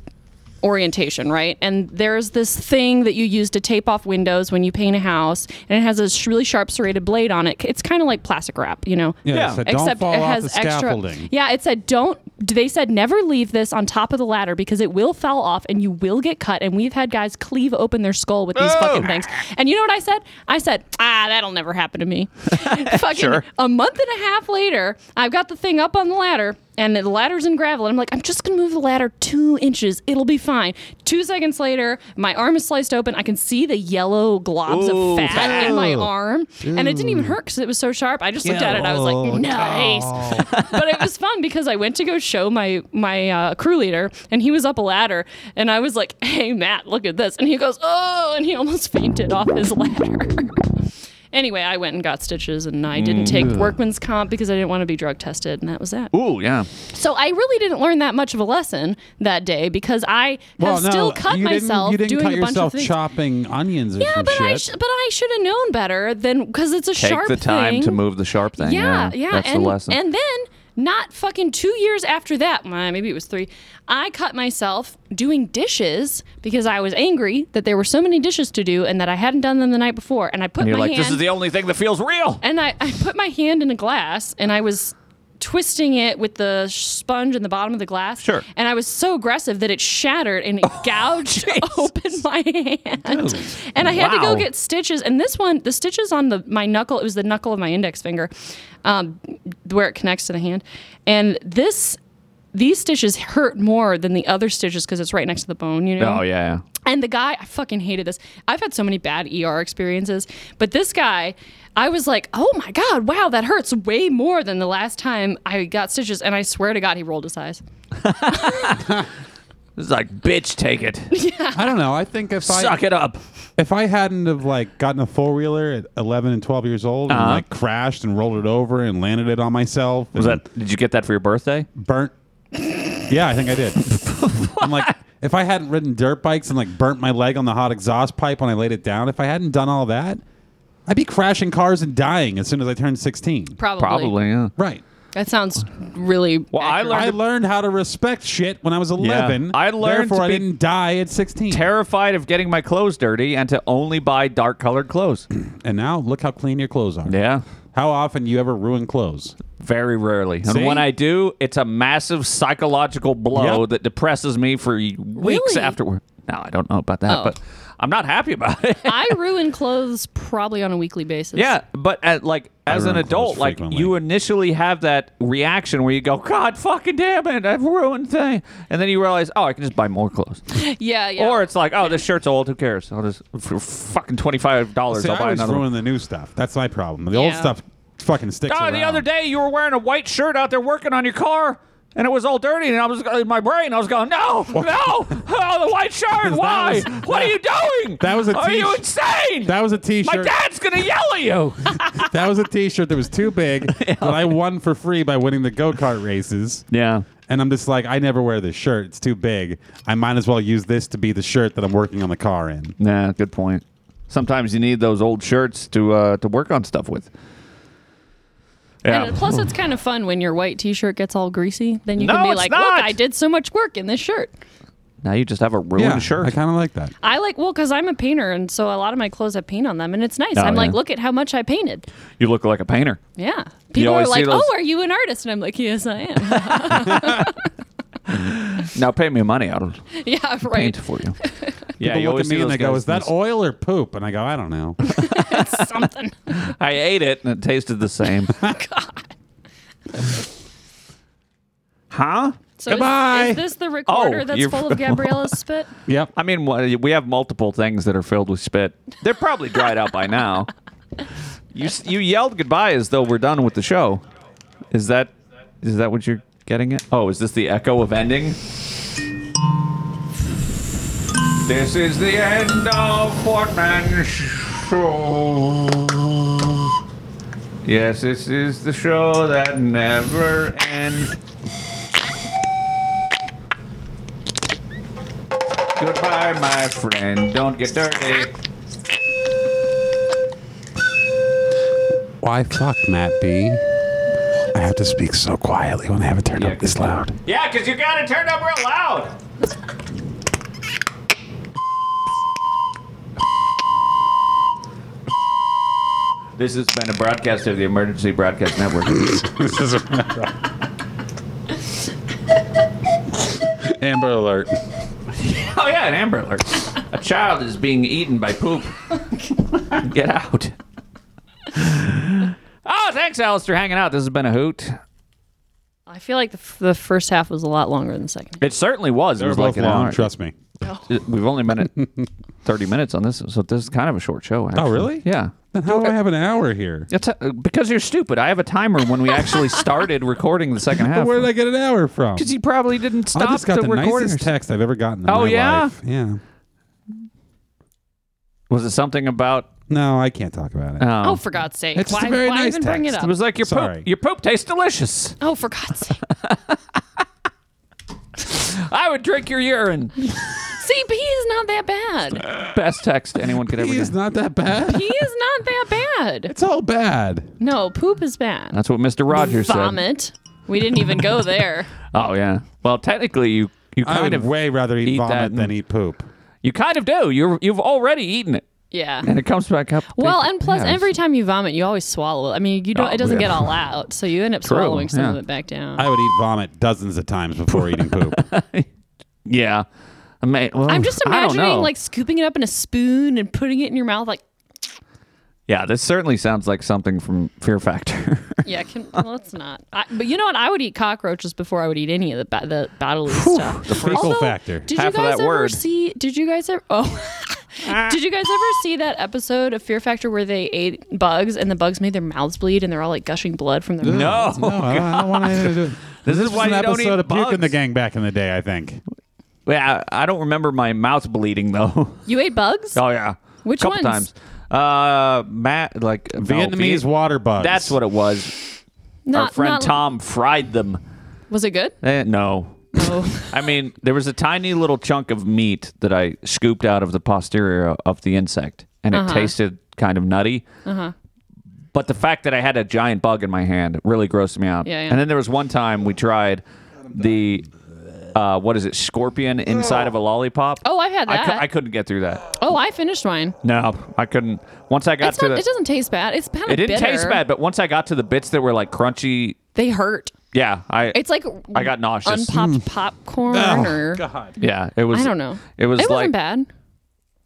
orientation, right? And there's this thing that you use to tape off windows when you paint a house, and it has a sh- really sharp serrated blade on it. It's kind of like plastic wrap, you know. Yeah, Yeah. So don't Except fall it off has the extra. scaffolding. Yeah, it said don't. They said never leave this on top of the ladder because it will fall off and you will get cut. And we've had guys cleave open their skull with these fucking things. And you know what I said? I said, ah, that'll never happen to me. fucking a month and a half later, I've got the thing up on the ladder and the ladder's in gravel. And I'm like, I'm just going to move the ladder two inches. It'll be fine. Two seconds later, my arm is sliced open. I can see the yellow globs Ooh, of fat, in my fat. arm. And it didn't even hurt because it was so sharp. I just looked at it and I was Oh, like, nice but it was fun because I went to go show my my uh, crew leader, and he was up a ladder, and I was like, "Hey, Matt, look at this!" And he goes, "Oh!" And he almost [laughs] fainted off his ladder. [laughs] anyway, I went and got stitches, and I didn't take Mm. workman's comp because I didn't want to be drug tested, and that was that. Ooh, yeah. So I really didn't learn that much of a lesson that day because I Well, have no, still cut you myself Didn't, you didn't doing a cut bunch yourself of things. chopping onions or yeah, some but shit. I sh- but I should have known better than because it's a Take sharp the time thing. to move the sharp thing. Yeah, yeah. That's and, the lesson. and then not fucking two years after that, well, maybe it was three, I cut myself doing dishes because I was angry that there were so many dishes to do and that I hadn't done them the night before. And I put And you're my like, hand this is the only thing that feels real. and I, I put my hand in a glass and I was twisting it with the sponge in the bottom of the glass. Sure. Oh, And I was so aggressive that it shattered and it [laughs] gouged open my hand. And I had to Wow. go get stitches. And this one, the stitches on the my knuckle, it was the knuckle of my index finger, um, where it connects to the hand. And this these stitches hurt more than the other stitches because it's right next to the bone, you know? Oh, yeah. And the guy, I fucking hated this. I've had so many bad ER experiences, but this guy, I was like, oh my God, wow, that hurts way more than the last time I got stitches. And I swear to God, he rolled his eyes. It's like, bitch, take it. [laughs] I don't know. I think if I Suck it up. if I hadn't have like gotten a four wheeler at eleven and twelve years old and like crashed and rolled it over and landed it on myself, Uh-huh. Was and that? Did you get that for your birthday? [laughs] burnt? Yeah, I think I did. I'm like, If I hadn't ridden dirt bikes and like burnt my leg on the hot exhaust pipe when I laid it down, if I hadn't done all that, I'd be crashing cars and dying as soon as I turned 16. Probably. Probably, yeah. Right. That sounds really. Well, I accurate. learned I learned how to respect shit when I was 11. I learned Therefore, to I be didn't die at 16. Terrified of getting my clothes dirty and to only buy dark colored [clears throat] clothes. and now look how clean your clothes are. Yeah. How often you ever ruin clothes? Very rarely. And See? when I do, it's a massive psychological blow Yep. that depresses me for y- weeks Really? afterward. No, I don't know about that, Oh. but I'm not happy about it. [laughs] I ruin clothes probably on a weekly basis. yeah, but at, like as an ruin clothes adult, like frequently. you initially have that reaction where you go, "God fucking damn it, I've ruined thing," and then you realize, "Oh, I can just buy more clothes." [laughs] Yeah. Yeah. Or it's like, "Oh, this shirt's old. Who cares? I'll just for fucking twenty five dollars, See, I'll I buy always another." ruin one. the new stuff. That's my problem. The old Yeah. stuff fucking sticks Oh, around. the other day you were wearing a white shirt out there working on your car. And it was all dirty, and I was in my brain. I was going, no, no, [laughs] oh, the white [laughs] shirt. Why? was- what are you doing? That was a Are you t-shirt- insane? That was a my [laughs] T-shirt. dad's gonna yell at [laughs] you. that was a T-shirt that was too big [laughs] that I won for free by winning the go-kart races. yeah. And I'm just like, I never wear this shirt. It's too big. I might as well use this to be the shirt that I'm working on the car in. Nah, good point. Sometimes you need those old shirts to uh, to work on stuff with. And plus, it's kind of fun when your white T-shirt gets all greasy. Then you No, can be it's like, not. "Look, I did so much work in this shirt." Now you just have a ruined shirt. I kind of like that. I like well, because I'm a painter, and so a lot of my clothes have paint on them, and it's nice. Oh, I'm like, yeah. "Look at how much I painted." you look like a painter. Yeah. People are always see like, those- "Oh, are you an artist?" And I'm like, "Yes, I [laughs] am." [laughs] Now pay me money. I'll yeah. Right. paint for [laughs] you. yeah, People you look always at me see and those they go, guys "Is that in- oil or poop?" And I go, "I [laughs] don't know." Something. I ate it and it tasted the [laughs] same. huh? So is- Goodbye. Is, this the recorder Oh, that's you're- [laughs] full of Gabriella's spit? yep. I mean, wha- we have multiple things that are filled with spit. They're probably dried out by now. You s- you yelled goodbye as though we're done with the show. Is that is that what you're getting at? Oh, is this the echo of ending? This is the end of Portman Show. Yes, this is the show that never ends. Goodbye, my friend. Don't get dirty. Why fuck Matt B? I have to speak so quietly when I have it turned Yeah, up this good. loud. Yeah, because you got it turned up real loud. This has been a broadcast of the Emergency Broadcast [laughs] Network. this is Amber alert. oh, yeah, an Amber Alert. A child is being eaten by poop. Get out. Oh, thanks, Alice, for hanging out. This has been a hoot. I feel like the, f- the first half was a lot longer than the second. It certainly was. They it were was both like an long. hour. Trust me. We've only [laughs] been at 30 minutes on this, so this is kind of a short show. Actually. Oh, really? Yeah. Then how do I have an hour here? That's uh because you're stupid. I have a timer when we [laughs] actually started recording the second half. Where did I get an hour from? Because you probably didn't stop I just got the, the recording. nicest text I've ever gotten. In Oh, my yeah? life. yeah. Was it something about? No, I can't talk about it. Um, Oh, for God's sake! It's why just a very why nice even bring it text. up? it was like your Sorry. poop. Your poop tastes delicious. oh, for God's sake! I would drink your urine. See, he is not that bad. Best text anyone could ever He is get. not that bad. He is not that bad. It's all bad. No, poop is bad. That's what Mr. Rogers Vomit. We didn't even go [laughs] there. said. Oh yeah. Well, technically, you you I kind would of way rather eat, eat that vomit and- than eat poop. you kind of do. You you've already eaten it, Yeah. and it comes back up. Well, and plus, Yeah, it's- every time you vomit, you always swallow. it. I mean, you don't. Oh, it doesn't yeah. get [laughs] all out, so you end up True, swallowing some of yeah. it back down. I would eat vomit dozens of times before [laughs] eating poop. yeah. I mean, well, I'm just I don't imagining know. like scooping it up in a spoon and putting it in your mouth. Like, Yeah, this certainly sounds like something from Fear Factor. yeah, [laughs] can, let's not. I, but you know what? I would eat cockroaches before I would eat any of the ba- the bodily stuff. The freckle Although, factor. Did Half of you guys that ever word. see? Did you guys ever? Oh. [laughs] Did you guys ever see that episode of Fear Factor where they ate bugs and the bugs made their mouths bleed and they're all like gushing blood from their mouths? [laughs] no. No, I don't, I don't want anything to do. [laughs] This is was why an you don't episode eat of Puke in the bugs. Gang back in the day. I think Yeah, I I don't remember my mouth bleeding though. [laughs] You ate bugs? oh yeah. Which Couple ones? times. Uh, Matt, like no, Vietnamese Viet- water bugs. That's what it was. Our friend Tom fried them. [laughs] Was it good? Eh, no. Oh, I mean, there was a tiny little chunk of meat that I scooped out of the posterior of the insect, and Uh-huh. it tasted kind of nutty. But the fact that I had a giant bug in my hand really grossed me out. Yeah, yeah. And then there was one time we tried the. Uh, what is it? Scorpion inside of a lollipop. Oh, I've had I cou- that. I couldn't get through that. oh, I finished mine. No, I couldn't. Once I got It's to not, the, it doesn't taste bad. It's kind of it didn't bitter. taste bad, but once I got to the bits that were like crunchy, They hurt. yeah, I It's like I got nauseous. Oh, Unpopped popcorn or yeah, it was. I don't know. It was It wasn't like bad.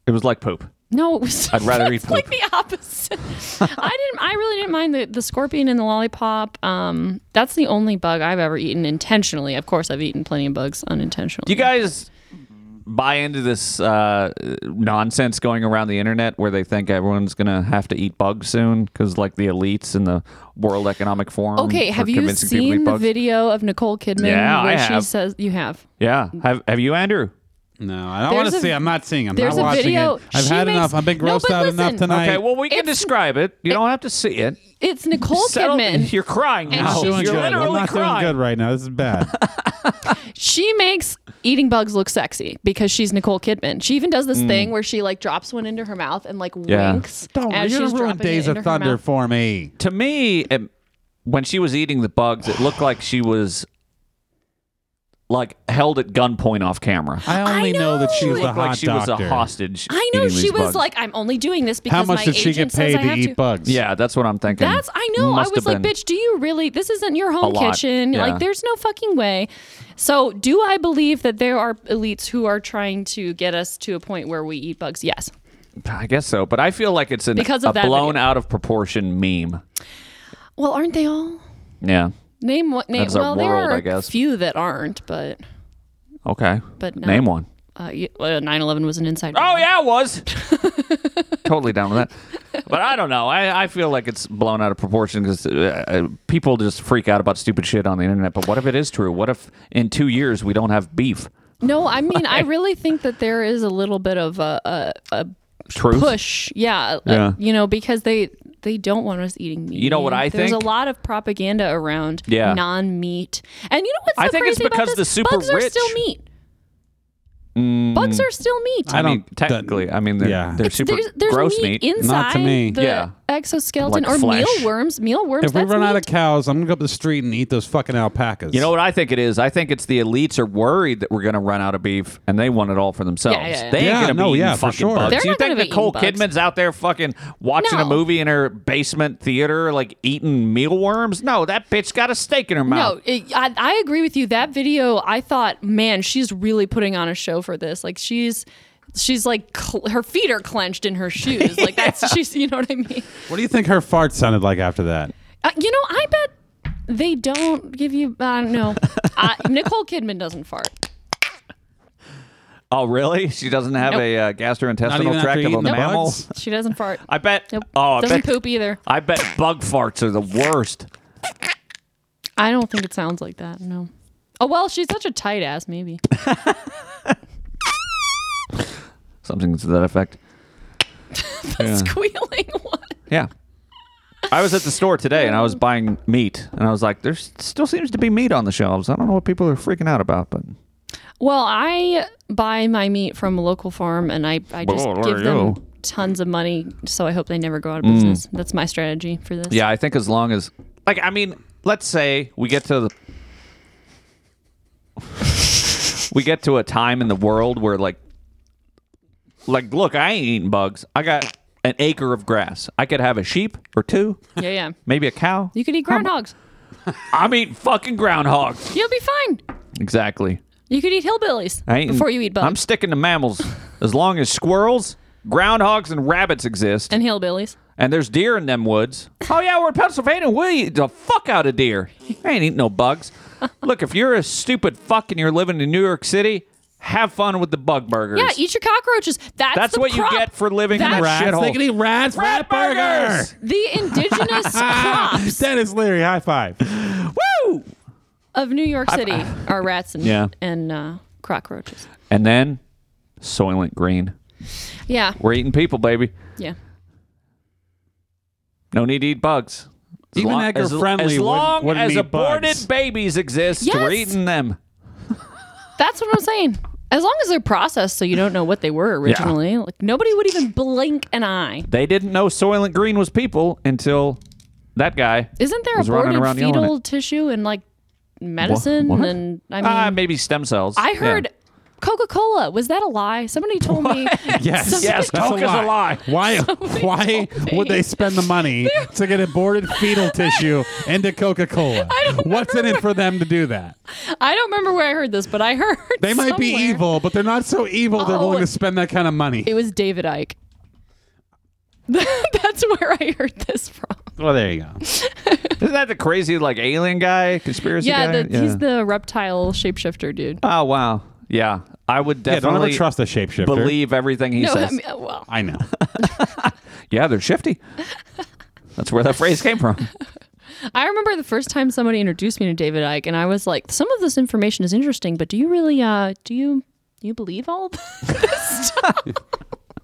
it was like poop. No, it was. I'd [laughs] rather eat it's like poop. the opposite. I didn't. I really didn't mind the, the scorpion and the lollipop. Um, that's the only bug I've ever eaten intentionally. Of course, I've eaten plenty of bugs unintentionally. Do you guys buy into this uh, nonsense going around the internet where they think everyone's gonna have to eat bugs soon because like the elites and the World Economic Forum? okay, are have you um, convincing people to eat seen the bugs? video of Nicole Kidman Yeah, I where have. she says you have? Yeah, have have you, Andrew? No, I don't want to There's a- see. I'm not seeing. I'm there's not a watching video. it. I've She had makes- enough. I've been No, grossed but out enough listen. tonight. Okay, well we can It's- describe it. You don't have to see it. It's Nicole [laughs] Settle- Kidman. [laughs] You're crying And now. she's- You're Doing good. I'm literally not crying. doing good right now. This is bad. [laughs] she makes eating bugs look sexy because she's Nicole Kidman. She even does this thing where she like drops one into her mouth and like Mm. Yeah. winks Don't as you're she's gonna ruin dropping it Days into of her Thunder mouth. for me. to me, it, when she was eating the bugs, it looked like she was like held at gunpoint off camera. I only know, that she know. was Looked a Looked like hot she doctor. was a hostage. I know eating she these was bugs. like, I'm only doing this because How much my did she agent get says paid I to have eat bugs? Yeah, that's what I'm thinking. That's I know. I Must was have like, been. bitch, do you really? This isn't your home lot. kitchen. Yeah. Like, there's no fucking way. So, do I believe that there are elites who are trying to get us to a point where we eat bugs? Yes. I guess so, but I feel like it's an, Because of a that blown video. out of proportion meme. Well, aren't they all? Yeah. Name what name? That's our well, there world, are I guess. a few that aren't, but Okay. But no. name one. uh, y- uh, 9/11 was an inside. Oh job. yeah, it was. [laughs] totally down with that. But I don't know. I, I feel like it's blown out of proportion because uh, uh, people just freak out about stupid shit on the internet. But what if it is true? What if in two years we don't have beef? No, I mean, [laughs] I really think that there is a little bit of a, a, a Truth. push. Yeah, uh, Yeah. you know, because they they don't want us eating meat. You know what I There's think? a lot of propaganda around Yeah. non-meat, and you know what's so I think it's crazy about because this? the super bugs are rich- Mm. still meat. bugs are still meat. I, I mean, don't- technically, I mean, they're, Yeah. they're super there's, there's gross meat. meat, inside Not to me. the Yeah. exoskeleton Like or flesh. mealworms. Mealworms. If we that's run out of meat. cows, I'm gonna go up the street and eat those fucking alpacas. you know what I think it is? I think it's the elites are worried that we're going to run out of beef, and they want it all for themselves. Yeah, yeah, yeah. They ain't Yeah, going to no, be eating yeah, for fucking sure. bugs. They're you not think gonna be Nicole eating bugs. Kidman's out there fucking watching a No. movie in her basement theater, like eating mealworms? No, that bitch got a steak in her mouth. No, it, I, I agree with you. That video, I thought, man, she's really putting on a show for this. Like she's. She's like cl- her feet are clenched in her shoes. Like [laughs] that's [laughs] she's you know what I mean. What do you think her fart sounded like after that? Uh, you know, I bet they don't give you. I [laughs] don't know. Uh, Nicole Kidman doesn't fart. Oh, really? She doesn't have Nope. a uh, Not even gastrointestinal after tract of eating a the mammal? bugs? She doesn't fart. I bet. Nope. Oh, I doesn't bet, poop e- either. I bet bug farts are the worst. I don't think it sounds like that. No. Oh well, she's such a tight ass. Maybe. [laughs] Something to that effect. Squealing. What? Yeah. I was at the store today and I was buying meat and I was like, there still seems to be meat on the shelves. I don't know what people are freaking out about, but Well, I buy my meat from a local farm, and I I just Well, Oh, there give you them go. Mm. tons of money. So I hope they never go out of business. That's my strategy for this. yeah, I think as long as, like, I mean, let's say we get to the. [laughs] we get to a time in the world where, like, like, look, I ain't eating bugs. I got an acre of grass. I could have a sheep or two, Yeah, yeah. maybe a cow. You could eat groundhogs. I'm eating fucking groundhogs. You'll be fine. Exactly. You could eat hillbillies I ain't before you eat bugs I'm sticking [laughs] to mammals as long as squirrels, groundhogs, and rabbits exist, and, and hillbillies. there's deer in them woods. Oh yeah, we're in Pennsylvania. We eat the fuck out of deer. I ain't eating [laughs] no bugs. Look, if you're a stupid fuck and you're living in New York City, have fun with the bug burgers. Yeah, eat your cockroaches. That's, That's the what crop. you get for living in That's- that Rats. They shithole. can eat rats. Rat, burgers. the [laughs] indigenous crops Dennis Leary, high five. Woo! of New York City are rats and Yeah. and uh, cockroaches. And then, Soylent Green. Yeah, We're eating people, baby. yeah. No need to eat bugs. As Even Edgar as, Friendly as wouldn't- long wouldn't as eat aborted bugs. babies exist, we're Yes. eating them. That's what I'm saying. As long as they're processed so you don't know what they were originally, like nobody would even blink an eye. They didn't know Soylent Green was people until that guy. Isn't there Was running aborted around yelling fetal it. tissue and like medicine? what? And I mean, Ah, maybe stem cells. I Yeah. heard Coca Cola. Was that a lie? Somebody told me. [laughs] Yes. Yes, That's Coke is a lie. [laughs] Why? Why told me. would they spend the money to get aborted fetal tissue into Coca Cola? What's in it for them to do that? I don't remember where I heard this, but I [laughs] heard They might be somewhere- evil, but they're not so evil. They're willing Oh. to spend that kind of money. It was David Icke. [laughs] That's where I heard this from. Well, there you go. Isn't that the crazy like alien guy conspiracy Yeah, guy? the, he's the reptile shapeshifter dude. Oh wow. Yeah, I would Yeah, don't definitely ever trust a shapeshifter. believe everything he no, says. I mean, uh, well, I know. yeah, [laughs] they're shifty. That's where that phrase came from. I remember the first time somebody introduced me to David Icke, and I was like, "Some of this information is interesting, but do you really, uh, do you, do you believe all of this [laughs] stuff?"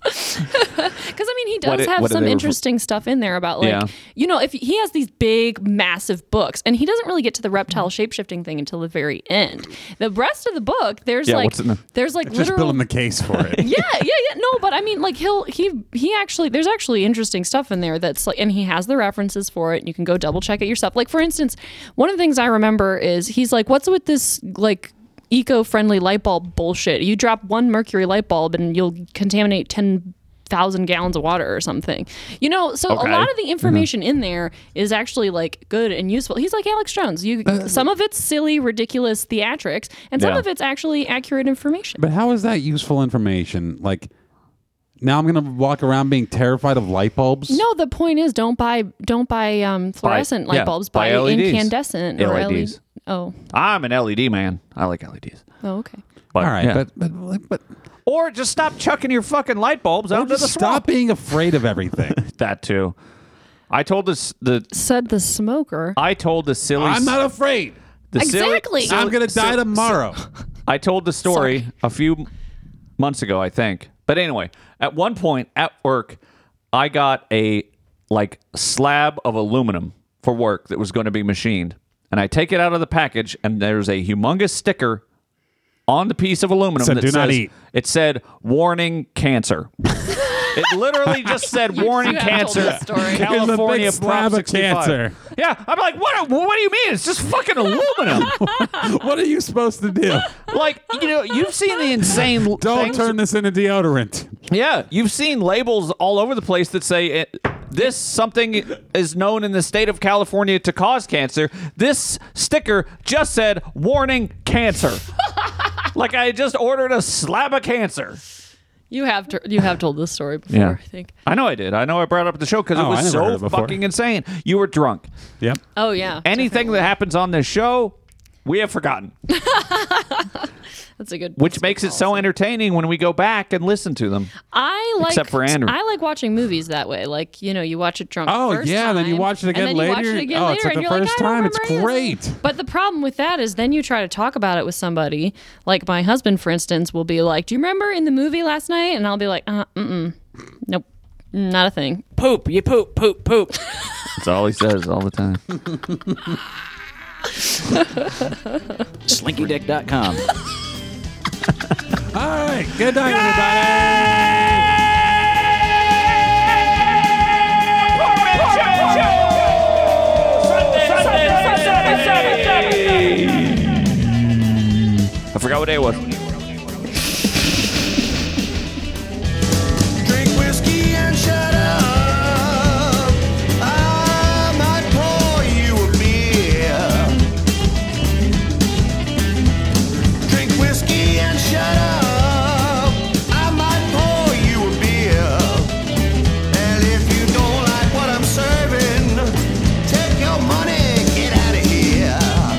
Because I mean, he does What it- have what do some they refer- interesting stuff in there about like, Yeah. you know, if he has these big, massive books, and he doesn't really get to the reptile Mm. shapeshifting thing until the very end. The rest of the book, there's Yeah, like, what's in the- there's like [laughs] Just literal building the case for it. [laughs] yeah, yeah, yeah. No, but I mean, like he'll he he actually there's actually interesting stuff in there that's like, and he has the references for it, and you can go double check it yourself. Like for instance, one of the things I remember is he's like, "What's with this like?" eco-friendly light bulb bullshit. You drop one mercury light bulb and you'll contaminate 10,000 gallons of water or something. You know, so Okay. Mm-hmm. a lot of the information in there is actually like good and useful. He's like Alex Jones. You some of it's silly, ridiculous theatrics, and some Uh, Yeah. of it's actually accurate information. [laughs] but how is that useful information? Like, now I'm going to walk around being terrified of light bulbs? No, the point is don't buy don't buy um, fluorescent light yeah, bulbs. Buy, buy E LEDs. incandescent or LED. LEDs. Oh, I'm an LED man. I like LEDs. oh, okay. But, All right, yeah. but, but, but or just stop chucking your fucking light bulbs out into the just stop swamp. being afraid of [laughs] everything. That too. I told this the Said the smoker. I told the silly. I'm not afraid. the silly- Exactly. silly- I'm going to die [laughs] silly- tomorrow. I told the story a few months ago, I think. But anyway, at one point at work, I got a like slab of aluminum for work that was going to be machined. And I take it out of the package and there's a humongous sticker on the piece of aluminum Said, that "Do says not eat." it said warning [laughs] cancer. it literally just said warning you have told cancer. this [laughs] story. California It's a big slab Prop of 65. cancer. [laughs] Yeah, I'm like, what? What do you mean? It's just fucking [laughs] aluminum. what are you supposed to [laughs] do? like you know, you've seen the insane. Don't things turn this into deodorant. Yeah, you've seen labels all over the place that say eh, this something is known in the state of California to cause cancer. This sticker just said warning [laughs] cancer. like I just ordered a slab of cancer. You have to, you have told this story before, I think. I know I did. I know I brought up the show because Oh, it I was never heard so it before. fucking insane. You were drunk. Yep. Oh yeah. Anything that happens on this show, we have forgotten, That's a good. which makes it so entertaining when we go back and listen to them. I like Except for Andrew. I like watching movies that way. Like you know, you watch it drunk. Oh, first yeah, then you time, watch it and again then you watch later. it again Oh, later, it's like and the you're first "I don't time. It's remember any of this." great. But the problem with that is then you try to talk about it with somebody. Like my husband, for instance, will be like, "Do you remember in the movie last night?" And I'll be like, "Uh, mm, nope, not a thing." Poop, you poop, poop, [laughs] poop. That's all he says all the time. Slinkydick.com. All right. Good night, I forgot what day it was. Drink whiskey and shut up. I might pour you a beer. Drink whiskey and shut up. I might pour you a beer. And if you don't like what I'm serving, take your money, get out of here. Uh-huh,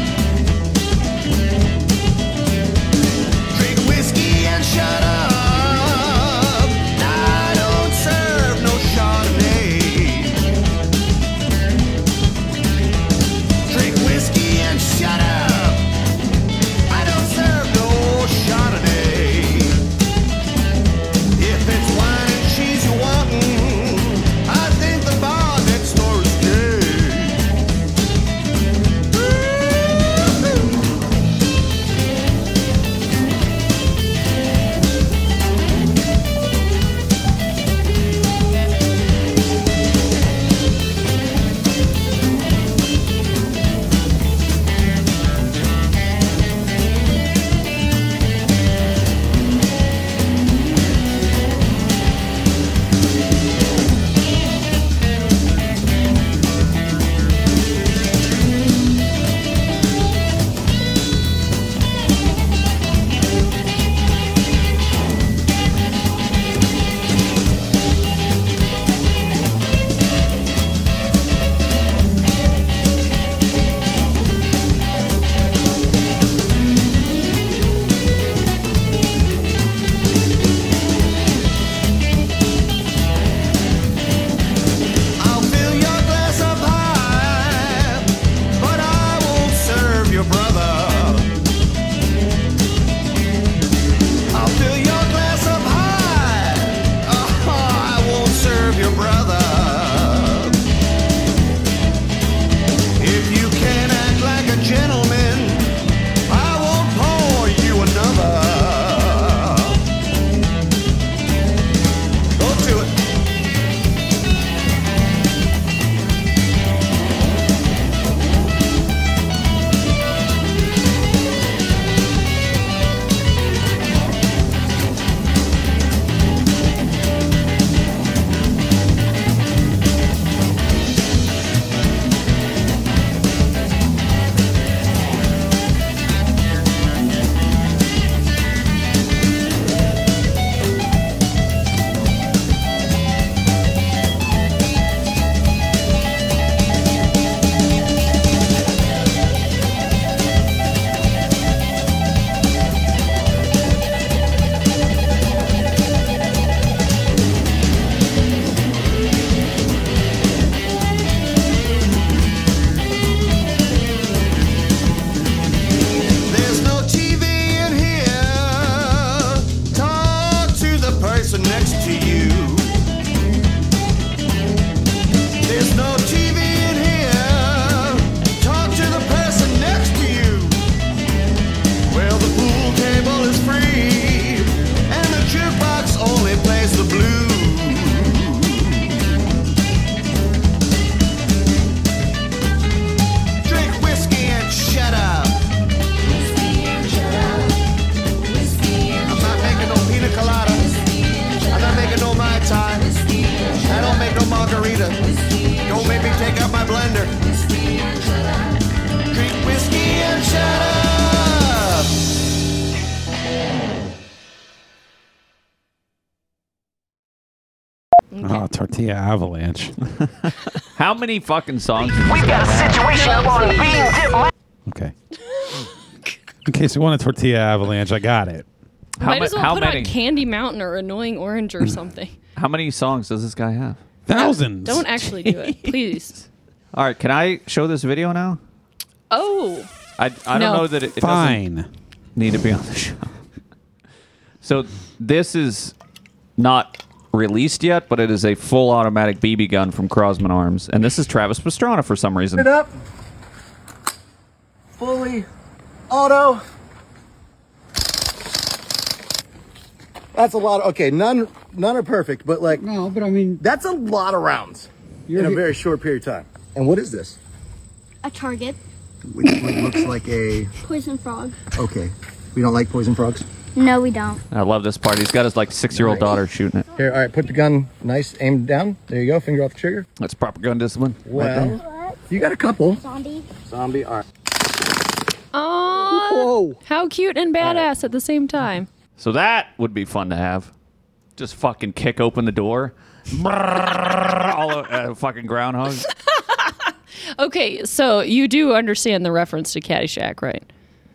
Oh, tortilla avalanche. How many fucking songs? We got a situation up on Bean Dip Mountain. Okay. In case you want a tortilla avalanche, I got it. How, Might ma- as well how put many? on Candy Mountain or Annoying Orange [laughs] or something. how many songs does this guy have? Thousands. Don't actually do it, please. All right, can I show this video now? Oh, I, I No. don't know that it, it doesn't Fine. need to be on the show. So this is not released yet, but it is a full automatic BB gun from Crosman Arms, and this is Travis Pastrana for some reason. up. Fully auto. That's a lot. Of, okay, none none are perfect, but like No, but I mean, that's a lot of rounds in a very short period of time. And what is this? A target. which one looks like a. Poison frog. Okay, we don't like poison frogs. No, we don't. I love this part. He's got his like six-year-old daughter shooting it. Here, all right, put the gun nice, aim down. There you go, finger off the trigger. That's proper gun discipline. Well, you got a couple. Zombie. Zombie, all right. Aw, Whoa. how cute and badass at the same time. So that would be fun to have. Just fucking kick open the door. Brrrr, all o- uh, fucking groundhog. Okay, so you do understand the reference to Caddyshack, right?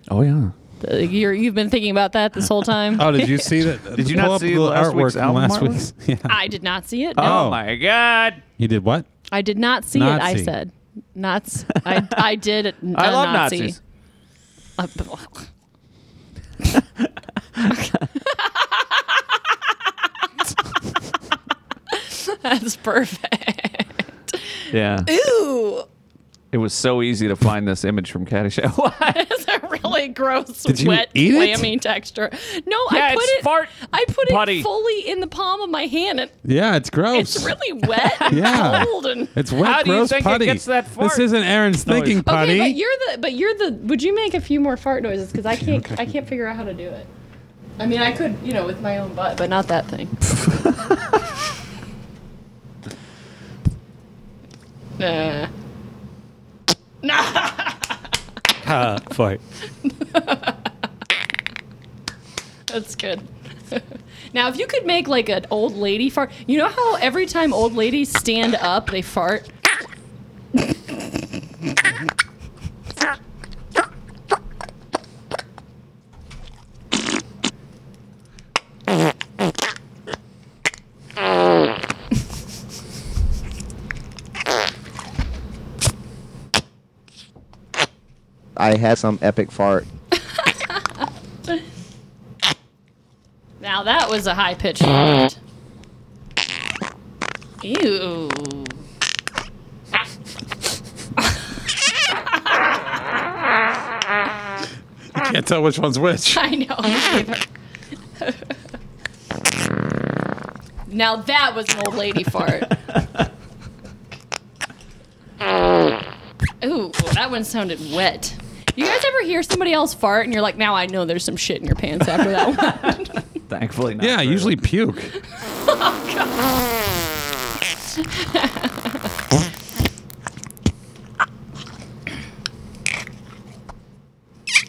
Oh yeah. Uh, You're, you've been thinking about that this whole [laughs] time. Oh, did you see that? Did you Pull not up see the last week's artwork from album last artwork? week's? [laughs] Yeah. I did not see it. No, Oh, Oh. my god. You did what? I did not see it. I Nazi. said, "Nuts." I, I did. a I love Nazi. Nazis. Uh, b- well, [laughs] That's perfect. Yeah. Ooh, It was so easy to find this image from Caddyshack. [laughs] What? it's a really gross, Did you wet, eat it? clammy texture. No, Yeah, I put it's it. fart I put putty. it fully in the palm of my hand, and Yeah, it's gross. it's really wet and [laughs] Yeah. cold. And It's wet, How do you gross think it putty. gets that fart? This isn't Aaron's thinking putty. okay, but you're the. But you're the. Would you make a few more fart noises? Because I can't. I can't figure out how to do it. I mean, I could, you know, with my own butt, but not that [laughs] thing. [laughs] nah. Ah, fart. That's good. [laughs] now, if you could make like an old lady fart, you know how every time old ladies stand up, they fart? I had some epic fart. Now, that was a high pitched fart. Ew. Can't tell which one's which. [laughs] I know. now, that was an old lady [laughs] fart. Ooh, that one sounded wet. You guys ever hear somebody else fart and you're like, now I know there's some shit in your pants after that one? Thankfully not. [laughs] Yeah, I very usually puke. [laughs]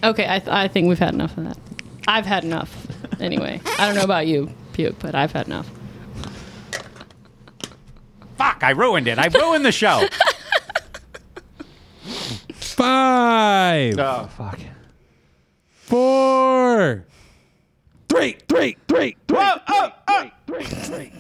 Okay, I, th- I think we've had enough of that. I've had enough. Anyway, I don't know about you, puke, but I've had enough. Fuck, I ruined it. I ruined the show. [laughs] Five, well. Oh fuck. four, three, three, three, three. Oh, oh, oh.